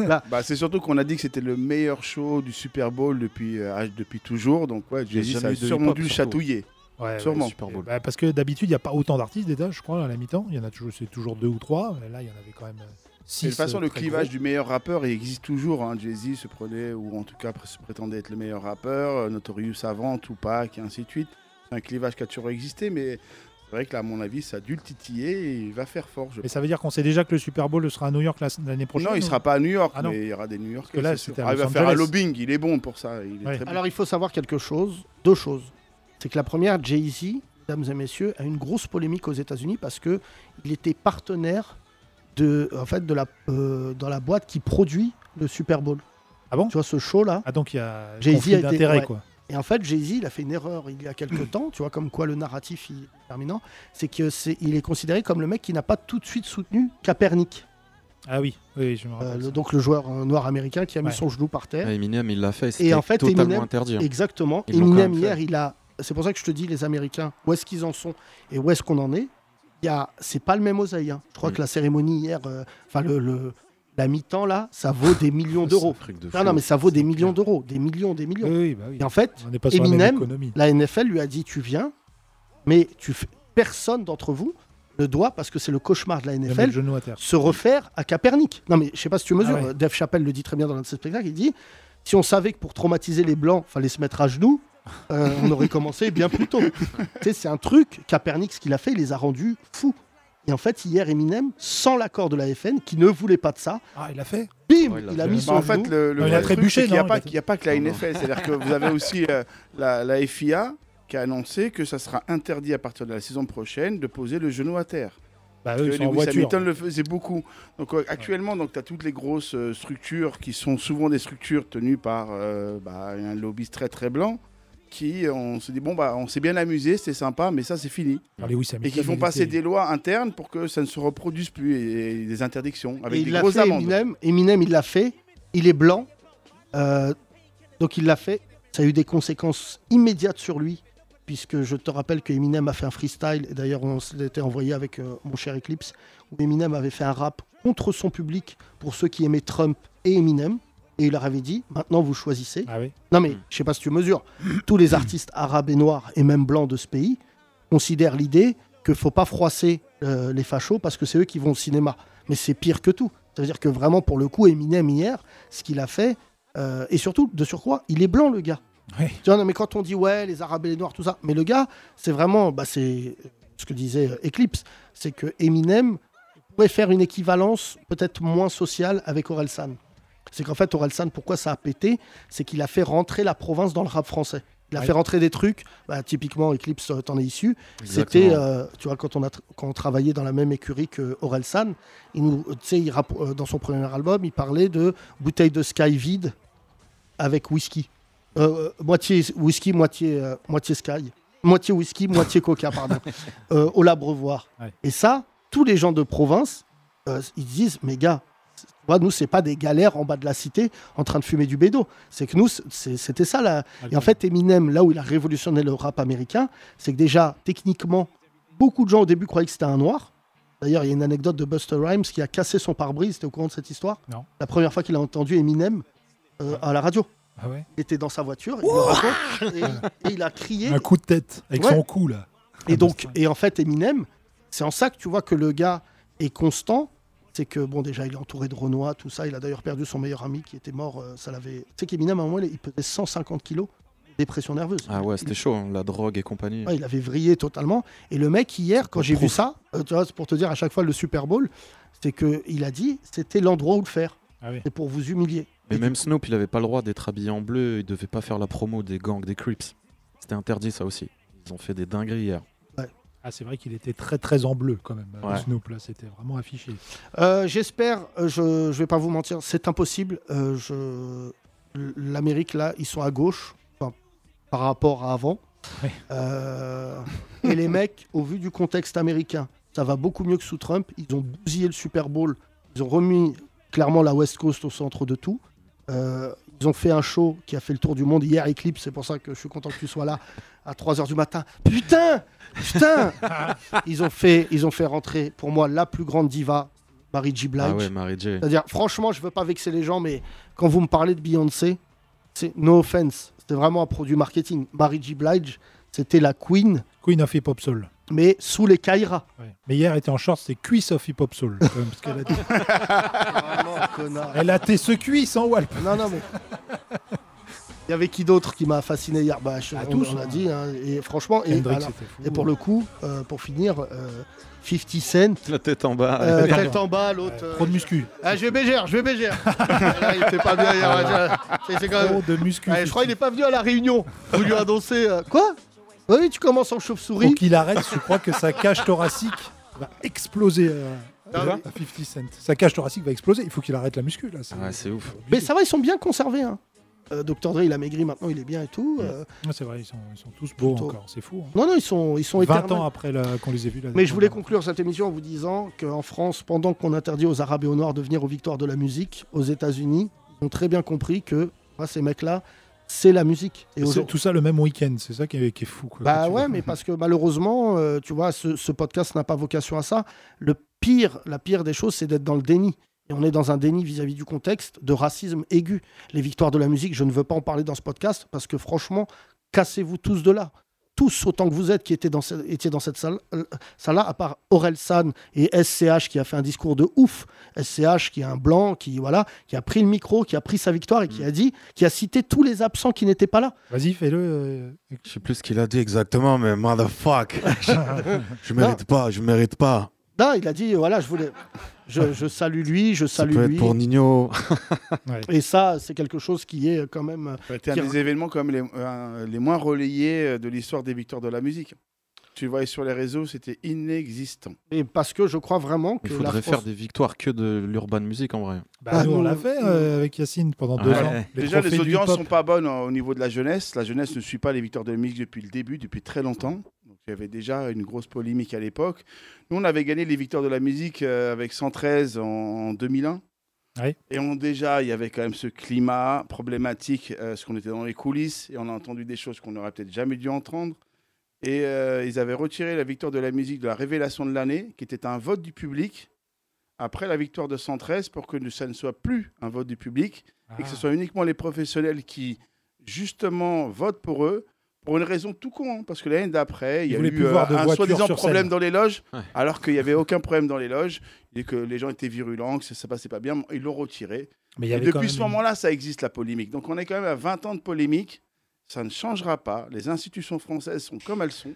J: Bah, c'est surtout qu'on a dit que c'était le meilleur show du Super Bowl depuis, euh, ah, depuis toujours, donc ouais,
D: Il y a
J: Jay-Z,
D: jamais
J: ça a
D: eu de
J: sûrement
D: hip-hop,
J: dû le
D: surtout.
J: chatouiller.
A: Ouais,
J: Sûrement.
A: ouais,
D: Super
A: c'est-
D: Bowl.
A: bah, parce que d'habitude, il n'y a pas autant d'artistes déjà, je crois, à la mi-temps. Il y en a toujours, c'est toujours deux ou trois. mais Là, il y en avait quand même euh, six.
J: Et de toute façon,
A: euh,
J: le
A: très
J: clivage
A: gros.
J: du meilleur rappeur il existe toujours. Hein. Jay-Z se prenait, ou en tout cas se prétendait être le meilleur rappeur, euh, Notorious avant, Tupac, et ainsi de suite. C'est un clivage qui a toujours existé, mais C'est vrai que là, à mon avis, ça a dû le titiller et il va faire fort. je
A: Mais ça veut dire qu'on sait déjà que le Super Bowl sera à New York la- l'année
J: pense.
A: prochaine
J: non, il sera pas à New York,
A: Ah non.
J: mais il y aura des New York.
A: que là, c'était à
J: Ah, il
A: Los
J: va faire un
A: Angeles.
J: lobbying, il est bon pour ça. Il est très bon.
C: Alors il faut savoir quelque chose, deux choses. C'est que la première, Jay-Z, mesdames et messieurs, a une grosse polémique aux États-Unis parce que il était partenaire de, en fait, de la, euh, dans la boîte qui produit le Super Bowl.
A: Ah bon
C: Tu vois ce show là
A: Ah donc il y a
C: Jay-Z
A: conflit
C: a été-
A: d'intérêt
C: ouais.
A: quoi.
C: Et en fait, Jay-Z, il a fait une erreur il y a quelques temps, tu vois, comme quoi le narratif il est déterminant, c'est que c'est, il est considéré comme le mec qui n'a pas tout de suite soutenu Kaepernick,
A: Ah oui, oui, je me rappelle.
C: Euh, le- donc le joueur euh, noir américain qui a mis
D: Ouais.
C: son genou par terre.
D: Ah, Eminem, il l'a fait.
C: Et
D: c'était
C: en fait,
D: totalement
C: Eminem,
D: interdit. hein.
C: exactement.
D: Ils l'ont quand
C: Eminem
D: même
C: hier,
D: fait.
C: il a. C'est pour ça que je te dis, les Américains, où est-ce qu'ils en sont et où est-ce qu'on en est. Il y a, c'est pas le même oseille. hein. Je
D: Mm.
C: crois que la cérémonie hier, euh, enfin le, le- la mi-temps là, ça vaut des millions d'euros.
A: de
C: Non,
A: fou.
C: non, mais ça vaut des millions d'euros, des millions, des
D: Mm.
C: millions.
A: Oui, oui, bah oui.
C: Et en fait,
A: On n'est pas sur la même
C: Eminem,
A: économie.
C: la NFL lui a dit, tu viens, mais tu fais- personne d'entre vous ne doit, parce que c'est le cauchemar de la
A: met le
C: NFL,
A: genou à terre.
C: se refaire à Capernic. Non, mais je sais pas si tu mesures.
A: Ah ouais.
C: euh, Dave Chappelle le dit très bien dans l'un de ses spectacles. Il dit si on savait que pour traumatiser les blancs, fallait se mettre à genoux, euh, on aurait commencé bien plus tôt. tu sais, c'est un truc. Capernic, ce qu'il a fait, il les a rendus fous. Et en fait, hier, Eminem, sans l'accord de la FN, qui ne voulait pas de ça,
A: ah, il a fait.
C: Bim,
J: Ouais,
C: il, a mis son
J: Bah, en fait,
C: genou.
J: le, le
A: Ah, Il a
J: vrai
A: trébuché,
J: truc, c'est qu'il n'y a,
A: non,
J: pas-
A: il a-
J: qu'il y a pas que la NFL. C'est-à-dire que vous avez aussi euh, la, la FIA qui a annoncé que ça sera interdit à partir de la saison prochaine de poser le genou à terre.
A: Bah,
J: Parce
A: eux, ils
J: que
A: sont en
J: Lewis
A: voiture.
J: Hamilton le faisait beaucoup. Donc euh, actuellement, donc tu as toutes les grosses euh, structures qui sont souvent des structures tenues par euh, bah, un lobbyiste très très blanc qui euh, on se dit bon bah on s'est bien amusé, c'était sympa, mais ça c'est fini.
A: Alors, Ah, Lewis Hamilton,
J: Et qui font
A: il
J: passer
A: était-
J: des lois internes pour que ça ne se reproduise plus et, et des interdictions avec
C: Et
J: des
C: il l'a
J: grosses
C: fait,
J: amendes.
C: Eminem. Eminem, il l'a fait. Il est blanc. Euh, donc il l'a fait. Ça a eu des conséquences immédiates sur lui. Puisque je te rappelle que Eminem a fait un freestyle. Et d'ailleurs, on se l'était envoyé avec euh, mon cher Eclipse. Où Eminem avait fait un rap contre son public pour ceux qui aimaient Trump et Eminem. Et il leur avait dit maintenant vous choisissez.
A: Ah
C: Non, mais je sais pas si tu mesures. Tous les artistes arabes et noirs et même blancs de ce pays considèrent l'idée que faut pas froisser euh, les fachos parce que c'est eux qui vont au cinéma. Mais c'est pire que tout. Ça veut dire que vraiment, pour le coup, Eminem hier, ce qu'il a fait, euh, et surtout, de surcroît, il est blanc, le gars.
A: Oui.
C: Tu vois, non, mais quand on dit ouais, les arabes et les noirs, tout ça, mais le gars, c'est vraiment, bah, c'est ce que disait euh, Eclipse, c'est que Eminem pourrait faire une équivalence peut-être moins sociale avec Orelsan. C'est qu'en fait, Orelsan, pourquoi ça a pété C'est qu'il a fait rentrer la province dans le rap français. Il a
A: Ouais.
C: fait rentrer des trucs, bah, typiquement Eclipse, euh, t'en es issu.
A: Exactement.
C: C'était, euh, tu vois, quand on, a tr- quand on travaillait dans la même écurie que Orelsan, il nous, tu sais, il rapp- euh, dans son premier album, il parlait de bouteille de Sky vide avec whisky. Euh, euh, moitié whisky, moitié, euh, moitié Sky. Moitié whisky, moitié coca, pardon. Euh, au labrevoir.
A: Ouais.
C: Et ça, tous les gens de province, euh, ils disent, mais gars, tu vois, nous, c'est pas des galères en bas de la cité en train de fumer du bédo. C'est que nous, c'est- c'était ça. Là.
A: Ah,
C: Et en fait, Eminem, là où il a révolutionné le rap américain, c'est que déjà, techniquement, beaucoup de gens au début croyaient que c'était un noir. D'ailleurs, il y a une anecdote de Buster Rhymes qui a cassé son pare-brise. T'es au courant de cette histoire
A: Non.
C: La première fois qu'il a entendu Eminem euh, à la radio.
A: Ah ouais
C: Il était dans sa voiture, il le raconte, et, et il a crié.
A: Un coup de tête avec
C: Ouais.
A: son cou là. Ah,
C: Et donc, et en fait, Eminem, c'est en ça que tu vois que le gars est constant. C'est que, bon, déjà, il est entouré de Renoir, tout ça. Il a d'ailleurs perdu son meilleur ami qui était mort. euh, ça l'avait. Tu sais qu'Eminem, à un moment, il pesait 150 kilos, dépression nerveuse.
D: Ah ouais, c'était chaud, hein, la drogue et compagnie.
C: Ouais, il avait vrillé totalement. Et le mec, hier, quand j'ai vu
D: Prouf.
C: ça, euh, tu vois, c'est pour te dire à chaque fois le Super Bowl, c'est qu'il a dit c'était l'endroit où le faire.
A: Ah oui.
C: C'est pour vous humilier.
D: Mais même Snoop, il avait pas le droit d'être habillé en bleu, il devait pas faire la promo des gangs, des Crips. C'était interdit ça aussi. Ils ont fait des dingueries hier.
A: Ah, c'est vrai qu'il était très très en bleu quand même. euh,
D: Ouais.
A: Snoop là, c'était vraiment affiché.
C: Euh, J'espère, euh, je ne vais pas vous mentir, c'est impossible. Euh, je- L'Amérique, là, ils sont à gauche enfin, par rapport à avant.
A: Ouais.
C: Euh, Et les mecs, au vu du contexte américain, ça va beaucoup mieux que sous Trump. Ils ont bousillé le Super Bowl. Ils ont remis clairement la West Coast au centre de tout. Euh, ils ont fait un show qui a fait le tour du monde hier, Eclipse. C'est pour ça que je suis content que tu sois là à 3h du matin. Putain Putain ils ont, fait, ils ont fait rentrer, pour moi, la plus grande diva, Marie J. Blige.
D: Ah ouais, Mary J.
C: C'est-à-dire, franchement, je veux pas vexer les gens, mais quand vous me parlez de Beyoncé, c'est no offense, c'était vraiment un produit marketing. Marie J. Blige, c'était la queen,
A: Queen of Hip Hop Soul.
C: mais sous les Kaira.
A: Ouais. Mais hier, elle était en short, c'est cuisse of Hip Hop Soul. quand même, parce qu'elle a dit- Ah,
C: Vraiment, Ah, connard.
A: Elle a tes ce cuisse en Walp.
C: Non, non, mais. Il y avait qui d'autre qui m'a fasciné hier bah, je- on,
A: tous,
C: on l'a
A: hein.
C: dit. hein, et franchement, et,
A: Hendrix,
C: alors-
A: c'était fou.
C: et pour le coup, euh, pour finir, euh, 50 Cent.
D: La tête en
A: Ah,
D: bas.
C: Euh, tête en bas, l'autre. euh,
A: Trop de muscu.
C: Ah, je vais bégère, je vais bégère. Là, il était pas bien hier.
A: Ah,
C: hein, je- c'est- c'est quand même-
A: Trop de muscu.
C: Ouais, Eh, je crois qu'il n'est pas venu à la réunion. Vous lui annoncez euh, quoi Oui, tu commences en chauve-souris.
A: Pour qu'il arrête, je crois que sa cage thoracique va exploser euh,
C: Ah
A: à 50 Cent. Sa cage thoracique va exploser. Il faut qu'il arrête la muscu là. c'est-
D: Ouais, c'est ouf.
C: Mais ça va, ils sont bien conservés. Hein. Euh, Dr Dre, il a maigri maintenant, il est bien et tout. euh,
A: Ouais, c'est vrai, ils sont, ils sont tous beaux
C: Plutôt.
A: encore. C'est fou. hein.
C: Non, non, ils sont, ils sont
A: 20
C: éternels.
A: ans après la- qu'on les ait vus. la-
C: Mais je voulais conclure cette émission en vous disant qu'en France, pendant qu'on interdit aux Arabes et aux Noirs de venir aux victoires de la musique, aux États-Unis, ils ont très bien compris que moi, ces mecs-là, c'est la musique.
A: Et c'est
C: aujourd'hui-
A: tout ça le même week-end. C'est ça qui est, qui est fou. quoi.
C: Bah
A: Tu
C: ouais,
A: vois.
C: mais parce que malheureusement, euh, tu vois, ce, ce podcast n'a pas vocation à ça. Le pire, la pire des choses, c'est d'être dans le déni. Et on est dans un déni vis-à-vis du contexte de racisme aigu. Les victoires de la musique, je ne veux pas en parler dans ce podcast parce que franchement, cassez-vous tous de là. Tous autant que vous êtes qui étaient dans, ce- étiez dans cette salle- euh, salle-là, à part Aurel San et SCH qui a fait un discours de ouf. SCH qui est un blanc, qui, voilà, qui a pris le micro, qui a pris sa victoire et qui a dit, qui a cité tous les absents qui n'étaient pas là.
A: Vas-y, fais-le. euh,
K: Je sais plus ce qu'il a dit exactement, mais motherfuck. je, je mérite pas, je mérite pas.
C: Non, il a dit, voilà, je voulais. Je, je salue lui, je
K: Ça
C: salue
K: peut
C: lui.
K: être pour Nino.
C: Et ça, c'est quelque chose qui est quand même.
H: C'était un
C: qui-
H: des événements comme les, euh, les moins relayés euh, de l'histoire des victoires de la musique. Tu le voyais sur les réseaux, c'était inexistant.
C: Et parce que je crois vraiment que la
D: Il faudrait
C: France.
D: faire des victoires que de l'urban music en vrai.
A: Bah,
C: Ah,
A: nous, on
C: nous,
A: l'a fait euh, avec Yacine pendant deux
D: Ah Ouais.
A: ans.
H: Déjà, les
A: trophées du
H: audiences
A: hip-hop.
H: sont pas bonnes euh, au niveau de la jeunesse. La jeunesse ne suit pas les victoires de la musique depuis le début, depuis très longtemps. Donc, il y avait déjà une grosse polémique à l'époque. Nous, on avait gagné les victoires de la musique euh, avec 113 en, en 2001.
A: Ouais.
H: Et on, déjà, il y avait quand même ce climat problématique, euh, parce qu'on était dans les coulisses et on a entendu des choses qu'on n'aurait peut-être jamais dû entendre. Et euh, ils avaient retiré la victoire de la musique de la révélation de l'année, qui était un vote du public, après la victoire de 113, pour que ça ne soit plus un vote du public, et que ce soit uniquement les professionnels qui, justement, votent pour eux, pour une raison tout con, hein, parce que l'année d'après, il y
A: Ils
H: a
A: voulaient
H: eu
A: plus
H: euh,
A: voir de
H: un
A: voitures
H: soi-disant
A: sur
H: problème
A: scène.
H: dans les loges,
D: Ouais.
H: alors qu'il n'y avait aucun problème dans les loges, et que les gens étaient virulents, que ça, ça passait pas bien, ils l'ont retiré.
A: Mais il y
H: Et
A: avait quand
H: depuis
A: même
H: ce
A: une-
H: moment-là, ça existe la polémique. Donc on est quand même à 20 ans de polémique. Ça ne changera pas. Les institutions françaises sont comme elles sont.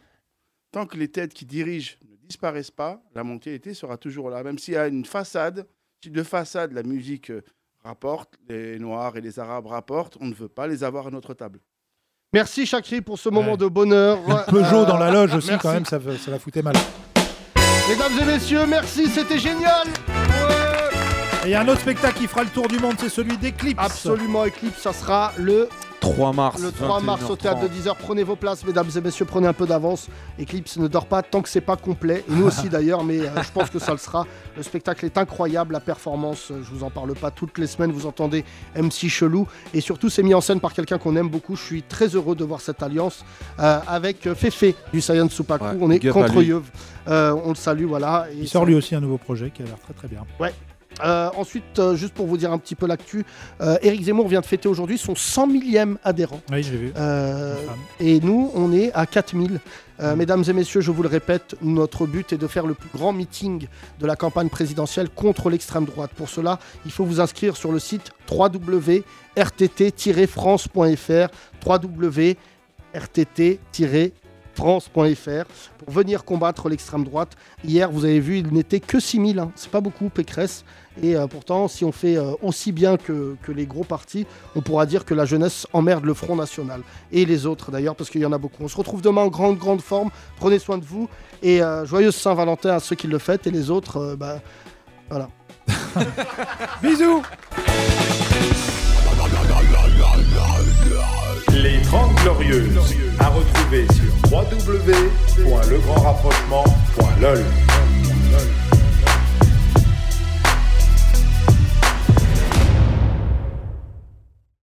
H: Tant que les têtes qui dirigent ne disparaissent pas, la montée sera toujours là. Même s'il y a une façade, si de façade la musique euh, rapporte, les Noirs et les Arabes rapportent, on ne veut pas les avoir à notre table.
C: Merci Chakri pour ce moment
A: Ouais.
C: de bonheur.
A: Le Peugeot
C: Euh,
A: dans la loge aussi,
C: merci.
A: quand même, ça, ça la foutait mal.
C: Euh, Mesdames et messieurs, merci, c'était génial.
A: Et il y a un autre spectacle qui fera le tour du monde, c'est celui d'Eclipse.
C: Absolument, Eclipse, ça sera le
D: 3 mars.
C: Le 3 mars au
D: 21h30.
C: théâtre de 10h, prenez vos places, mesdames et messieurs, prenez un peu d'avance. Eclipse ne dort pas tant que c'est pas complet. Et nous aussi d'ailleurs, mais euh, je pense que ça le sera. Le spectacle est incroyable, la performance, euh, je vous en parle pas toutes les semaines, vous entendez MC Chelou. Et surtout, c'est mis en scène par quelqu'un qu'on aime beaucoup. Je suis très heureux de voir cette alliance euh, avec euh, Fefe du Saiyan Supaku.
D: Ouais,
C: on est
D: big up à
C: contre
D: lui.
C: Yeuve. Euh, on le salue, voilà. Et
A: Il sort lui aussi un nouveau projet qui a l'air très très bien.
C: Ouais. Euh, ensuite, euh, juste pour vous dire un petit peu l'actu, euh, Eric Zemmour vient de fêter aujourd'hui son 100 millième adhérent.
A: Oui, j'ai vu.
C: Euh,
A: Une femme.
C: et nous, on est à 4000. Euh, mesdames et messieurs, je vous le répète, notre but est de faire le plus grand meeting de la campagne présidentielle contre l'extrême droite. Pour cela, il faut vous inscrire sur le site www.rtt-france.fr www.rtt-france.fr pour venir combattre l'extrême droite. Hier, vous avez vu, il n'était que 6000. Hein. C'est pas beaucoup, Pécresse. Et euh, pourtant, si on fait euh, aussi bien que, que les gros partis, on pourra dire que la jeunesse emmerde le Front National. Et les autres d'ailleurs, parce qu'il y en a beaucoup. On se retrouve demain en grande, grande forme. Prenez soin de vous. Et euh, joyeuse Saint-Valentin à ceux qui le fêtent. Et les autres, euh, bah, voilà.
A: Bisous
L: Les 30 Glorieuses, à retrouver sur www.legrandrapprochement.lol.